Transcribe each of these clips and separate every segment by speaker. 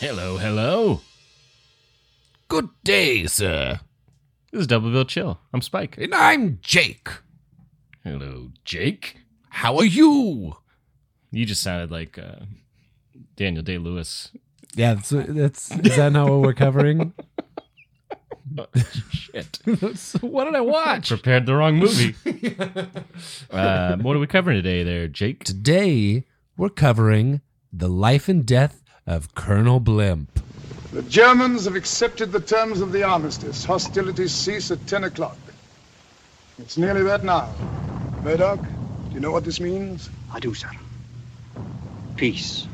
Speaker 1: Hello, hello.
Speaker 2: Good day, sir.
Speaker 1: This is Double Bill Chill. I'm Spike.
Speaker 2: And I'm Jake.
Speaker 1: Hello, Jake.
Speaker 2: How are you?
Speaker 1: You just sounded like uh, Daniel Day Lewis.
Speaker 3: Yeah, that's, that's is that not what we're covering? Oh,
Speaker 1: Shit.
Speaker 2: What did I watch?
Speaker 1: Prepared the wrong movie. uh, what are we covering today there, Jake?
Speaker 3: Today we're covering the life and death of Colonel Blimp.
Speaker 4: The Germans have accepted the terms of the armistice. Hostilities cease at 10 o'clock. It's nearly that now. Murdoch, do you know what this means?
Speaker 5: I do, sir. Peace.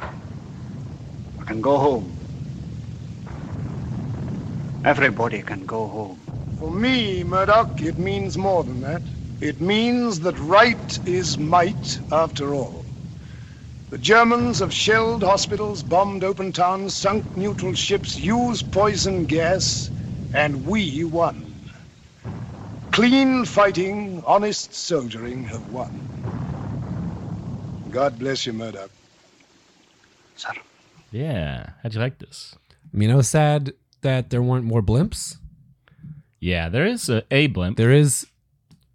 Speaker 5: I can go home. Everybody can go home.
Speaker 4: For me, Murdoch, it means more than that. It means that right is might after all. The Germans have shelled hospitals, bombed open towns, sunk neutral ships, used poison gas, and we won. Clean fighting, honest soldiering have won. God bless you, Murdoch.
Speaker 5: Sir,
Speaker 1: Yeah. How'd you like this?
Speaker 3: I mean, I was sad that there weren't more blimps.
Speaker 1: Yeah, there is a, a blimp,
Speaker 3: There is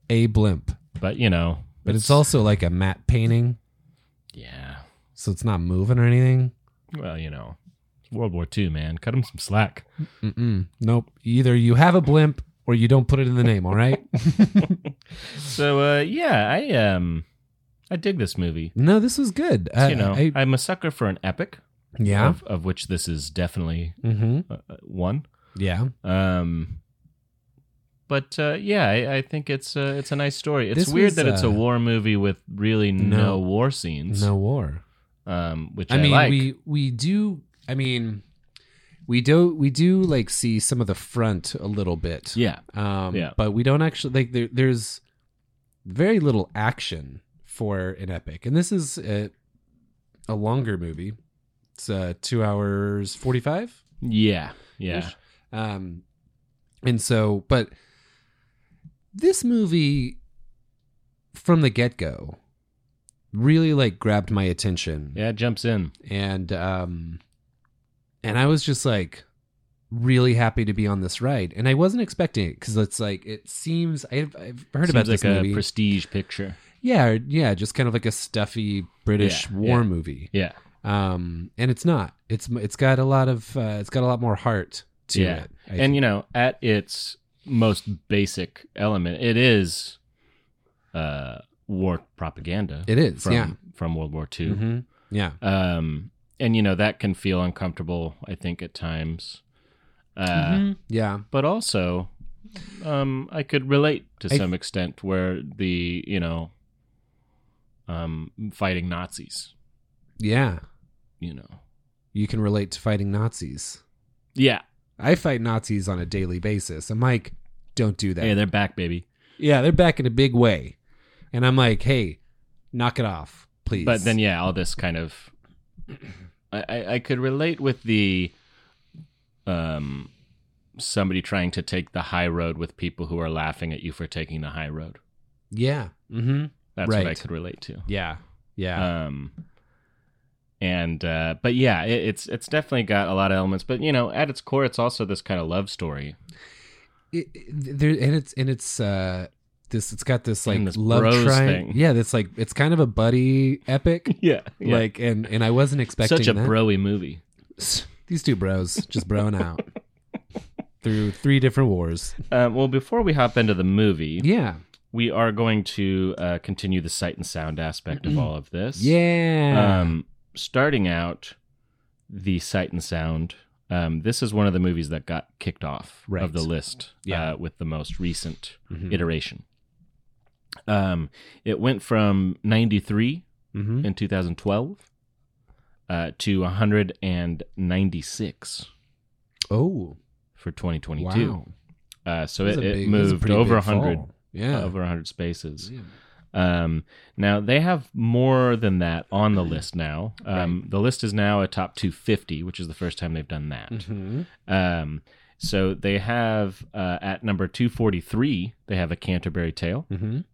Speaker 3: a blimp,
Speaker 1: but you know.
Speaker 3: but it's also like a matte painting,
Speaker 1: Yeah.
Speaker 3: so it's not moving or anything.
Speaker 1: Well, you know. World War II, man. Cut him some slack.
Speaker 3: Mm-mm. Nope. Either you have a blimp or you don't put it in the name. All right.
Speaker 1: So, uh, yeah, I um, I dig this movie.
Speaker 3: no, this was good. I-
Speaker 1: you know,
Speaker 3: Uh, I-
Speaker 1: I, am a sucker for an epic,
Speaker 3: yeah.
Speaker 1: of, of which this is definitely
Speaker 3: Mm-hmm.
Speaker 1: uh, uh, one.
Speaker 3: Yeah.
Speaker 1: Um, but uh, yeah, I, I think it's uh, it's a nice story. It's
Speaker 3: This
Speaker 1: weird
Speaker 3: was,
Speaker 1: that it's a
Speaker 3: uh,
Speaker 1: war movie with really no,
Speaker 3: No.
Speaker 1: war scenes.
Speaker 3: No war.
Speaker 1: um, which I,
Speaker 3: I mean,
Speaker 1: like.
Speaker 3: we we do. I mean, we do we do like see some of the front a little bit.
Speaker 1: yeah,
Speaker 3: Um,
Speaker 1: Yeah.
Speaker 3: But we don't actually like there, there's very little action for an epic, and this is a, a longer movie. It's uh, two hours forty five.
Speaker 1: yeah, yeah,
Speaker 3: Um, and so, but this movie from the get go really like grabbed my attention
Speaker 1: yeah. It jumps in.
Speaker 3: and um and i was just like really happy to be on this ride and i wasn't expecting it because it's like it seems i've, I've heard
Speaker 1: Seems
Speaker 3: about
Speaker 1: like
Speaker 3: this
Speaker 1: a
Speaker 3: movie
Speaker 1: prestige picture.
Speaker 3: yeah or- yeah just kind of like a stuffy british
Speaker 1: Yeah,
Speaker 3: war
Speaker 1: yeah.
Speaker 3: movie
Speaker 1: Yeah,
Speaker 3: um and it's not it's it's got a lot of uh, it's got a lot more heart to
Speaker 1: yeah.
Speaker 3: it I
Speaker 1: and you know, at its most basic element, it is uh, war propaganda.
Speaker 3: It is,
Speaker 1: from,
Speaker 3: yeah.
Speaker 1: from World War II.
Speaker 3: think. Mhm. yeah
Speaker 1: um and you know that can feel uncomfortable i think at times uh
Speaker 3: Mm-hmm. yeah
Speaker 1: but also um i could relate to
Speaker 3: I-
Speaker 1: some extent where the you know um fighting nazis
Speaker 3: yeah
Speaker 1: you know
Speaker 3: you can relate to fighting nazis
Speaker 1: yeah
Speaker 3: i fight nazis on a daily basis i'm like don't do that
Speaker 1: hey they're back baby
Speaker 3: Yeah, they're back in a big way. And I'm like, hey, knock it off, please.
Speaker 1: but then yeah all this kind of I- I, I could relate with the um somebody trying to take the high road with people who are laughing at you for taking the high road
Speaker 3: yeah, mm-hmm.
Speaker 1: that's what i
Speaker 3: Right.
Speaker 1: could relate to
Speaker 3: yeah, yeah,
Speaker 1: um and uh but yeah it, it's it's definitely got a lot of elements but you know at its core it's also this kind of love story
Speaker 3: It- it- there, and it's and it's uh this it's got this like
Speaker 1: And this
Speaker 3: love
Speaker 1: bros
Speaker 3: triangle.
Speaker 1: thing.
Speaker 3: Yeah, that's like it's kind of a buddy epic.
Speaker 1: yeah, like
Speaker 3: Like and and I wasn't expecting
Speaker 1: such a
Speaker 3: that.
Speaker 1: broy movie
Speaker 3: These two bros just broing out through three different wars.
Speaker 1: uh, well before we hop into the movie
Speaker 3: Yeah,
Speaker 1: we are going to uh, continue the sight and sound aspect of all of this
Speaker 3: yeah.
Speaker 1: um starting out the sight and sound um, this is one of the movies that got kicked off
Speaker 3: Right.
Speaker 1: of the list
Speaker 3: Yeah.
Speaker 1: uh, with the most recent
Speaker 3: Mhm.
Speaker 1: iteration. Um, it went from 93
Speaker 3: Mhm.
Speaker 1: in 2012 uh, to 196
Speaker 3: Oh,
Speaker 1: for for 2022.
Speaker 3: Wow.
Speaker 1: Uh, so
Speaker 3: This
Speaker 1: it,
Speaker 3: is a
Speaker 1: it
Speaker 3: big- this is a
Speaker 1: moved
Speaker 3: pretty
Speaker 1: over
Speaker 3: big
Speaker 1: 100
Speaker 3: fall. Yeah.
Speaker 1: over 100 spaces. Um, now they have more than that on the list now. Um, The list is now a top 250, which is the first time they've done that.
Speaker 3: Mm-hmm.
Speaker 1: Um, so they have uh, at number 243, they have a Canterbury Tale.
Speaker 3: Mhm.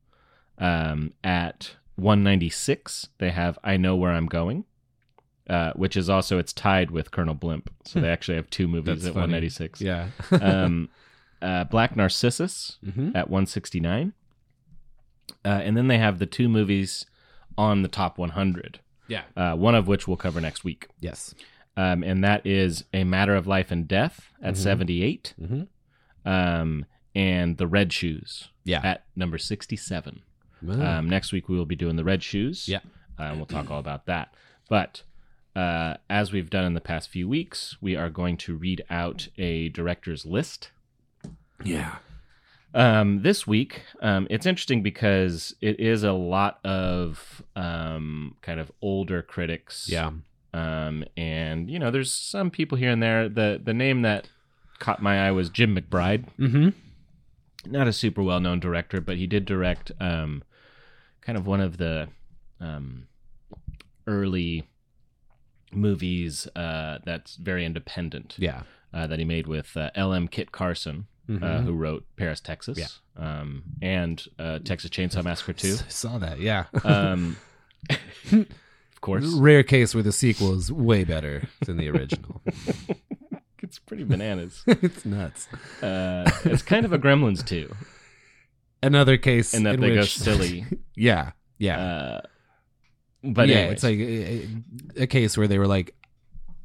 Speaker 1: Um, at 196, they have I Know Where I'm Going, uh, which is also it's tied with Colonel Blimp. So they actually have two movies
Speaker 3: Hmm. That's
Speaker 1: at
Speaker 3: funny.
Speaker 1: 196.
Speaker 3: Yeah.
Speaker 1: um, uh, Black Narcissus
Speaker 3: hmm
Speaker 1: at 169. Uh, and then they have the two movies on the top 100,
Speaker 3: Yeah.
Speaker 1: uh, one of which we'll cover next week.
Speaker 3: Yes.
Speaker 1: Um, and that is A Matter of Life and Death at
Speaker 3: Mm-hmm.
Speaker 1: 78,
Speaker 3: Mhm.
Speaker 1: um, and The Red Shoes
Speaker 3: Yeah. Mm-hmm.
Speaker 1: at number 67.
Speaker 3: Well,
Speaker 1: Um, next week we will be doing the red shoes.
Speaker 3: Hmm. Yeah.
Speaker 1: Uh, and we'll talk all about that. But uh, as we've done in the past few weeks, we are going to read out a director's list.
Speaker 3: yeah.
Speaker 1: Um, this week, um, it's interesting because it is a lot of um, kind of older critics.
Speaker 3: Yeah.
Speaker 1: Um, and you know, there's some people here and there. The the name that caught my eye was Jim McBride
Speaker 3: Mm-hmm.
Speaker 1: not a super well known director, but he did direct um, kind of one of the um, early movies uh, that's very independent
Speaker 3: Yeah.
Speaker 1: uh, that he made with uh, L.M. Kit Carson, uh,
Speaker 3: Mhm.
Speaker 1: who wrote Paris, Texas, um, and uh, Texas Chainsaw Massacre 2.
Speaker 3: I saw that. Yeah.
Speaker 1: Um, of course.
Speaker 3: Rare case where the sequel is way better than the original.
Speaker 1: It's pretty bananas.
Speaker 3: it's nuts.
Speaker 1: Uh, it's kind of a Gremlins 2,
Speaker 3: Another case
Speaker 1: in that
Speaker 3: in
Speaker 1: they go
Speaker 3: which-
Speaker 1: silly.
Speaker 3: yeah. Yeah.
Speaker 1: Uh, but
Speaker 3: yeah,
Speaker 1: anyways.
Speaker 3: it's like eh, a, a- a case where they were like,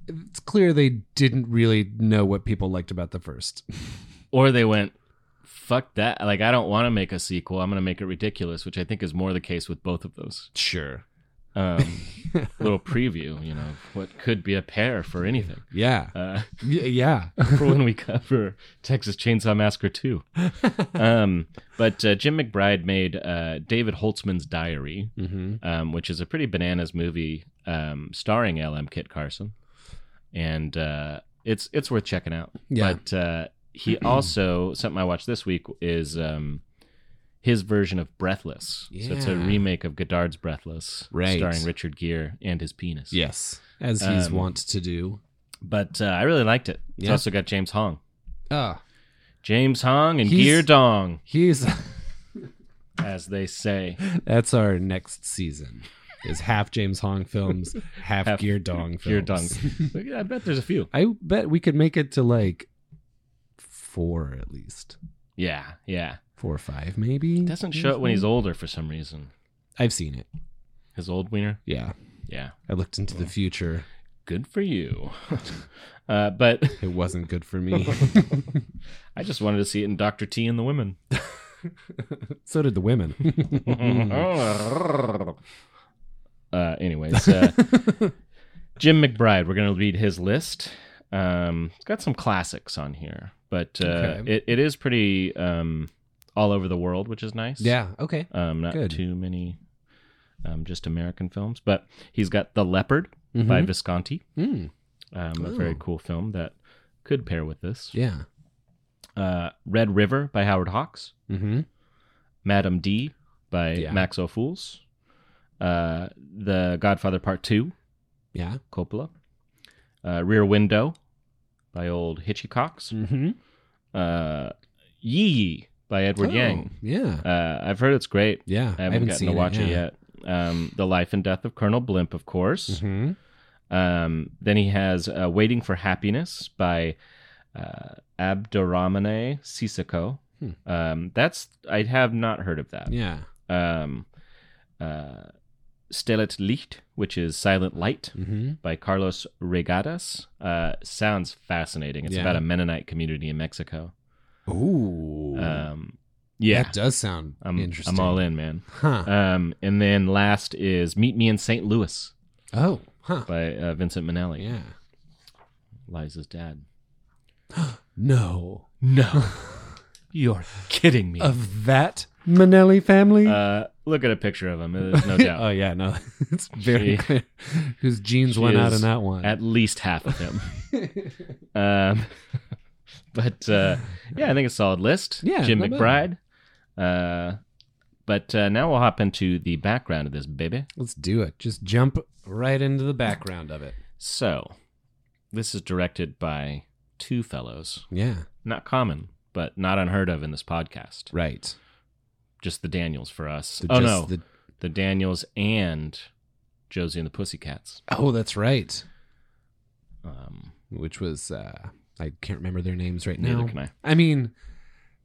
Speaker 3: it's clear they didn't really know what people liked about the first.
Speaker 1: or they went fuck that like i don't want to make a sequel i'm going to make it ridiculous which i think is more the case with both of those
Speaker 3: Sure.
Speaker 1: um little preview you know of what could be a pair for anything
Speaker 3: Yeah.
Speaker 1: uh
Speaker 3: Y- yeah.
Speaker 1: for when we cover texas chainsaw massacre 2 um but uh, jim mcbride made uh david holtzman's diary
Speaker 3: mm-hmm.
Speaker 1: um, which is a pretty bananas movie um, starring L.M. Kit Carson, and uh, it's it's worth checking out.
Speaker 3: Yeah.
Speaker 1: But uh, he also something I watched this week is um, his version of Breathless. So it's a
Speaker 3: Yeah.
Speaker 1: remake of Godard's Breathless,
Speaker 3: Right.
Speaker 1: starring Richard Gere and his penis.
Speaker 3: Yes. As he's
Speaker 1: Um,
Speaker 3: wont to do.
Speaker 1: But uh, I really liked it. It's
Speaker 3: Yeah.
Speaker 1: also got James Hong,
Speaker 3: Ah,
Speaker 1: James Hong, and
Speaker 3: He's-
Speaker 1: Gear Dong,
Speaker 3: he's.
Speaker 1: as they say.
Speaker 3: That's our next season. Is half James Hong films, half,
Speaker 1: Half
Speaker 3: Gear Dong films.
Speaker 1: Gear Dong. I bet there's a few.
Speaker 3: I bet we could make it to like four at least,
Speaker 1: Yeah, yeah.
Speaker 3: four or five maybe.
Speaker 1: Doesn't show it when he's older for some reason.
Speaker 3: I've seen it.
Speaker 1: His old wiener.
Speaker 3: Yeah,
Speaker 1: Yeah.
Speaker 3: I looked into
Speaker 1: Oh.
Speaker 3: the future.
Speaker 1: Good for you. uh, but
Speaker 3: It wasn't good for me.
Speaker 1: I just wanted to see it in Dr. T and the women.
Speaker 3: so did the women.
Speaker 1: uh, anyways, uh, Jim McBride, we're going to read his list. Um, it's got some classics on here, but uh,
Speaker 3: Okay.
Speaker 1: it, it is pretty um, all over the world, which is nice.
Speaker 3: yeah. Okay.
Speaker 1: Um, not
Speaker 3: Good.
Speaker 1: too many um, just American films, but he's got The Leopard by
Speaker 3: Mhm.
Speaker 1: Visconti,
Speaker 3: Mm,
Speaker 1: um, a very
Speaker 3: Oh.
Speaker 1: cool film that could pair with this.
Speaker 3: yeah.
Speaker 1: uh, Red River by Howard Hawks,
Speaker 3: Mm-hmm.
Speaker 1: Madam D by
Speaker 3: Yeah.
Speaker 1: Max O'Fools, uh, The Godfather Part Two,
Speaker 3: Yeah.
Speaker 1: Coppola, uh, Rear Window by old Hitchcox,
Speaker 3: Mm-hmm.
Speaker 1: uh, Yee Yee by Edward Yang.
Speaker 3: Oh. Yeah.
Speaker 1: Uh, I've heard it's great.
Speaker 3: Yeah.
Speaker 1: I haven't, gotten to watch it, yet. Um, the Life and Death of Colonel Blimp, of course.
Speaker 3: hmm
Speaker 1: Um, then he has uh, Waiting for Happiness by uh, Abdoramane Sissoko.
Speaker 3: Hmm.
Speaker 1: Um, that's I have not heard of that.
Speaker 3: Yeah.
Speaker 1: Um, uh, Stillet Licht, which is Silent Light
Speaker 3: Mm-hmm.
Speaker 1: by Carlos Regadas. Uh, sounds fascinating. It's
Speaker 3: Yeah.
Speaker 1: about a Mennonite community in Mexico.
Speaker 3: Ooh.
Speaker 1: Um, yeah,
Speaker 3: That does sound
Speaker 1: I'm,
Speaker 3: interesting.
Speaker 1: I'm all in, man.
Speaker 3: Huh.
Speaker 1: Um, and then last is Meet Me in St. Louis
Speaker 3: oh. Huh.
Speaker 1: by uh, Vincent Minnelli,
Speaker 3: Yeah.
Speaker 1: Liza's dad.
Speaker 3: No.
Speaker 1: No. You're kidding me.
Speaker 3: Of that Manelli family.
Speaker 1: Uh, look at a picture of him. There's no doubt.
Speaker 3: Oh yeah, no, it's very
Speaker 1: She-
Speaker 3: clear whose jeans
Speaker 1: she
Speaker 3: went out
Speaker 1: is
Speaker 3: in that one.
Speaker 1: At least half of him. um, but uh, yeah, I think it's a solid list.
Speaker 3: Yeah,
Speaker 1: Jim
Speaker 3: not
Speaker 1: McBride. Uh, but uh, now we'll hop into the background of this baby.
Speaker 3: Let's do it. Just jump right into the background of it.
Speaker 1: So, this is directed by two fellows.
Speaker 3: Yeah.
Speaker 1: Not common, but not unheard of in this podcast.
Speaker 3: Right.
Speaker 1: Just the Daniels for us.
Speaker 3: The-
Speaker 1: oh
Speaker 3: just
Speaker 1: no, the...
Speaker 3: the-
Speaker 1: Daniels and Josie and the Pussycats.
Speaker 3: oh, that's right.
Speaker 1: Um,
Speaker 3: Which was uh I can't remember their names right now.
Speaker 1: Neither can I.
Speaker 3: I mean,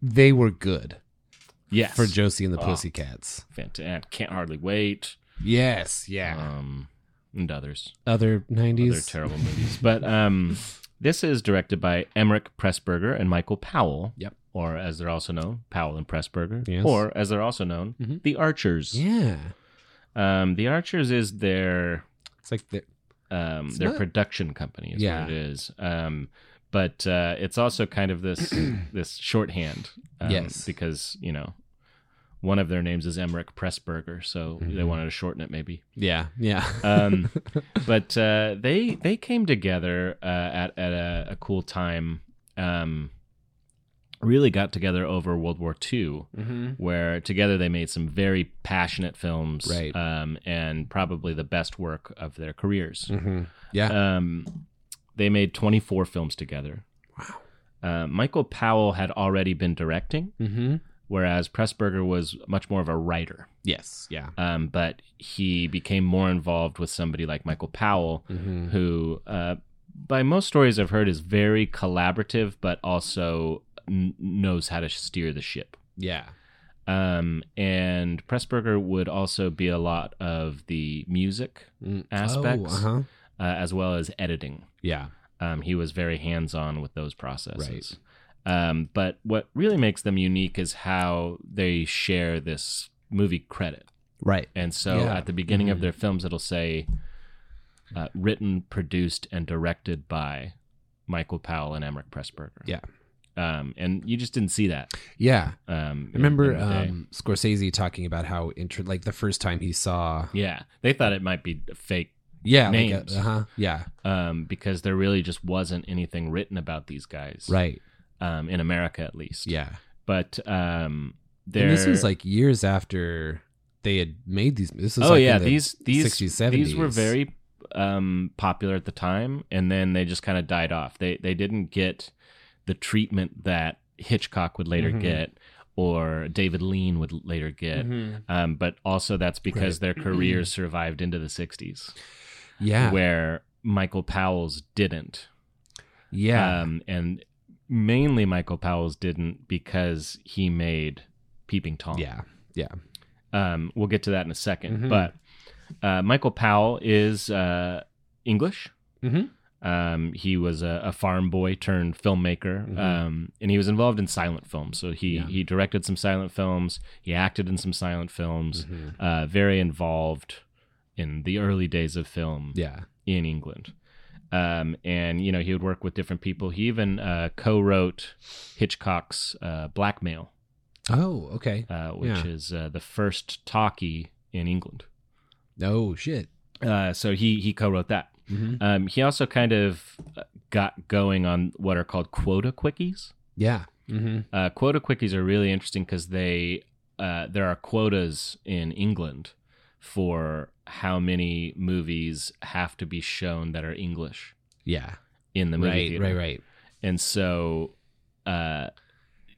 Speaker 3: they were good
Speaker 1: yes,
Speaker 3: for Josie and the
Speaker 1: Oh.
Speaker 3: Pussycats.
Speaker 1: Fantastic. Can't hardly wait.
Speaker 3: Yes, yeah.
Speaker 1: Um, and others. Other
Speaker 3: Other nineties.
Speaker 1: terrible movies. But um, this is directed by Emmerich Pressburger and Michael Powell.
Speaker 3: Yep.
Speaker 1: Or as they're also known, Powell and Pressburger.
Speaker 3: Yes.
Speaker 1: Or as they're also known,
Speaker 3: Mhm.
Speaker 1: The Archers.
Speaker 3: yeah.
Speaker 1: Um, the Archers is their
Speaker 3: It's like the
Speaker 1: um,
Speaker 3: It's
Speaker 1: their
Speaker 3: not-
Speaker 1: production company. Is
Speaker 3: Yeah.
Speaker 1: what it is. Um, but uh, it's also kind of this this shorthand. Um,
Speaker 3: Yes.
Speaker 1: Because you know, one of their names is Emmerich Pressburger, so they
Speaker 3: Mhm.
Speaker 1: wanted to shorten it maybe.
Speaker 3: Yeah, yeah.
Speaker 1: Um, but uh, they they came together uh, at at a, a cool time. Um, really got together over World War II, where together they made some very passionate films,
Speaker 3: Right.
Speaker 1: Um, and probably the best work of their careers.
Speaker 3: Mhm. Yeah.
Speaker 1: Um, they made twenty four films together.
Speaker 3: Wow.
Speaker 1: Uh, Michael Powell had already been directing,
Speaker 3: mm-hmm.
Speaker 1: whereas Pressburger was much more of a writer
Speaker 3: Yes. Yeah.
Speaker 1: um, but he became more involved with somebody like Michael Powell,
Speaker 3: Mm-hmm.
Speaker 1: who, uh, by most stories I've heard, is very collaborative, but also n- knows how to steer the ship.
Speaker 3: Yeah.
Speaker 1: Um, and Pressburger would also be a lot of the music
Speaker 3: Mm.
Speaker 1: Mm-hmm. aspects,
Speaker 3: Oh, uh-huh.
Speaker 1: uh, as well as editing.
Speaker 3: Yeah.
Speaker 1: Um, he was very hands on with those processes. Um, but what really makes them unique is how they share this movie credit.
Speaker 3: Right.
Speaker 1: And so
Speaker 3: Yeah. Mm-hmm.
Speaker 1: at the beginning of their films, it'll say uh, written, produced, and directed by Michael Powell and Emmerich Pressburger.
Speaker 3: Yeah.
Speaker 1: Um, and you just didn't see that.
Speaker 3: Yeah.
Speaker 1: Um,
Speaker 3: I remember
Speaker 1: in the day.
Speaker 3: um, Scorsese talking about how intro, like the first time he saw,
Speaker 1: yeah. They thought it might be fake
Speaker 3: yeah,
Speaker 1: Names.
Speaker 3: like uh huh, yeah,
Speaker 1: um, because there really just wasn't anything written about these guys.
Speaker 3: right,
Speaker 1: Um, in America, at least.
Speaker 3: yeah.
Speaker 1: But um,
Speaker 3: And this
Speaker 1: they're-
Speaker 3: was like years after they had made these. This was
Speaker 1: oh
Speaker 3: like in
Speaker 1: yeah,
Speaker 3: the
Speaker 1: these these
Speaker 3: 60s, 70s.
Speaker 1: these were very um, popular at the time, and then they just kind of died off. They they didn't get the treatment that Hitchcock would later
Speaker 3: Mhm.
Speaker 1: get, or David Lean would later
Speaker 3: Mm-hmm.
Speaker 1: get. Um, but also that's because their careers survived into the '60s,
Speaker 3: yeah,
Speaker 1: where Michael Powell's didn't.
Speaker 3: yeah,
Speaker 1: Um, and mainly Michael Powell's didn't because he made Peeping Tom.
Speaker 3: yeah, yeah.
Speaker 1: Um, we'll get to that in a 2nd
Speaker 3: Mhm.
Speaker 1: But uh, Michael Powell is uh, English.
Speaker 3: Mhm.
Speaker 1: Um, he was a, a farm boy turned filmmaker,
Speaker 3: Mhm.
Speaker 1: um, and he was involved in silent films. So he
Speaker 3: Yeah.
Speaker 1: he directed some silent films. He acted in some silent films.
Speaker 3: Mhm.
Speaker 1: Uh, very involved in the early days of film
Speaker 3: Yeah.
Speaker 1: in England. Um, and you know he would work with different people. He even uh, co-wrote Hitchcock's uh, Blackmail
Speaker 3: Oh, okay.
Speaker 1: uh, which
Speaker 3: Yeah.
Speaker 1: is uh, the first talkie in England.
Speaker 3: No shit.
Speaker 1: Uh, so he he co-wrote that.
Speaker 3: Mm-hmm.
Speaker 1: Um, he also kind of uh, got going on what are called quota quickies.
Speaker 3: Yeah. Mm-hmm.
Speaker 1: Uh, quota quickies are really interesting because they uh, there are quotas in England for how many movies have to be shown that are English
Speaker 3: Yeah.
Speaker 1: in the movie
Speaker 3: Right.
Speaker 1: theater.
Speaker 3: Right. Right.
Speaker 1: And so, uh,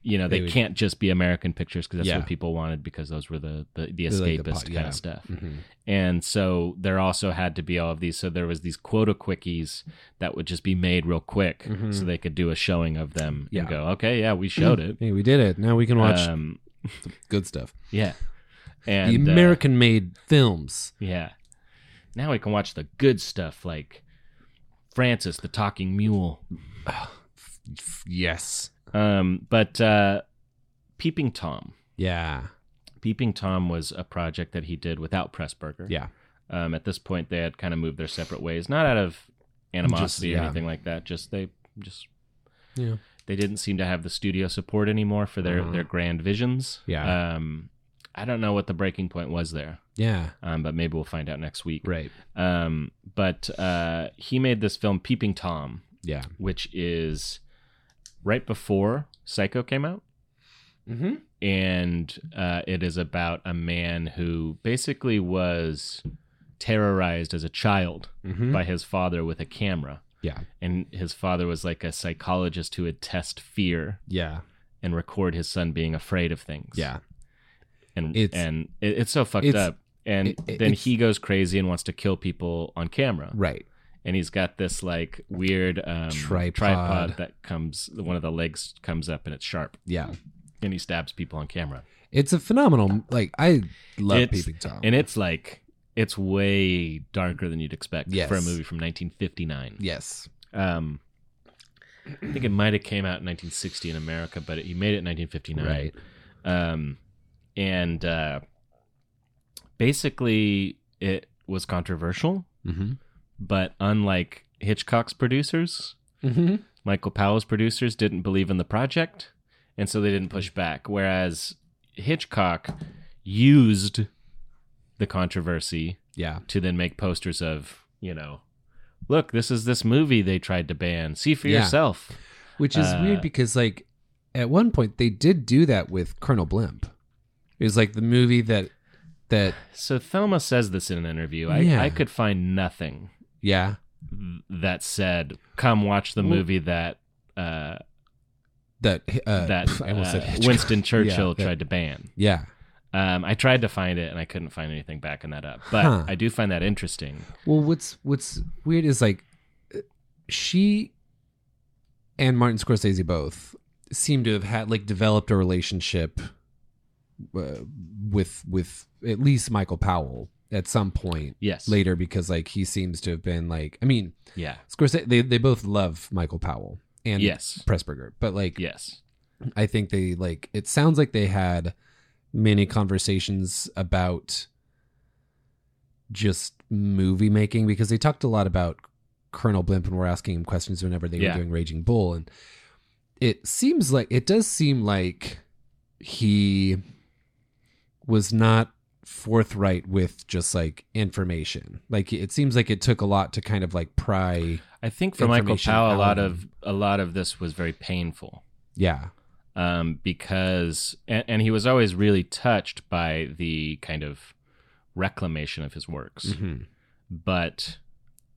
Speaker 1: you know,
Speaker 3: They
Speaker 1: they,
Speaker 3: would-
Speaker 1: can't just be American pictures because that's
Speaker 3: Yeah.
Speaker 1: what people wanted because those were the the, the
Speaker 3: They're
Speaker 1: escapist
Speaker 3: like the po-
Speaker 1: kind
Speaker 3: yeah.
Speaker 1: of stuff.
Speaker 3: Mm-hmm.
Speaker 1: and so there also had to be all of these so there was these quota quickies that would just be made real quick
Speaker 3: Mhm.
Speaker 1: so they could do a showing of them
Speaker 3: Yeah.
Speaker 1: and go okay yeah we showed it
Speaker 3: Hey, we did it. Now we can watch
Speaker 1: um,
Speaker 3: good stuff.
Speaker 1: yeah and
Speaker 3: the
Speaker 1: uh,
Speaker 3: American-made films.
Speaker 1: yeah now we can watch the good stuff like francis the talking mule
Speaker 3: Yes.
Speaker 1: um, but uh, peeping tom
Speaker 3: Yeah.
Speaker 1: peeping tom was a project that he did without pressburger
Speaker 3: Yeah.
Speaker 1: um, at this point they had kind of moved their separate ways not out of animosity or
Speaker 3: yeah.
Speaker 1: anything like that just they just
Speaker 3: Yeah.
Speaker 1: they didn't seem to have the studio support anymore for their
Speaker 3: Uh-huh.
Speaker 1: their grand visions
Speaker 3: Yeah.
Speaker 1: um i don't know what the breaking point was there
Speaker 3: Yeah.
Speaker 1: um but maybe we'll find out next week
Speaker 3: Right.
Speaker 1: um but uh he made this film peeping tom
Speaker 3: Yeah.
Speaker 1: which is right before Psycho came out.
Speaker 3: Mm-hmm.
Speaker 1: and uh, it is about a man who basically was terrorized as a child
Speaker 3: Mm-hmm.
Speaker 1: by his father with a camera.
Speaker 3: Yeah.
Speaker 1: And his father was like a psychologist who would test fear
Speaker 3: Yeah.
Speaker 1: and record his son being afraid of things.
Speaker 3: Yeah.
Speaker 1: And
Speaker 3: It's-
Speaker 1: and it, it's so fucked
Speaker 3: it's-
Speaker 1: up. And
Speaker 3: it- it-
Speaker 1: then
Speaker 3: it's-
Speaker 1: he goes crazy and wants to kill people on camera.
Speaker 3: Right.
Speaker 1: And he's got this like weird um,
Speaker 3: Tripod.
Speaker 1: that comes. One of the legs comes up and it's sharp,
Speaker 3: Yeah.
Speaker 1: and he stabs people on camera.
Speaker 3: It's a phenomenal. Like I love
Speaker 1: It's-
Speaker 3: Peeping Tom.
Speaker 1: and it's like it's way darker than you'd expect
Speaker 3: Yes.
Speaker 1: for a movie from 1959.
Speaker 3: yes.
Speaker 1: Um, I think it might have came out in 1960 in America, but he made it in 1959. Right. Um, and uh, basically, it was controversial,
Speaker 3: Mm-hmm.
Speaker 1: but unlike Hitchcock's producers,
Speaker 3: Mm-hmm.
Speaker 1: Michael Powell's producers didn't believe in the project, and so they didn't push back. Whereas Hitchcock used the controversy
Speaker 3: Yeah.
Speaker 1: to then make posters of, you know, look, this is this movie they tried to ban. See for
Speaker 3: Yeah.
Speaker 1: yourself.
Speaker 3: Which is
Speaker 1: Uh,
Speaker 3: weird because like at one point they did do that with Colonel Blimp. It was like the movie that that
Speaker 1: So Thelma says this in an interview. I,
Speaker 3: Yeah.
Speaker 1: I could find nothing
Speaker 3: yeah
Speaker 1: that said, come watch the
Speaker 3: Well-
Speaker 1: movie that uh,
Speaker 3: that uh,
Speaker 1: that
Speaker 3: I almost
Speaker 1: uh,
Speaker 3: said Hitchcock.
Speaker 1: Winston Churchill
Speaker 3: Yeah, that-
Speaker 1: tried to ban.
Speaker 3: Yeah.
Speaker 1: Um, I tried to find it and I couldn't find anything backing that up. But
Speaker 3: Huh.
Speaker 1: I do find that interesting.
Speaker 3: Well, what's what's weird is like uh, she and Martin Scorsese both seem to have had like developed a relationship uh, with with at least Michael Powell at some point
Speaker 1: Yes.
Speaker 3: later because like he seems to have been like I mean
Speaker 1: Yeah.
Speaker 3: Scorsese they they both love Michael Powell and
Speaker 1: Yes.
Speaker 3: Pressburger but like
Speaker 1: Yes.
Speaker 3: I think they like it sounds like they had many conversations about just movie making because they talked a lot about Colonel Blimp and were asking him questions whenever they
Speaker 1: Yeah.
Speaker 3: were doing Raging Bull and it seems like it does seem like he was not forthright with just like information. Like it seems like it took a lot to kind of like pry
Speaker 1: I think for Michael
Speaker 3: Information
Speaker 1: Powell, a lot
Speaker 3: out.
Speaker 1: of a lot of this was very painful
Speaker 3: yeah.
Speaker 1: um, because, and, and he was always really touched by the kind of reclamation of his
Speaker 3: Mm-hmm.
Speaker 1: works, but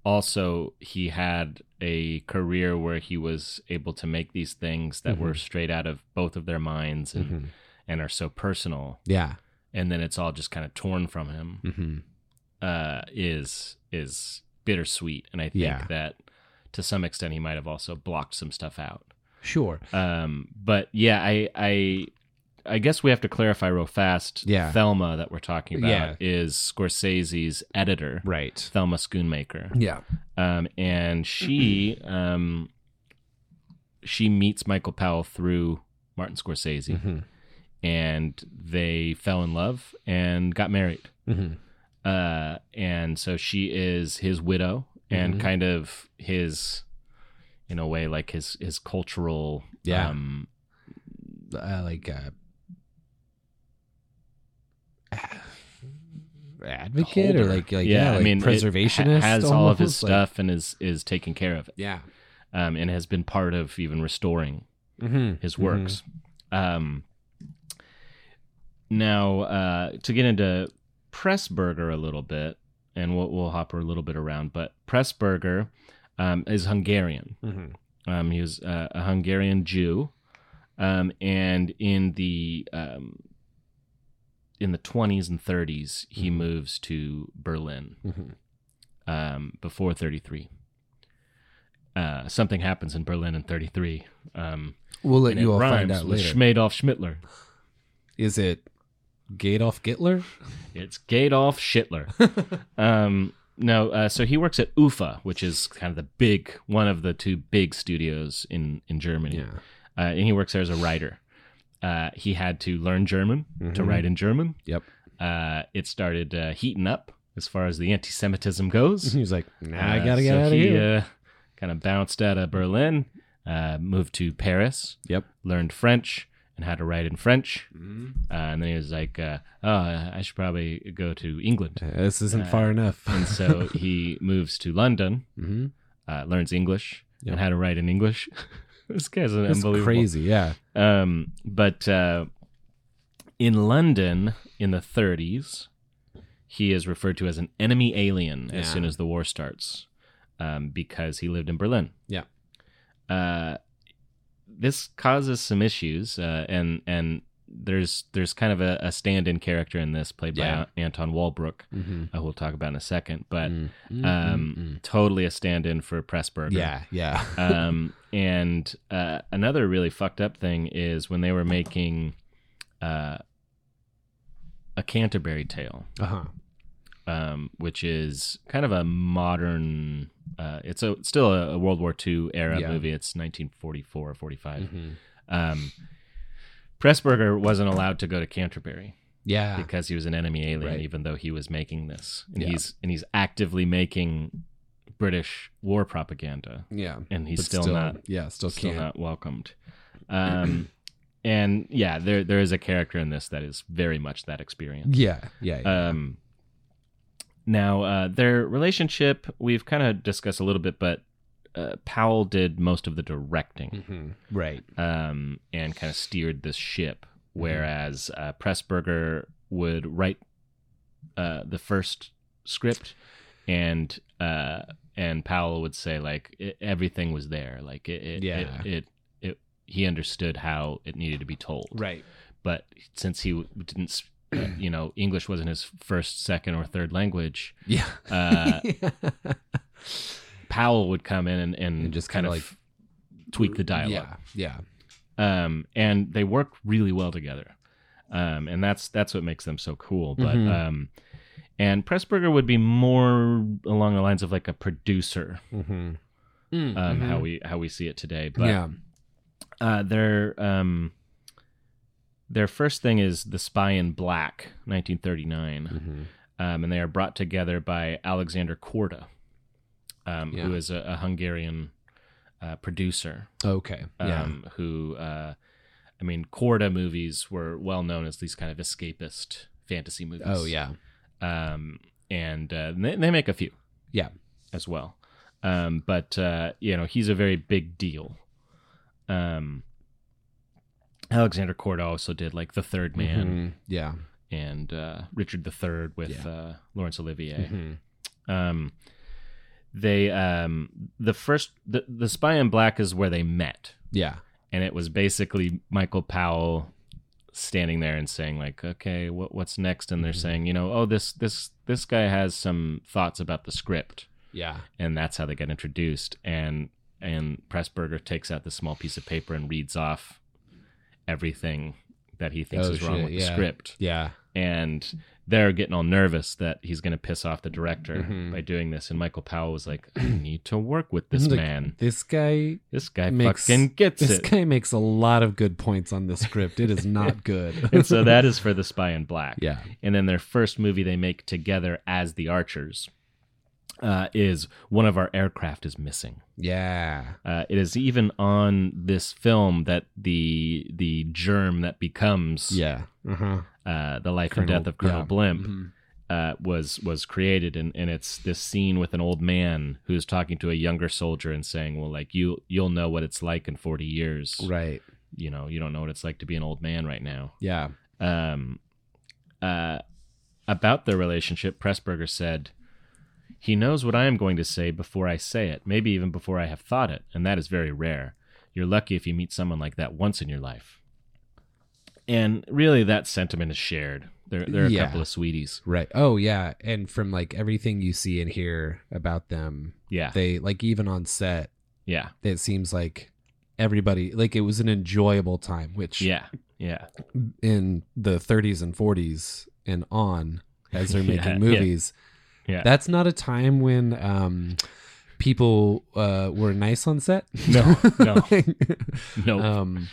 Speaker 1: also he had a career where he was able to make these things that
Speaker 3: Mm-hmm.
Speaker 1: were straight out of both of their minds and
Speaker 3: Mhm.
Speaker 1: and are so personal,
Speaker 3: Yeah.
Speaker 1: and then it's all just kind of torn from him.
Speaker 3: hmm
Speaker 1: uh, is is bittersweet, and I think
Speaker 3: Yeah.
Speaker 1: that to some extent he might have also blocked some stuff out.
Speaker 3: Sure.
Speaker 1: Um, but yeah, I I I guess we have to clarify real fast.
Speaker 3: Yeah.
Speaker 1: Thelma that we're talking about
Speaker 3: Yeah.
Speaker 1: is Scorsese's editor,
Speaker 3: Right.
Speaker 1: Thelma Schoonmaker,
Speaker 3: Yeah.
Speaker 1: um, and she
Speaker 3: Mm-hmm.
Speaker 1: um, she meets Michael Powell through Martin Scorsese,
Speaker 3: Mhm.
Speaker 1: and they fell in love and got married
Speaker 3: hmm
Speaker 1: uh, and so she is his widow and
Speaker 3: Mhm.
Speaker 1: kind of his, in a way, like his his cultural,
Speaker 3: Yeah.
Speaker 1: um,
Speaker 3: uh, like uh, advocate or
Speaker 1: holder.
Speaker 3: like, like
Speaker 1: yeah,
Speaker 3: yeah, like
Speaker 1: I mean, it ha-
Speaker 3: preservationist
Speaker 1: has all of his
Speaker 3: almost, like-
Speaker 1: stuff and is is taking care of it,
Speaker 3: Yeah,
Speaker 1: um, and has been part of even restoring
Speaker 3: mm-hmm.
Speaker 1: his works. Um, now, uh, to get into Pressburger a little bit, and we'll, we'll hop a little bit around, but Pressburger um, is Hungarian. Um, he was uh, a Hungarian Jew, um, and in the um, in the twenties and thirties, he moves to Berlin um, before thirty three. Uh, something happens in Berlin in thirty three. Um,
Speaker 3: We'll let
Speaker 1: and
Speaker 3: you
Speaker 1: it
Speaker 3: all find
Speaker 1: rhymes
Speaker 3: out
Speaker 1: with
Speaker 3: later.
Speaker 1: Schmadolf Schmittler.
Speaker 3: Is it Gadolf Gittler?
Speaker 1: It's Gadolf Schittler. um, no, uh, so he works at UFA, which is kind of the big one of the two big studios in in Germany. uh, and he works there as a writer. Uh, he had to learn German
Speaker 3: Mm-hmm.
Speaker 1: to write in German.
Speaker 3: Yep.
Speaker 1: Uh, it started uh, heating up as far as the anti-Semitism goes.
Speaker 3: He's like, nah, I
Speaker 1: Uh,
Speaker 3: gotta get
Speaker 1: so
Speaker 3: out of
Speaker 1: he,
Speaker 3: here.
Speaker 1: Uh, kind of bounced out of Berlin, uh, moved to Paris,
Speaker 3: yep.
Speaker 1: learned French, and how to write in French.
Speaker 3: Mm-hmm.
Speaker 1: Uh, and then he was like, uh, "Oh, I should probably go to England."
Speaker 3: Uh, This isn't far enough.
Speaker 1: And so he moves to London,
Speaker 3: Mhm.
Speaker 1: uh, learns English,
Speaker 3: Yep.
Speaker 1: and how to write in English. this guy's an
Speaker 3: It's
Speaker 1: unbelievable.
Speaker 3: crazy. Yeah.
Speaker 1: Um, but uh, in London in the 30s, he is referred to as an enemy alien as
Speaker 3: Yeah.
Speaker 1: soon as the war starts um, because he lived in Berlin.
Speaker 3: Yeah.
Speaker 1: Uh, this causes some issues, uh, and and there's there's kind of a, a stand-in character in this played
Speaker 3: Yeah.
Speaker 1: by Anton Walbrook,
Speaker 3: Mm-hmm.
Speaker 1: uh, who we'll talk about in a second, but
Speaker 3: Mm.
Speaker 1: um, totally a stand-in for Pressburger
Speaker 3: yeah. Yeah.
Speaker 1: um, and uh, another really fucked up thing is when they were making uh, a Canterbury Tale,
Speaker 3: Uh huh.
Speaker 1: um, which is kind of a modern. Uh, it's a it's still a, a World War II era
Speaker 3: Yeah.
Speaker 1: movie. It's 1944 or 45.
Speaker 3: Mm-hmm.
Speaker 1: Um, Pressburger wasn't allowed to go to Canterbury
Speaker 3: Yeah.
Speaker 1: because he was an enemy alien,
Speaker 3: Ah. Right.
Speaker 1: even though he was making this, and
Speaker 3: Yeah.
Speaker 1: he's and he's actively making British war propaganda,
Speaker 3: Yeah.
Speaker 1: and he's
Speaker 3: But
Speaker 1: still not
Speaker 3: Yeah. Still
Speaker 1: still
Speaker 3: can't.
Speaker 1: not welcomed. Um, and yeah, there there is a character in this that is very much that experience.
Speaker 3: Yeah. Yeah. yeah.
Speaker 1: Um, now uh, their relationship we've kind of discussed a little bit, but uh, Powell did most of the directing
Speaker 3: Mhm. Right.
Speaker 1: um, and kind of steered this ship,
Speaker 3: Mhm.
Speaker 1: whereas uh, Pressburger would write uh, the first script and. Uh, and Powell would say like it, everything was there, like it, it,
Speaker 3: Yeah.
Speaker 1: it, it, it, he understood how it needed to be told,
Speaker 3: Right.
Speaker 1: but since he w- didn't s- uh, you know english wasn't his first second or third language
Speaker 3: Yeah.
Speaker 1: uh, powell would come in and, and,
Speaker 3: And just
Speaker 1: kind of
Speaker 3: kinda
Speaker 1: tweak the dialogue
Speaker 3: yeah. Yeah.
Speaker 1: um, and they work really well together um, and that's that's what makes them so cool but
Speaker 3: Mhm.
Speaker 1: um, and pressburger would be more along the lines of like a producer
Speaker 3: Mm-hmm.
Speaker 1: um, how we how we see it today but
Speaker 3: yeah.
Speaker 1: uh, their um, their first thing is the spy in black 1939
Speaker 3: Mhm.
Speaker 1: um, and they are brought together by Alexander Korda, um, who
Speaker 3: Yeah.
Speaker 1: is a, a Hungarian uh, producer.
Speaker 3: Okay. Yeah.
Speaker 1: Um, Who, uh, I mean, Korda movies were well known as these kind of escapist fantasy movies.
Speaker 3: oh yeah.
Speaker 1: Um, and uh, they, they make a few
Speaker 3: Yeah.
Speaker 1: as well. Um, but uh, you know, he's a very big deal. Um, Alexander Korda also did like The Third Man
Speaker 3: Mhm. Yeah.
Speaker 1: and uh, Richard III with
Speaker 3: Yeah.
Speaker 1: uh, Laurence Olivier.
Speaker 3: Mhm.
Speaker 1: Um, they um, the first the, the Spy in Black is where they met,
Speaker 3: Yeah.
Speaker 1: and it was basically Michael Powell standing there and saying like, "Okay, what what's next?" And they're
Speaker 3: Mm-hmm.
Speaker 1: saying, you know, "Oh, this this this guy has some thoughts about the script,"
Speaker 3: Yeah.
Speaker 1: and that's how they get introduced. And and Pressburger takes out this small piece of paper and reads off everything that he thinks
Speaker 3: Oh,
Speaker 1: is wrong
Speaker 3: shit,
Speaker 1: with the
Speaker 3: yeah.
Speaker 1: script
Speaker 3: Yeah.
Speaker 1: and they're getting all nervous that he's going to piss off the director
Speaker 3: Mhm.
Speaker 1: by doing this. And Michael Powell was like, "I need to work with this
Speaker 3: Like,
Speaker 1: man.
Speaker 3: This guy
Speaker 1: This guy
Speaker 3: makes-
Speaker 1: fucking gets
Speaker 3: This
Speaker 1: it."
Speaker 3: guy makes a lot of good points on this script. It is not good.
Speaker 1: and so that is for the Spy in Black.
Speaker 3: yeah.
Speaker 1: And then their first movie they make together as the Archers uh, is one of our aircraft is missing.
Speaker 3: Yeah.
Speaker 1: Uh, it is even on this film that the the germ that becomes
Speaker 3: Yeah. Uh-huh.
Speaker 1: uh, the life
Speaker 3: Colonel- Mm-hmm.
Speaker 1: and death of Colonel
Speaker 3: yeah.
Speaker 1: Blimp uh, was was created, and, and it's this scene with an old man who's talking to a younger soldier and saying, "Well, like you you'll know what it's like in forty years.
Speaker 3: Right.
Speaker 1: You know, you don't know what it's like to be an old man right now."
Speaker 3: Yeah.
Speaker 1: Um, uh, about their relationship, Pressburger said. He knows what I am going to say before I say it, maybe even before I have thought it, and that is very rare. You're lucky if you meet someone like that once in your life. And really, that sentiment is shared. There, there are a
Speaker 3: Yeah.
Speaker 1: couple of sweeties.
Speaker 3: Right. Oh yeah. And from like everything you see and hear about them,
Speaker 1: Yeah.
Speaker 3: they like even on set,
Speaker 1: yeah.
Speaker 3: it seems like everybody like it was an enjoyable time, which
Speaker 1: Yeah, yeah,
Speaker 3: in the 30s and 40s and on as they're
Speaker 1: Yeah,
Speaker 3: making
Speaker 1: yeah.
Speaker 3: movies.
Speaker 1: yeah.
Speaker 3: That's not a time when um, people uh, were nice on set.
Speaker 1: No, no. no,
Speaker 3: um,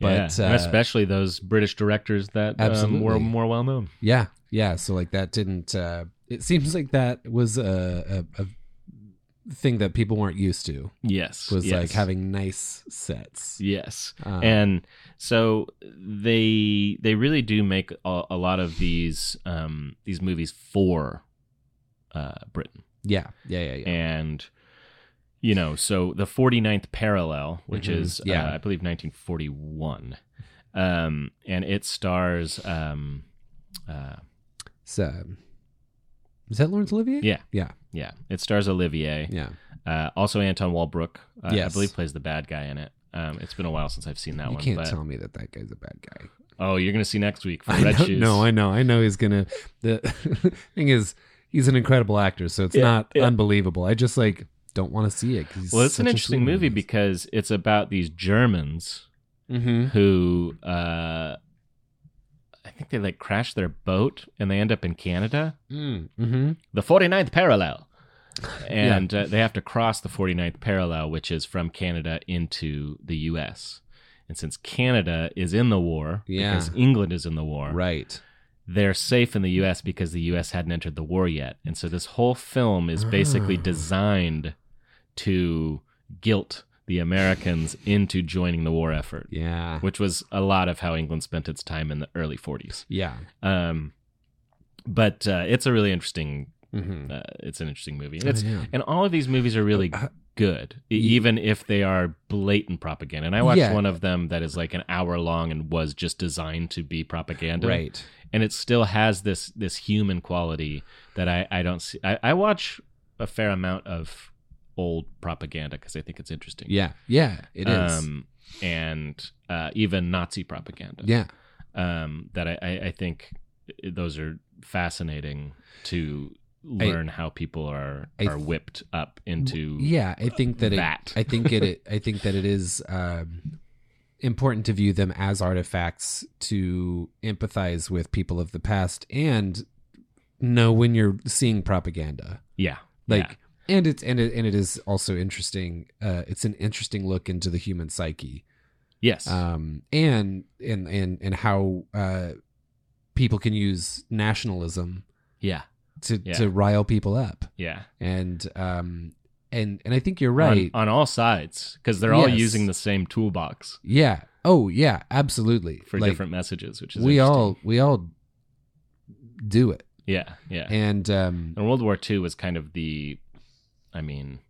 Speaker 1: but
Speaker 3: but, uh,
Speaker 1: especially those British directors that um,
Speaker 3: Absolutely.
Speaker 1: were more well known.
Speaker 3: yeah, yeah. So like that didn't. Uh, it seems like that was a, a, a thing that people weren't used to.
Speaker 1: Yes,
Speaker 3: Was
Speaker 1: yes,
Speaker 3: like having nice sets.
Speaker 1: yes,
Speaker 3: Um,
Speaker 1: and so they they really do make a, a lot of these um, these movies for uh, Britain,
Speaker 3: yeah, yeah, yeah, yeah.
Speaker 1: and you know, so the 49th parallel, which
Speaker 3: Mhm.
Speaker 1: is,
Speaker 3: Yeah.
Speaker 1: uh, I believe, 1941. Um, and it stars, um, uh,
Speaker 3: So, is that Lawrence Olivier?
Speaker 1: yeah,
Speaker 3: Yeah.
Speaker 1: yeah, it stars Olivier.
Speaker 3: Yeah.
Speaker 1: Uh, also, Anton Walbrook, uh, I
Speaker 3: Yes.
Speaker 1: believe, plays the bad guy in it. Um, it's been a while since I've seen that
Speaker 3: you
Speaker 1: one.
Speaker 3: can't
Speaker 1: but,
Speaker 3: tell me that that guy's a bad guy.
Speaker 1: Oh, you're gonna see next week for
Speaker 3: I
Speaker 1: Red
Speaker 3: know,
Speaker 1: Shoes.
Speaker 3: No, I know. I know he's gonna. The thing is, he's an incredible actor, so it's
Speaker 1: Yeah,
Speaker 3: not
Speaker 1: yeah.
Speaker 3: unbelievable. I just like don't want to see it. 'cause he's
Speaker 1: well, it's
Speaker 3: such
Speaker 1: an
Speaker 3: a
Speaker 1: interesting
Speaker 3: sweet
Speaker 1: movie
Speaker 3: man.
Speaker 1: because it's about these Germans
Speaker 3: Mhm.
Speaker 1: who, uh, I think they like crash their boat and they end up in Canada.
Speaker 3: Mm, mhm.
Speaker 1: the 49th parallel. And uh, they have to cross the 49th parallel, which is from Canada into the US. And since Canada is in the war,
Speaker 3: Yeah.
Speaker 1: because England is in the war,
Speaker 3: Right.
Speaker 1: they're safe in the US because the US hadn't entered the war yet. And so this whole film is basically designed to guilt the Americans into joining the war effort,
Speaker 3: Yeah.
Speaker 1: which was a lot of how England spent its time in the early 40s.
Speaker 3: Yeah.
Speaker 1: Um, but uh, it's a really interesting
Speaker 3: Mhm.
Speaker 1: uh, it's an interesting movie. And, it's,
Speaker 3: yeah.
Speaker 1: and all of these movies are really good, e- even if they are blatant propaganda. And I watched
Speaker 3: Yeah.
Speaker 1: one of them that is like an hour long and was just designed to be propaganda.
Speaker 3: Right.
Speaker 1: And it still has this this human quality that I, I don't see. I, I watch a fair amount of old propaganda because I think it's interesting.
Speaker 3: Yeah. Yeah. It is.
Speaker 1: Um, and uh, even Nazi propaganda.
Speaker 3: yeah.
Speaker 1: Um, that I, I, I think those are fascinating to learn how people are
Speaker 3: I
Speaker 1: are whipped up into
Speaker 3: yeah i think that,
Speaker 1: that.
Speaker 3: It, i think it, it i think that it is um, important to view them as artifacts to empathize with people of the past and know when you're seeing propaganda
Speaker 1: yeah
Speaker 3: like
Speaker 1: yeah.
Speaker 3: and it's and it, and it is also interesting uh it's an interesting look into the human psyche
Speaker 1: yes
Speaker 3: um and and and and how uh people can use nationalism
Speaker 1: yeah
Speaker 3: to
Speaker 1: Yeah.
Speaker 3: to rile people up
Speaker 1: yeah
Speaker 3: and um and and i think you're
Speaker 1: On-
Speaker 3: right
Speaker 1: on, all sides because they're all
Speaker 3: Yes.
Speaker 1: using the same toolbox
Speaker 3: Yeah. Oh, yeah. Absolutely.
Speaker 1: for
Speaker 3: Like,
Speaker 1: different messages which is
Speaker 3: We
Speaker 1: interesting.
Speaker 3: all we all do it,
Speaker 1: yeah yeah and,
Speaker 3: and um,
Speaker 1: World War II was kind of the I mean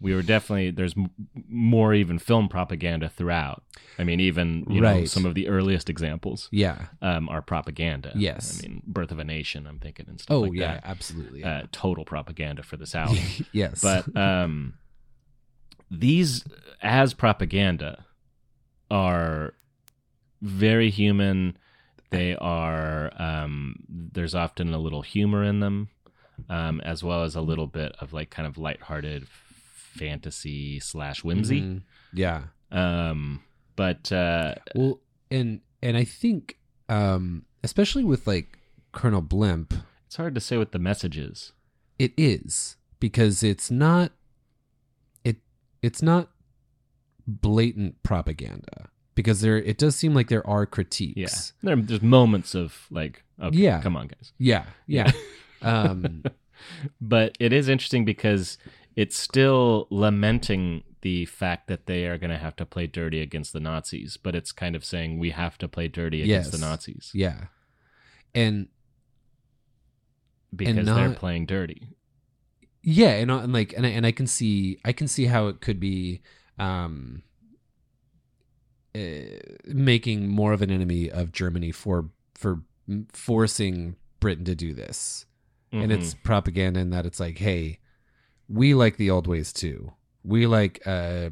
Speaker 1: we were definitely there's m- more even film propaganda throughout I mean even you know
Speaker 3: Right.
Speaker 1: some of the earliest examples
Speaker 3: yeah.
Speaker 1: um, are propaganda.
Speaker 3: Yes.
Speaker 1: I mean, Birth of a Nation, I'm thinking, and stuff
Speaker 3: Oh,
Speaker 1: like
Speaker 3: yeah.
Speaker 1: that.
Speaker 3: Absolutely.
Speaker 1: Uh, total propaganda for the South.
Speaker 3: yes.
Speaker 1: but um, these, as propaganda, are very human. They are, um, there's often a little humor in them, um, as well as a little bit of like kind of lighthearted fantasy slash whimsy.
Speaker 3: Mhm. Yeah.
Speaker 1: Um, but uh,
Speaker 3: Well, and and I think um, especially with like Colonel Blimp,
Speaker 1: it's hard to say what the message is.
Speaker 3: it is because it's not it it's not blatant propaganda because there it does seem like there are critiques.
Speaker 1: Yeah. There, there's moments of like, okay,
Speaker 3: Yeah.
Speaker 1: come on, guys.
Speaker 3: Yeah. Yeah. um,
Speaker 1: But it is interesting because it's still lamenting the fact that they are going to have to play dirty against the Nazis, but it's kind of saying we have to play dirty against
Speaker 3: Yes.
Speaker 1: the Nazis
Speaker 3: yeah. And
Speaker 1: because
Speaker 3: And
Speaker 1: they're
Speaker 3: not-
Speaker 1: playing dirty.
Speaker 3: yeah and, I- and like and I, and I can see I can see how it could be um uh, making more of an enemy of Germany for for m- forcing Britain to do this and
Speaker 1: Mhm.
Speaker 3: it's propaganda in that it's like hey we like the old ways too we like uh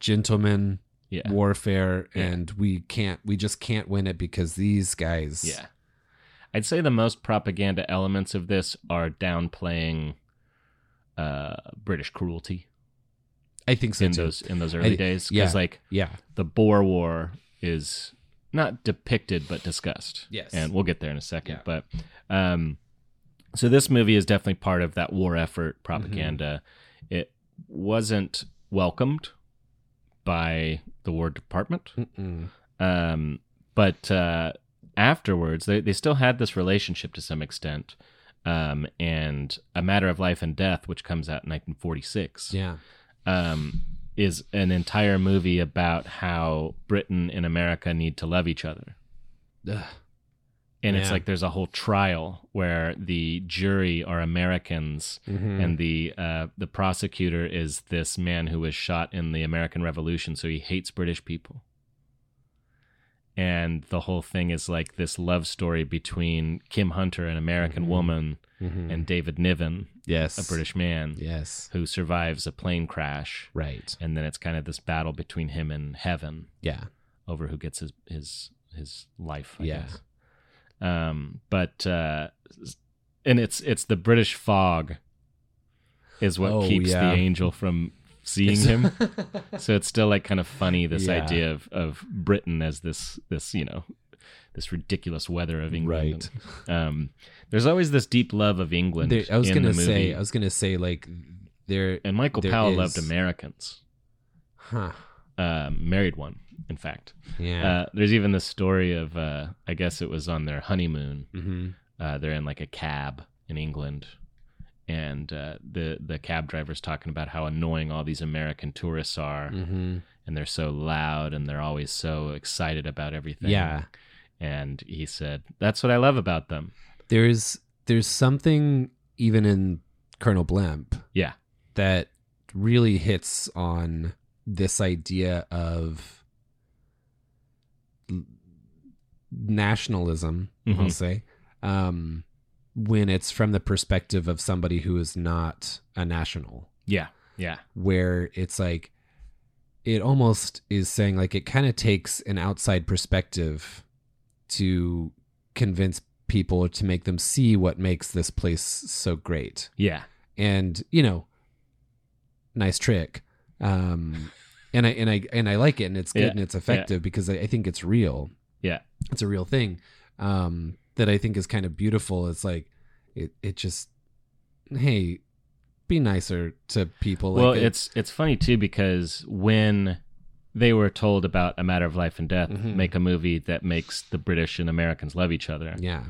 Speaker 3: gentlemen
Speaker 1: yeah.
Speaker 3: warfare
Speaker 1: Yeah.
Speaker 3: and we can't we just can't win it because these guys
Speaker 1: Yeah. I'd say the most propaganda elements of this are downplaying uh, British cruelty
Speaker 3: I think so
Speaker 1: in
Speaker 3: too.
Speaker 1: those in those early days
Speaker 3: yeah.
Speaker 1: because like
Speaker 3: yeah
Speaker 1: the Boer War is not depicted but discussed.
Speaker 3: Yes.
Speaker 1: and we'll get there in a second.
Speaker 3: Yeah.
Speaker 1: But um, so this movie is definitely part of that war effort propaganda.
Speaker 3: Mm-hmm.
Speaker 1: It wasn't welcomed by the War Department,
Speaker 3: Mm-mm.
Speaker 1: um, but uh, afterwards they they still had this relationship to some extent. Um, and a matter of life and death, which comes out in 1946
Speaker 3: yeah
Speaker 1: um, is an entire movie about how Britain and America need to love each other.
Speaker 3: Ugh.
Speaker 1: and it's
Speaker 3: Yeah.
Speaker 1: like there's a whole trial where the jury are Americans
Speaker 3: Mm. Mm-hmm.
Speaker 1: and the uh, the prosecutor is this man who was shot in the American Revolution, so he hates British people. And the whole thing is like this love story between Kim Hunter, an
Speaker 3: Mm-hmm.
Speaker 1: American woman, and David Niven,
Speaker 3: yes,
Speaker 1: a British man
Speaker 3: Yes,
Speaker 1: who survives a plane crash.
Speaker 3: right.
Speaker 1: And then it's kind of this battle between him and heaven
Speaker 3: Yeah,
Speaker 1: over who gets his his his life. I
Speaker 3: Yeah.
Speaker 1: guess. Um, but uh, and it's it's the British fog is what
Speaker 3: Oh,
Speaker 1: keeps
Speaker 3: yeah.
Speaker 1: the angel from seeing him. so it's still like kind of funny this
Speaker 3: Yeah.
Speaker 1: idea of of Britain as this this you know this ridiculous weather of England. Um, there's always this deep love of England.
Speaker 3: There- I was
Speaker 1: in the
Speaker 3: gonna say.
Speaker 1: movie.
Speaker 3: I was gonna say like there.
Speaker 1: and Michael
Speaker 3: there
Speaker 1: Powell
Speaker 3: is-
Speaker 1: loved Americans.
Speaker 3: Huh.
Speaker 1: Uh, married one, in fact.
Speaker 3: Yeah.
Speaker 1: Uh, there's even this story of uh, I guess it was on their honeymoon.
Speaker 3: mm-hmm.
Speaker 1: Uh, they're in like a cab in England, and uh, the the cab driver's talking about how annoying all these American tourists are,
Speaker 3: Mm-hmm.
Speaker 1: and they're so loud and they're always so excited about everything.
Speaker 3: Yeah.
Speaker 1: And he said, "That's what I love about them."
Speaker 3: There's there's something even in Colonel Blimp
Speaker 1: Yeah.
Speaker 3: that really hits on this idea of l- nationalism, I'll
Speaker 1: Mhm.
Speaker 3: say, um, when it's from the perspective of somebody who is not a national,
Speaker 1: Yeah. Yeah.
Speaker 3: where it's like, it almost is saying, like, it kind of takes an outside perspective to convince people to make them see what makes this place so great
Speaker 1: Yeah.
Speaker 3: and you know nice trick um and i and i and i like it and it's good
Speaker 1: Yeah,
Speaker 3: and it's effective because I, I think it's real
Speaker 1: Yeah.
Speaker 3: it's a real thing um that i think is kind of beautiful it's like it it just hey be nicer to people
Speaker 1: well,
Speaker 3: like it-
Speaker 1: it's it's funny too because when they were told about a matter of life and death,
Speaker 3: Mhm.
Speaker 1: make a movie that makes the British and Americans love each other.
Speaker 3: yeah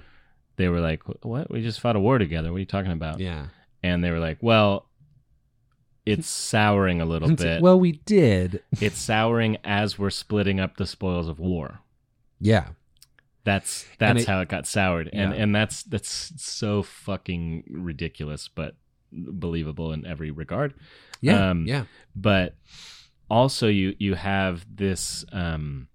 Speaker 1: they were like, "What? We just fought a war together. What are you talking about?"
Speaker 3: yeah
Speaker 1: And they were like, "Well, it's souring a little
Speaker 3: It's like,
Speaker 1: bit.
Speaker 3: well we did
Speaker 1: it's souring as we're splitting up the spoils of war.
Speaker 3: yeah
Speaker 1: That's
Speaker 3: And
Speaker 1: that's
Speaker 3: it-
Speaker 1: how it got soured. And
Speaker 3: Yeah.
Speaker 1: and that's that's so fucking ridiculous, but believable in every regard.
Speaker 3: yeah
Speaker 1: Um,
Speaker 3: yeah
Speaker 1: But also, you you have this." Um,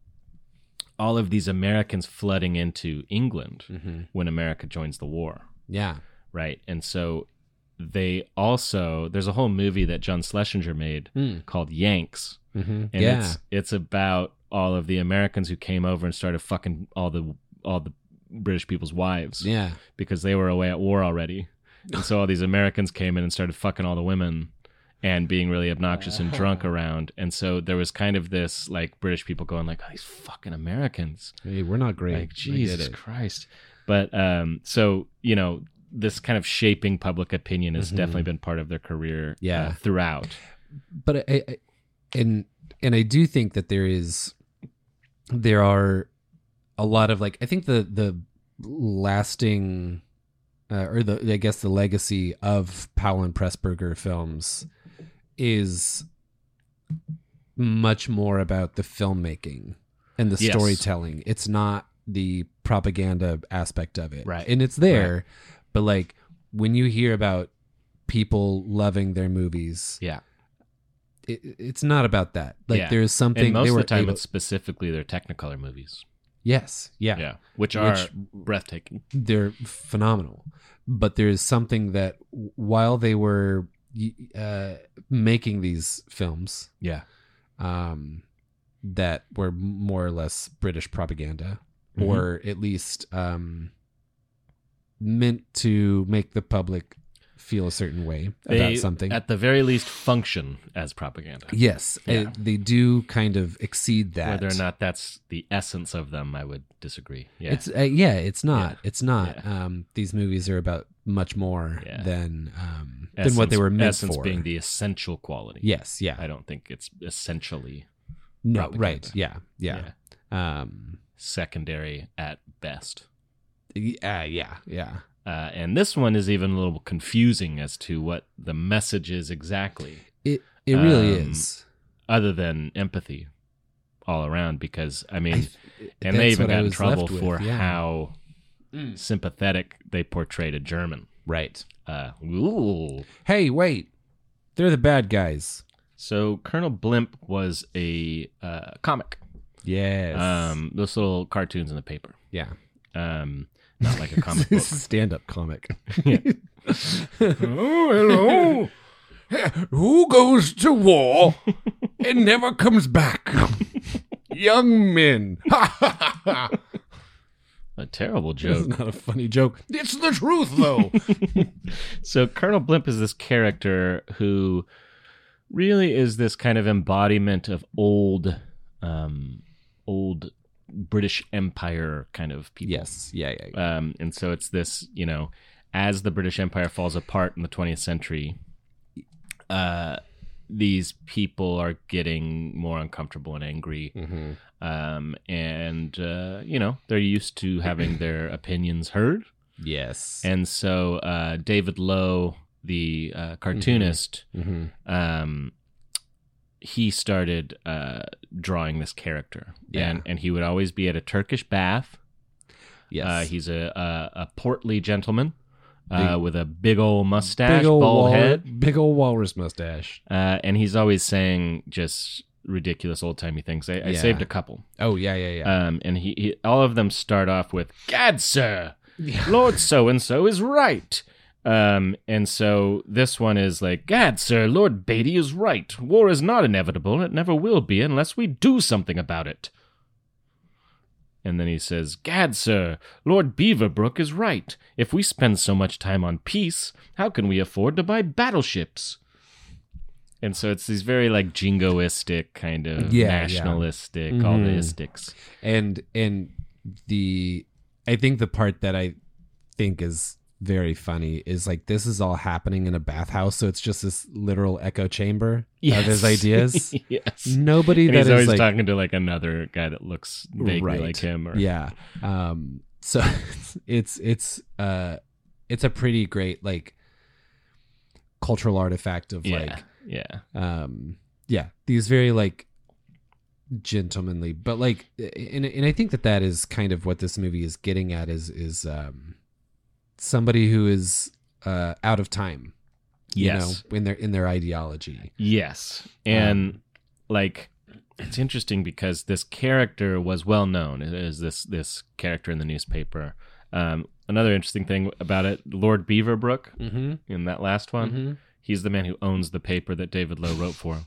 Speaker 1: all of these Americans flooding into England
Speaker 3: hmm
Speaker 1: when America joins the war.
Speaker 3: yeah
Speaker 1: right? And so they also there's a whole movie that John Schlesinger made
Speaker 3: Mm.
Speaker 1: called Yanks,
Speaker 3: hmm
Speaker 1: and
Speaker 3: yeah
Speaker 1: it's it's about all of the Americans who came over and started fucking all the all the British people's wives
Speaker 3: yeah
Speaker 1: because they were away at war already, and so all these Americans came in and started fucking all the women. And being really obnoxious and drunk around, and so there was kind of this like British people going like, "Oh, these fucking Americans,
Speaker 3: hey we're not great
Speaker 1: like
Speaker 3: I get
Speaker 1: Jesus
Speaker 3: it.
Speaker 1: Christ. But um, so you know, this kind of shaping public opinion has definitely been part of their career, uh,
Speaker 3: Mm-hmm. Yeah.
Speaker 1: throughout.
Speaker 3: but I, I and and I do think that there is there are a lot of like I think the the lasting uh, or the I guess the legacy of Powell and Pressburger films is much more about the filmmaking and the
Speaker 1: Yes.
Speaker 3: storytelling. It's not the propaganda aspect of it.
Speaker 1: Right.
Speaker 3: And it's there, but like when you hear about people loving their movies,
Speaker 1: Yeah,
Speaker 3: it, it's not about that. Like
Speaker 1: Yeah.
Speaker 3: there's something
Speaker 1: and most
Speaker 3: they
Speaker 1: of
Speaker 3: were
Speaker 1: the time,
Speaker 3: able-
Speaker 1: it's specifically their Technicolor movies.
Speaker 3: yes, yeah,
Speaker 1: Yeah, which are breathtaking.
Speaker 3: they're phenomenal. But there is something that w- while they were y- uh, making these films,
Speaker 1: Yeah,
Speaker 3: um, that were more or less British propaganda,
Speaker 1: Mm-hmm.
Speaker 3: or at least um, meant to make the public feel a certain way
Speaker 1: they
Speaker 3: about something.
Speaker 1: at the very least function as propaganda.
Speaker 3: yes, uh,
Speaker 1: Yeah.
Speaker 3: they do kind of exceed that.
Speaker 1: Whether or not that's the essence of them, I would disagree. Yeah,
Speaker 3: It's uh, yeah, it's not. It's not. Um, these movies are about much more
Speaker 1: Yeah.
Speaker 3: than um, than what they
Speaker 1: Essence-
Speaker 3: were meant
Speaker 1: essence
Speaker 3: for.
Speaker 1: being the essential quality.
Speaker 3: yes, yeah,
Speaker 1: I don't think it's essentially
Speaker 3: no,
Speaker 1: propaganda.
Speaker 3: right, yeah, yeah, um,
Speaker 1: secondary at best.
Speaker 3: y- uh, yeah, yeah,
Speaker 1: Uh, and this one is even a little confusing as to what the message is exactly,
Speaker 3: It it really
Speaker 1: Um,
Speaker 3: is.
Speaker 1: other than empathy all around. Because I mean,
Speaker 3: I th-
Speaker 1: and
Speaker 3: that's
Speaker 1: they even
Speaker 3: what I
Speaker 1: got in
Speaker 3: was
Speaker 1: trouble
Speaker 3: left with,
Speaker 1: for
Speaker 3: yeah.
Speaker 1: how sympathetic they portrayed a German.
Speaker 3: Right.
Speaker 1: Uh, ooh.
Speaker 3: Hey, wait. They're the bad guys.
Speaker 1: So Colonel Blimp was a uh, comic.
Speaker 3: Yes.
Speaker 1: Um, those little cartoons in the paper.
Speaker 3: yeah.
Speaker 1: Um, not like a comic book.
Speaker 3: This is stand up comic.
Speaker 2: Oh, hello. Who goes to war and never comes back?
Speaker 3: Young men.
Speaker 1: A terrible
Speaker 3: This is
Speaker 1: joke.
Speaker 3: not a funny joke.
Speaker 2: It's the truth, though.
Speaker 1: So Colonel Blimp is this character who really is this kind of embodiment of old, um, old British Empire kind of people.
Speaker 3: Yes. Yeah, yeah. yeah.
Speaker 1: Um, and so it's this, you know, as the British Empire falls apart in the 20th century, uh, these people are getting more uncomfortable and angry.
Speaker 3: Mm-hmm.
Speaker 1: Um, and, uh, you know, they're used to having their opinions heard.
Speaker 3: Yes.
Speaker 1: And so uh, David Lowe, the uh, cartoonist,
Speaker 3: Mhm.
Speaker 1: um, he started uh, drawing this character.
Speaker 3: Yeah.
Speaker 1: And, and he would always be at a Turkish bath.
Speaker 3: Yes.
Speaker 1: Uh, he's a, a a portly gentleman uh,
Speaker 3: Big-
Speaker 1: with a big old mustache,
Speaker 3: big old
Speaker 1: bald
Speaker 3: walrus,
Speaker 1: head,
Speaker 3: Big old walrus mustache.
Speaker 1: uh, and he's always saying just ridiculous old timey things. I, I
Speaker 3: Yeah.
Speaker 1: saved a couple,
Speaker 3: Oh, yeah, yeah, yeah.
Speaker 1: um, and he, he all of them start off with "Gad, sir,
Speaker 3: Yeah.
Speaker 1: Lord so and so is right." Um, and so this one is like, "Gad, sir, Lord Beatty is right. War is not inevitable; it never will be unless we do something about it." And then he says, Gad, sir, Lord Beaverbrook is right. If we spend so much time on peace, how can we afford to buy battleships? And so it's these very like jingoistic kind of
Speaker 3: Yeah, Mm-hmm. yeah.
Speaker 1: nationalistic, all the istics.
Speaker 3: and and the i think the part that i think is very funny is like this is all happening in a bathhouse so it's just this literal echo chamber of his ideas
Speaker 1: yes.
Speaker 3: nobody
Speaker 1: And
Speaker 3: that
Speaker 1: he's
Speaker 3: is
Speaker 1: always
Speaker 3: like
Speaker 1: talking to like another guy that looks vaguely
Speaker 3: Right.
Speaker 1: like him. Or,
Speaker 3: yeah um so it's it's uh it's a pretty great like cultural artifact of
Speaker 1: Yeah.
Speaker 3: like
Speaker 1: yeah.
Speaker 3: um yeah these very like gentlemanly but like and, and i think that that is kind of what this movie is getting at is is um somebody who is uh out of time
Speaker 1: Yes.
Speaker 3: you know in their in their ideology
Speaker 1: Yes. And like it's interesting because this character was well known as this this character in the newspaper. Um, another interesting thing about it, Lord Beaverbrook
Speaker 3: mm-hmm,
Speaker 1: in that last one, he's the man who owns the paper that David Lowe wrote for. him.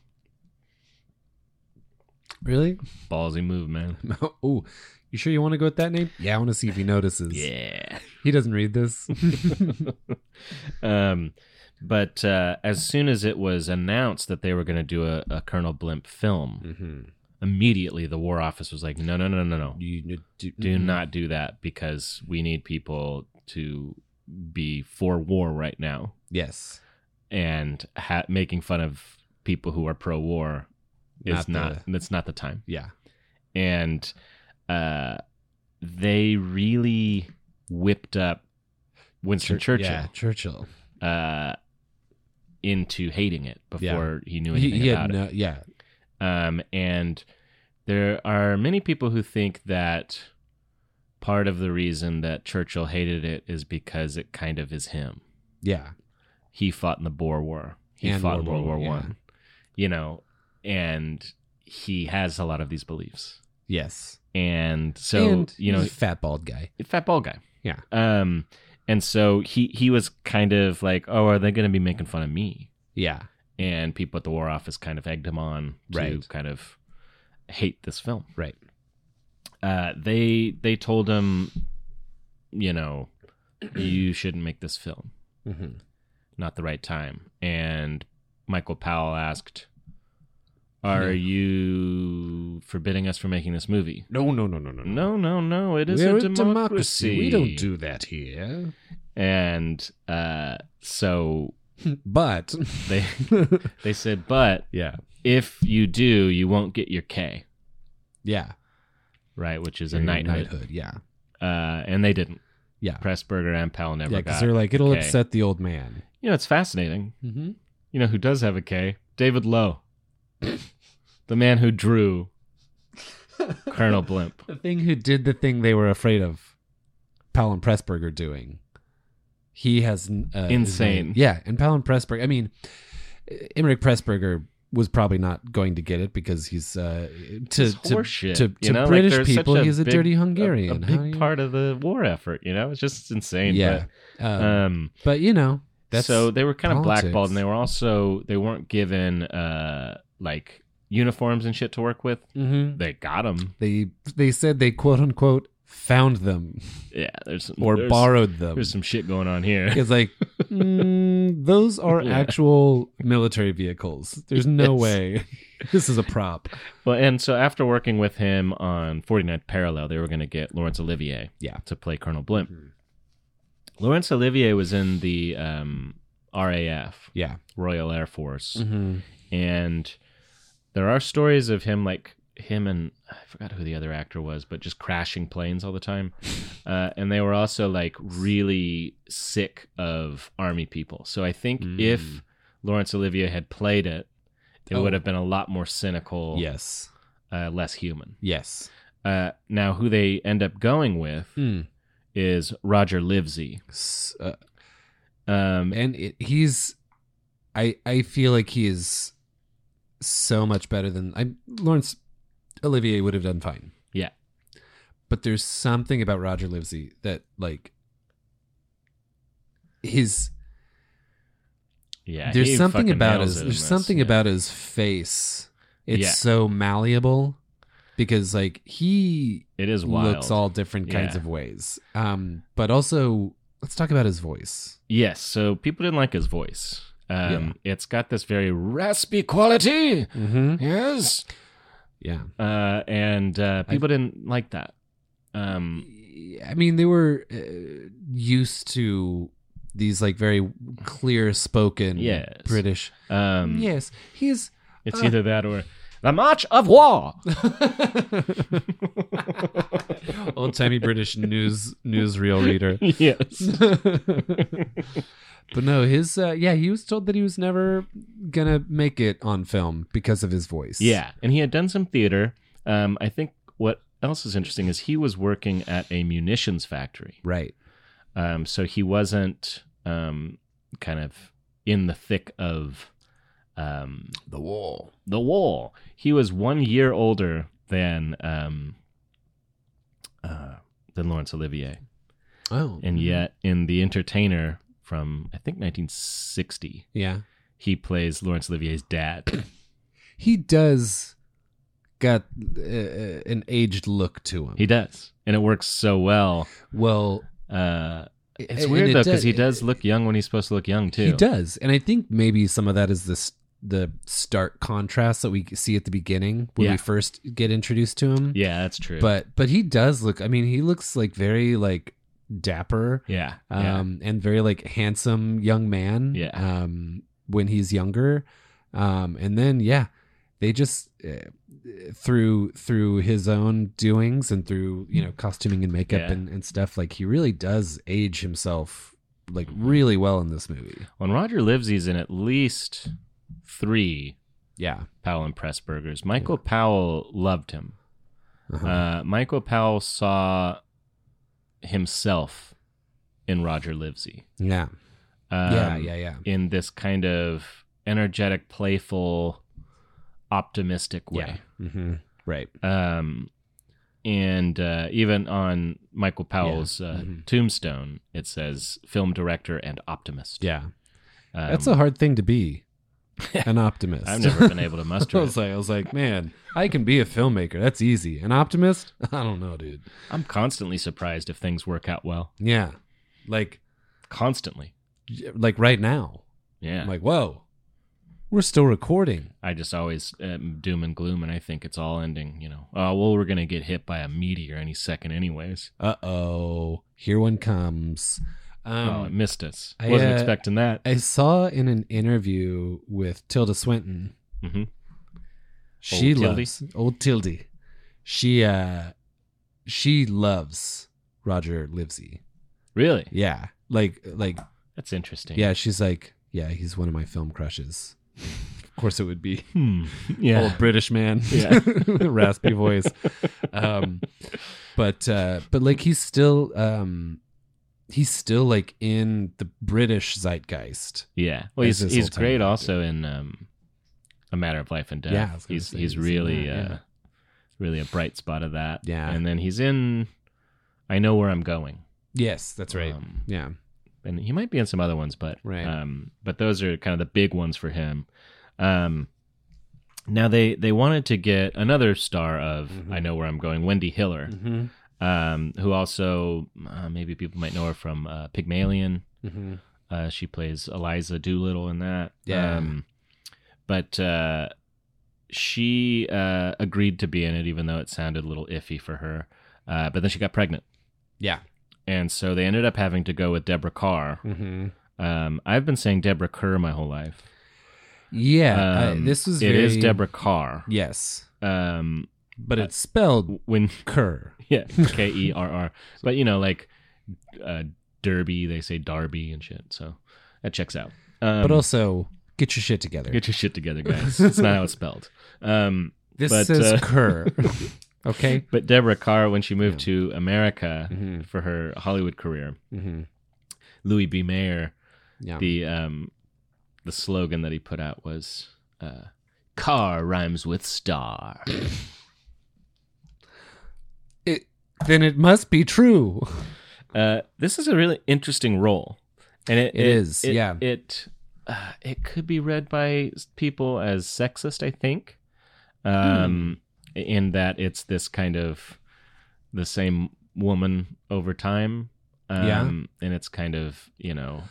Speaker 3: really
Speaker 1: Ballsy move, man.
Speaker 3: oh you sure you want to go with that name yeah i want to see if he notices
Speaker 1: Yeah.
Speaker 3: he doesn't read this
Speaker 1: Um, but uh, as soon as it was announced that they were going to do a, a Colonel Blimp film, immediately the War Office was like, no, no, no, no, no.
Speaker 3: you do, mm,
Speaker 1: do not do that because we need people to be for war right now
Speaker 3: yes
Speaker 1: and ha- making fun of people who are pro war is
Speaker 3: Not the-
Speaker 1: not, that's not the time
Speaker 3: yeah
Speaker 1: and uh they really whipped up Winston
Speaker 3: Chur-
Speaker 1: Churchill
Speaker 3: yeah churchill
Speaker 1: uh into hating it before he knew
Speaker 3: he,
Speaker 1: anything
Speaker 3: he
Speaker 1: about
Speaker 3: had
Speaker 1: it
Speaker 3: no yeah
Speaker 1: um, and there are many people who think that part of the reason that Churchill hated it is because it kind of is him.
Speaker 3: yeah
Speaker 1: He fought in the Boer War. He
Speaker 3: And
Speaker 1: fought in
Speaker 3: World
Speaker 1: World War
Speaker 3: War,
Speaker 1: One. You know, and he has a lot of these beliefs.
Speaker 3: yes
Speaker 1: And so
Speaker 3: And
Speaker 1: you know,
Speaker 3: he's a fat bald guy
Speaker 1: fat ball guy.
Speaker 3: Yeah.
Speaker 1: Um, and so he he was kind of like, oh, are they going to be making fun of me?
Speaker 3: yeah
Speaker 1: and people at the War Office kind of egged him on to
Speaker 3: Right.
Speaker 1: kind of hate this film.
Speaker 3: Right.
Speaker 1: Uh, they they told him, you know, you shouldn't make this film.
Speaker 3: Mhm.
Speaker 1: Not the right time. And Michael Powell asked, "Are you forbidding us from making this movie?"
Speaker 2: no, no, no, no, no.
Speaker 1: No, no, no. It is
Speaker 3: We're
Speaker 1: a democracy.
Speaker 2: We don't do that here.
Speaker 1: And uh, so
Speaker 3: But
Speaker 1: they they said, "But
Speaker 3: yeah,
Speaker 1: if you do, you won't get your K."
Speaker 3: yeah,
Speaker 1: right? Which is a
Speaker 3: Your
Speaker 1: knighthood.
Speaker 3: Yeah,
Speaker 1: Uh, and they didn't.
Speaker 3: yeah,
Speaker 1: Pressburger and Powell never
Speaker 3: yeah. Because
Speaker 1: got.
Speaker 3: they're like, it'll
Speaker 1: K.
Speaker 3: upset the old man.
Speaker 1: You know, it's fascinating.
Speaker 3: Mm-hmm.
Speaker 1: You know who does have a K? David Lowe, the man who drew Colonel Blimp.
Speaker 3: The thing who did the thing they were afraid of. Palin Pressburger doing. He has n- uh, his
Speaker 1: Insane.
Speaker 3: name- yeah, and Palin Pressburger. I mean, Emmerich Pressburger was probably not going to get it because he's uh, to
Speaker 1: It's
Speaker 3: to,
Speaker 1: horseshit,
Speaker 3: to,
Speaker 1: you
Speaker 3: to
Speaker 1: know? Like,
Speaker 3: British
Speaker 1: there's such
Speaker 3: people, he's a
Speaker 1: big-
Speaker 3: dirty
Speaker 1: a-
Speaker 3: Hungarian.
Speaker 1: A,
Speaker 3: How do
Speaker 1: big
Speaker 3: you-
Speaker 1: part of the war effort, you know? It's just insane.
Speaker 3: Yeah,
Speaker 1: But,
Speaker 3: Uh,
Speaker 1: um,
Speaker 3: but you know, that's
Speaker 1: so they were kind of
Speaker 3: politics.
Speaker 1: blackballed and they were also, they weren't given uh, like uniforms and shit to work with.
Speaker 3: Mhm.
Speaker 1: They got them.
Speaker 3: they they said they quote unquote found them
Speaker 1: Yeah. There's some,
Speaker 3: or
Speaker 1: there's,
Speaker 3: borrowed them.
Speaker 1: There's some shit going on here.
Speaker 3: It's like mm, those are
Speaker 1: Yeah.
Speaker 3: actual military vehicles. There's no
Speaker 1: Yes.
Speaker 3: way this is a prop.
Speaker 1: Well, and so after working with him on 49th Parallel, they were going to get Laurence Olivier
Speaker 3: Yeah. Hmm.
Speaker 1: to play Colonel Blimp. Laurence Olivier was in the um, RAF,
Speaker 3: Yeah.
Speaker 1: Royal Air Force,
Speaker 3: Mm-hmm.
Speaker 1: and there are stories of him, like him and I forgot who the other actor was, but just crashing planes all the time. Uh, and they were also like really sick of army people. So I think
Speaker 3: Hmm.
Speaker 1: if Laurence Olivier had played it, it
Speaker 3: Oh.
Speaker 1: would have been a lot more cynical
Speaker 3: Yes.
Speaker 1: uh, less human.
Speaker 3: Yes.
Speaker 1: Uh, now, who they end up going with
Speaker 3: Mm.
Speaker 1: is Roger Livesey.
Speaker 3: S- uh,
Speaker 1: Um,
Speaker 3: and it, he's, I I feel like he is so much better than I Lawrence Olivier would have done fine.
Speaker 1: yeah,
Speaker 3: but there's something about Roger Livesey that like his
Speaker 1: yeah.
Speaker 3: there's
Speaker 1: he
Speaker 3: something
Speaker 1: fucking
Speaker 3: about
Speaker 1: nails
Speaker 3: his
Speaker 1: it in
Speaker 3: there's
Speaker 1: this,
Speaker 3: something
Speaker 1: yeah.
Speaker 3: about his face. It's
Speaker 1: Yeah.
Speaker 3: so malleable because like he
Speaker 1: it is wild.
Speaker 3: looks all different kinds
Speaker 1: Yeah.
Speaker 3: of ways. Um but also let's talk about his voice.
Speaker 1: yes. So people didn't like his voice. Um, It's got this very raspy quality.
Speaker 3: Mm-hmm.
Speaker 1: Yes,
Speaker 3: Yeah.
Speaker 1: uh, and uh, people didn't like that. Um,
Speaker 3: I mean they were uh, used to these like very clear spoken
Speaker 1: Yes.
Speaker 3: British.
Speaker 1: um,
Speaker 3: yes, he's
Speaker 1: It's either that or the March of War.
Speaker 3: old timey British news newsreel reader.
Speaker 1: yes.
Speaker 3: But no, his uh, yeah, he was told that he was never gonna make it on film because of his voice.
Speaker 1: Yeah, and he had done some theater. Um, I think what else is interesting is he was working at a munitions factory,
Speaker 3: right.
Speaker 1: um, so he wasn't um, kind of in the thick of um,
Speaker 3: The wall.
Speaker 1: the war. He was one year older than um, uh, than Laurence Olivier,
Speaker 3: Oh,
Speaker 1: and yet in The Entertainer from I think 1960,
Speaker 3: yeah,
Speaker 1: he plays Laurence Olivier's dad.
Speaker 3: he does got uh, uh, an aged look to him.
Speaker 1: he does, and it works so well.
Speaker 3: well,
Speaker 1: Uh, It's
Speaker 3: and
Speaker 1: weird
Speaker 3: it
Speaker 1: though because
Speaker 3: does-
Speaker 1: he does look young when he's supposed to look young too.
Speaker 3: He does, and I think maybe some of that is this the stark contrast that we see at the beginning when
Speaker 1: Yeah.
Speaker 3: we first get introduced to him.
Speaker 1: Yeah, that's true.
Speaker 3: But but he does look. I mean, he looks like very like dapper.
Speaker 1: yeah, yeah.
Speaker 3: um, and very like handsome young man.
Speaker 1: Yeah.
Speaker 3: Um, when he's younger, um, and then yeah, they just uh, through through his own doings and through you know costuming and makeup
Speaker 1: Yeah.
Speaker 3: and, and stuff like he really does age himself like
Speaker 1: Mm-hmm.
Speaker 3: really well in this movie.
Speaker 1: when Roger Livesey's in at least three
Speaker 3: Yeah.
Speaker 1: Powell and Pressburgers, Michael Powell loved him.
Speaker 3: Uh-huh.
Speaker 1: Uh, Michael Powell saw himself in Roger Livesey.
Speaker 3: Yeah.
Speaker 1: Um,
Speaker 3: yeah. Yeah. Yeah.
Speaker 1: In this kind of energetic, playful, optimistic way.
Speaker 3: Yeah. Mm-hmm. Right.
Speaker 1: um, and uh, even on Michael Powell's uh,
Speaker 3: mhm.
Speaker 1: tombstone, it says film director and optimist.
Speaker 3: Yeah.
Speaker 1: um,
Speaker 3: That's a hard thing to be. An optimist.
Speaker 1: I've never been able to muster.
Speaker 3: I
Speaker 1: it.
Speaker 3: was like, I was like, man, I can be a filmmaker. That's easy. An optimist? I don't know, dude.
Speaker 1: I'm constantly surprised if things work out well.
Speaker 3: Yeah, like
Speaker 1: Constantly,
Speaker 3: like right now.
Speaker 1: yeah.
Speaker 3: I'm like, whoa, we're still recording.
Speaker 1: I just always um, doom and gloom, and I think it's all ending. You know, oh well, we're gonna get hit by a meteor any second, anyways.
Speaker 3: Uh oh, here one comes.
Speaker 1: oh, it
Speaker 3: Um,
Speaker 1: missed us.
Speaker 3: I,
Speaker 1: Wasn't
Speaker 3: uh,
Speaker 1: expecting that.
Speaker 3: I saw in an interview with Tilda Swinton.
Speaker 1: Mhm.
Speaker 3: She
Speaker 1: Tildy?
Speaker 3: loves old Tildy. She uh, she loves Roger Livesey.
Speaker 1: really,
Speaker 3: Yeah, like like
Speaker 1: that's interesting.
Speaker 3: yeah. She's like yeah, he's one of my film crushes. of course, it would be
Speaker 1: Hmm. Yeah.
Speaker 3: old British man,
Speaker 1: Yeah.
Speaker 3: raspy voice. um, but uh, but like he's still um, he's still like in the British zeitgeist.
Speaker 1: Yeah. Well,
Speaker 3: As
Speaker 1: he's
Speaker 3: this
Speaker 1: he's
Speaker 3: old-timer
Speaker 1: great
Speaker 3: dude.
Speaker 1: also in um, a matter of life and death.
Speaker 3: Yeah, I was gonna
Speaker 1: he's
Speaker 3: say,
Speaker 1: he's
Speaker 3: he's in
Speaker 1: really
Speaker 3: that, yeah.
Speaker 1: uh, really a bright spot of that.
Speaker 3: Yeah.
Speaker 1: And then he's in I know where I'm going.
Speaker 3: Yes, that's right.
Speaker 1: Um,
Speaker 3: yeah,
Speaker 1: and he might be in some other ones, but
Speaker 3: Right.
Speaker 1: um, but those are kind of the big ones for him. Um, now they they wanted to get another star of
Speaker 3: Mm-hmm.
Speaker 1: I know where I'm going, Wendy Hiller, um, who also uh, maybe people might know her from uh, Pygmalion. Uh, she plays Eliza Doolittle in that.
Speaker 3: Yeah.
Speaker 1: Um, but uh, she uh, agreed to be in it, even though it sounded a little iffy for her. Uh, but then she got pregnant.
Speaker 3: yeah.
Speaker 1: And so they ended up having to go with Deborah Carr.
Speaker 3: Mm-hmm.
Speaker 1: Um, I've been saying Deborah Kerr my whole life.
Speaker 3: Yeah, uh,
Speaker 1: Um,
Speaker 3: this was
Speaker 1: it
Speaker 3: very,
Speaker 1: is Deborah Carr.
Speaker 3: Yes,
Speaker 1: Um,
Speaker 3: but it's spelled
Speaker 1: when
Speaker 3: Kerr.
Speaker 1: yeah, K E R R. But you know, like uh, Derby, they say Darby and shit. So that checks out. Um,
Speaker 3: but also, get your shit together.
Speaker 1: get your shit together, guys. It's not how it's spelled. Um,
Speaker 3: this
Speaker 1: but,
Speaker 3: says
Speaker 1: uh,
Speaker 3: Kerr. okay.
Speaker 1: but Deborah Carr, when she moved to America for her Hollywood career,
Speaker 3: Mm-hmm.
Speaker 1: Louis B. Mayer,
Speaker 3: Yeah.
Speaker 1: the um, the slogan that he put out was uh, "Car rhymes with star."
Speaker 3: It, then it must be true.
Speaker 1: Uh, this is a really interesting role, and it,
Speaker 3: It is, yeah.
Speaker 1: It uh, it could be read by s- people as sexist, I think, um,
Speaker 3: Hmm.
Speaker 1: in that it's this kind of the same woman over time, um,
Speaker 3: Yeah.
Speaker 1: and it's kind of you know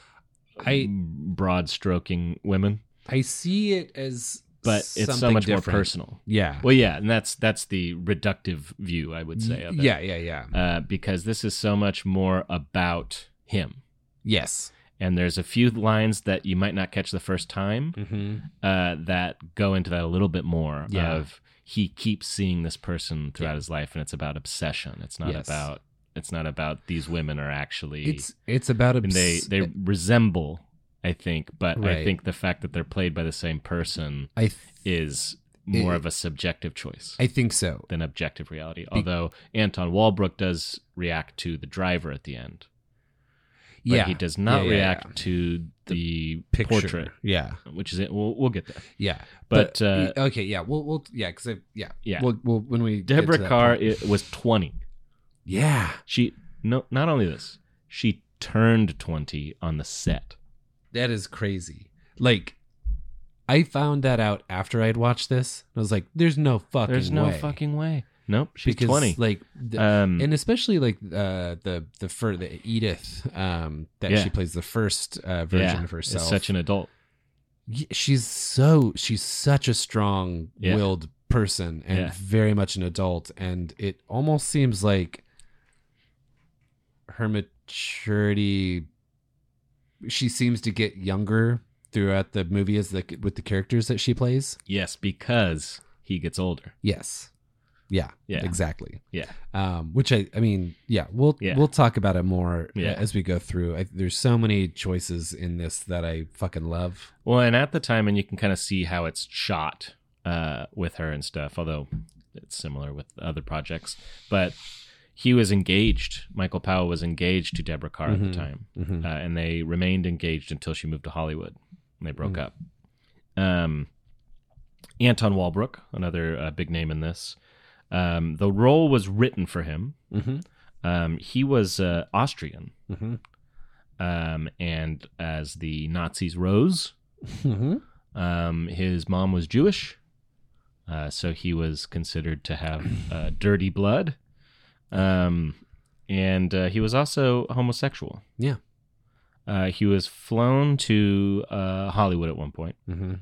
Speaker 3: I
Speaker 1: broad stroking women,
Speaker 3: I see it as
Speaker 1: but it's so
Speaker 3: something
Speaker 1: much more
Speaker 3: different.
Speaker 1: personal.
Speaker 3: Yeah.
Speaker 1: Well, yeah, and that's that's the reductive view I would say of it,
Speaker 3: yeah, yeah, yeah.
Speaker 1: uh, because this is so much more about him.
Speaker 3: Yes.
Speaker 1: and there's a few lines that you might not catch the first time
Speaker 3: Mm-hmm.
Speaker 1: uh, that go into that a little bit more
Speaker 3: Yeah.
Speaker 1: of he keeps seeing this person throughout
Speaker 3: Yeah.
Speaker 1: his life and it's about obsession it's not
Speaker 3: Yes.
Speaker 1: about it's not about these women are actually
Speaker 3: It's it's about
Speaker 1: I mean,
Speaker 3: obs-
Speaker 1: they they resemble i think but i
Speaker 3: Right.
Speaker 1: think the fact that they're played by the same person
Speaker 3: I th-
Speaker 1: is more
Speaker 3: It-
Speaker 1: of a subjective choice
Speaker 3: I think so.
Speaker 1: than objective reality although anton walbrook does react to the driver at the end but
Speaker 3: yeah.
Speaker 1: he does not
Speaker 3: Yeah, yeah,
Speaker 1: react
Speaker 3: yeah.
Speaker 1: to the,
Speaker 3: Picture.
Speaker 1: portrait
Speaker 3: Yeah.
Speaker 1: which is it. We'll, we'll get there.
Speaker 3: Yeah.
Speaker 1: But,
Speaker 3: y-
Speaker 1: uh,
Speaker 3: okay, yeah. We'll we'll yeah, cuz yeah.
Speaker 1: Yeah.
Speaker 3: We'll, we'll when we get to
Speaker 1: Deborah
Speaker 3: that
Speaker 1: Carr
Speaker 3: point.
Speaker 1: i was 20.
Speaker 3: Yeah.
Speaker 1: She no, not only this, she turned 20 on the set.
Speaker 3: That is crazy. Like I found that out after I'd watched this. I was like, there's no fucking
Speaker 1: There's no
Speaker 3: way.
Speaker 1: fucking way. Nope, she's
Speaker 3: because
Speaker 1: 20.
Speaker 3: like the,
Speaker 1: um,
Speaker 3: and especially like uh, the the fur the Edith um, that
Speaker 1: Yeah.
Speaker 3: she plays the first uh, version
Speaker 1: yeah,
Speaker 3: of herself.
Speaker 1: is such an adult.
Speaker 3: Y- she's so she's such a strong
Speaker 1: Yeah.
Speaker 3: willed person and
Speaker 1: Yeah.
Speaker 3: very much an adult, and it almost seems like her maturity. She seems to get younger throughout the movie as the with the characters that she plays.
Speaker 1: Yes, because he gets older.
Speaker 3: Yes. Yeah.
Speaker 1: Yeah.
Speaker 3: Exactly.
Speaker 1: Yeah.
Speaker 3: Um, which I, I mean, yeah, we'll
Speaker 1: Yeah.
Speaker 3: we'll talk about it more
Speaker 1: Yeah.
Speaker 3: uh, as we go through. I, there's so many choices in this that I fucking love.
Speaker 1: Well, and at the time, and you can kind of see how it's shot uh, with her and stuff, although it's similar with other projects. But he was engaged. Michael Powell was engaged to Deborah Carr at the
Speaker 3: Mm-hmm.
Speaker 1: time, uh, and they remained engaged until she moved to Hollywood and they broke up. Um, Anton Walbrook, another uh, big name in this. Um, the role was written for him.
Speaker 3: Mm-hmm.
Speaker 1: Um, he was uh, Austrian. Um, and as the Nazis rose,
Speaker 3: Mm-hmm.
Speaker 1: um, his mom was Jewish, uh, so he was considered to have uh, dirty blood, um, and uh, he was also homosexual.
Speaker 3: Yeah.
Speaker 1: Uh, he was flown to uh, Hollywood at one point,
Speaker 3: Mm-hmm.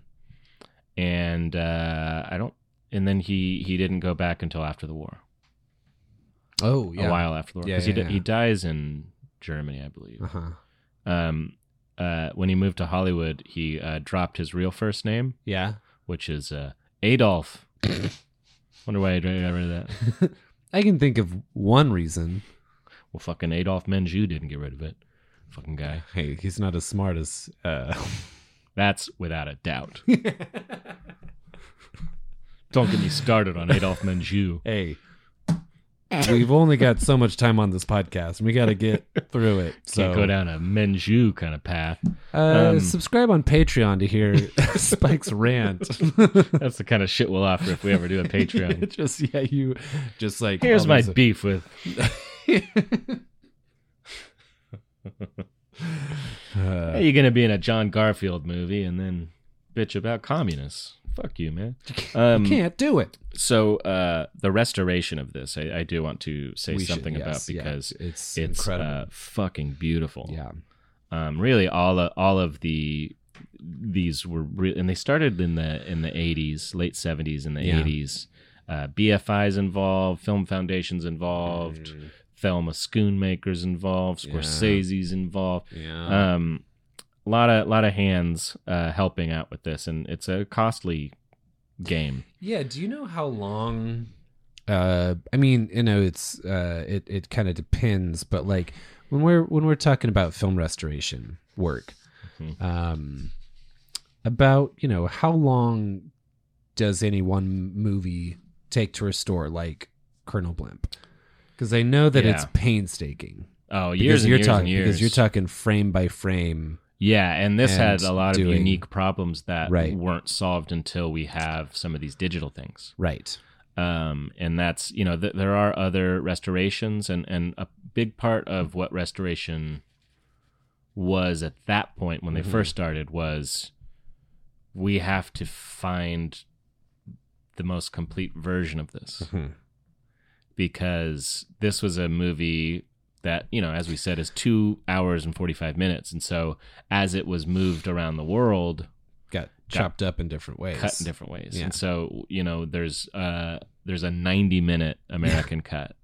Speaker 1: and uh, I don't. And then he he didn't go back until after the war,
Speaker 3: Oh yeah.
Speaker 1: a while after the war,
Speaker 3: Yeah,
Speaker 1: because
Speaker 3: yeah,
Speaker 1: he di-
Speaker 3: yeah.
Speaker 1: he dies in Germany, I believe.
Speaker 3: Uh huh.
Speaker 1: Um, uh, when he moved to Hollywood, he uh, dropped his real first name,
Speaker 3: Yeah.
Speaker 1: which is uh, Adolf. Wonder why I remember that.
Speaker 3: I can think of one reason.
Speaker 1: Well, fucking Adolf Menju didn't get rid of it. Fucking guy.
Speaker 3: Hey, he's not as smart as. Uh...
Speaker 1: That's without a doubt. Don't get me started on Adolf Menju.
Speaker 3: hey, We've only got so much time on this podcast, and we got to get through it. So
Speaker 1: Can't go down a Menju kind of path.
Speaker 3: Uh,
Speaker 1: Um,
Speaker 3: subscribe on Patreon to hear Spike's rant.
Speaker 1: That's the kind of shit we'll offer if we ever do a Patreon.
Speaker 3: just yeah, you just like
Speaker 1: Here's
Speaker 3: all
Speaker 1: my
Speaker 3: these-
Speaker 1: beef with Hey, you're gonna be in a John Garfield movie and then bitch about communists. Fuck you, man. Um,
Speaker 3: Can't do it.
Speaker 1: So uh, the restoration of this, I, I do want to say
Speaker 3: We should-
Speaker 1: something about
Speaker 3: yes, yeah,
Speaker 1: because
Speaker 3: it's,
Speaker 1: it's
Speaker 3: incredible.
Speaker 1: uh, fucking beautiful.
Speaker 3: yeah,
Speaker 1: Um, really, all of, all of the these were re- and they started in the in the 80s, late 70s, and the
Speaker 3: Yeah.
Speaker 1: 80s. Uh, BFI's involved, Film Foundation's involved,
Speaker 3: Mm,
Speaker 1: Uh, Thelma Schoonmaker's involved,
Speaker 3: Yeah.
Speaker 1: Scorsese's involved
Speaker 3: yeah.
Speaker 1: um a lot of lot of hands uh helping out with this and it's a costly game
Speaker 3: Yeah, do you know how long uh I mean, you know, it's uh it it kind of depends, but like when we're when we're talking about film restoration work,
Speaker 1: Mm-hmm.
Speaker 3: um about, you know, how long does any one movie take to restore like Colonel Blimp? Cuz I know that it's
Speaker 1: Yeah.
Speaker 3: painstaking.
Speaker 1: oh
Speaker 3: Because
Speaker 1: years and
Speaker 3: you're
Speaker 1: years
Speaker 3: talking
Speaker 1: and years
Speaker 3: because you're talking frame by frame.
Speaker 1: yeah and this had
Speaker 3: and
Speaker 1: a lot of
Speaker 3: doing-
Speaker 1: unique problems that
Speaker 3: Right.
Speaker 1: weren't solved until we have some of these digital things
Speaker 3: Right.
Speaker 1: um, and that's you know th- there are other restorations and and a big part of what restoration was at that point when they
Speaker 3: Mm-hmm.
Speaker 1: first started was we have to find the most complete version of this
Speaker 3: Mhm.
Speaker 1: because this was a movie that you know as we said is two hours and 45 minutes and so as it was moved around the world
Speaker 3: Got chopped up in different ways.
Speaker 1: cut in different ways.
Speaker 3: Yeah.
Speaker 1: And so, you know, there's uh there's a 90 minute American cut.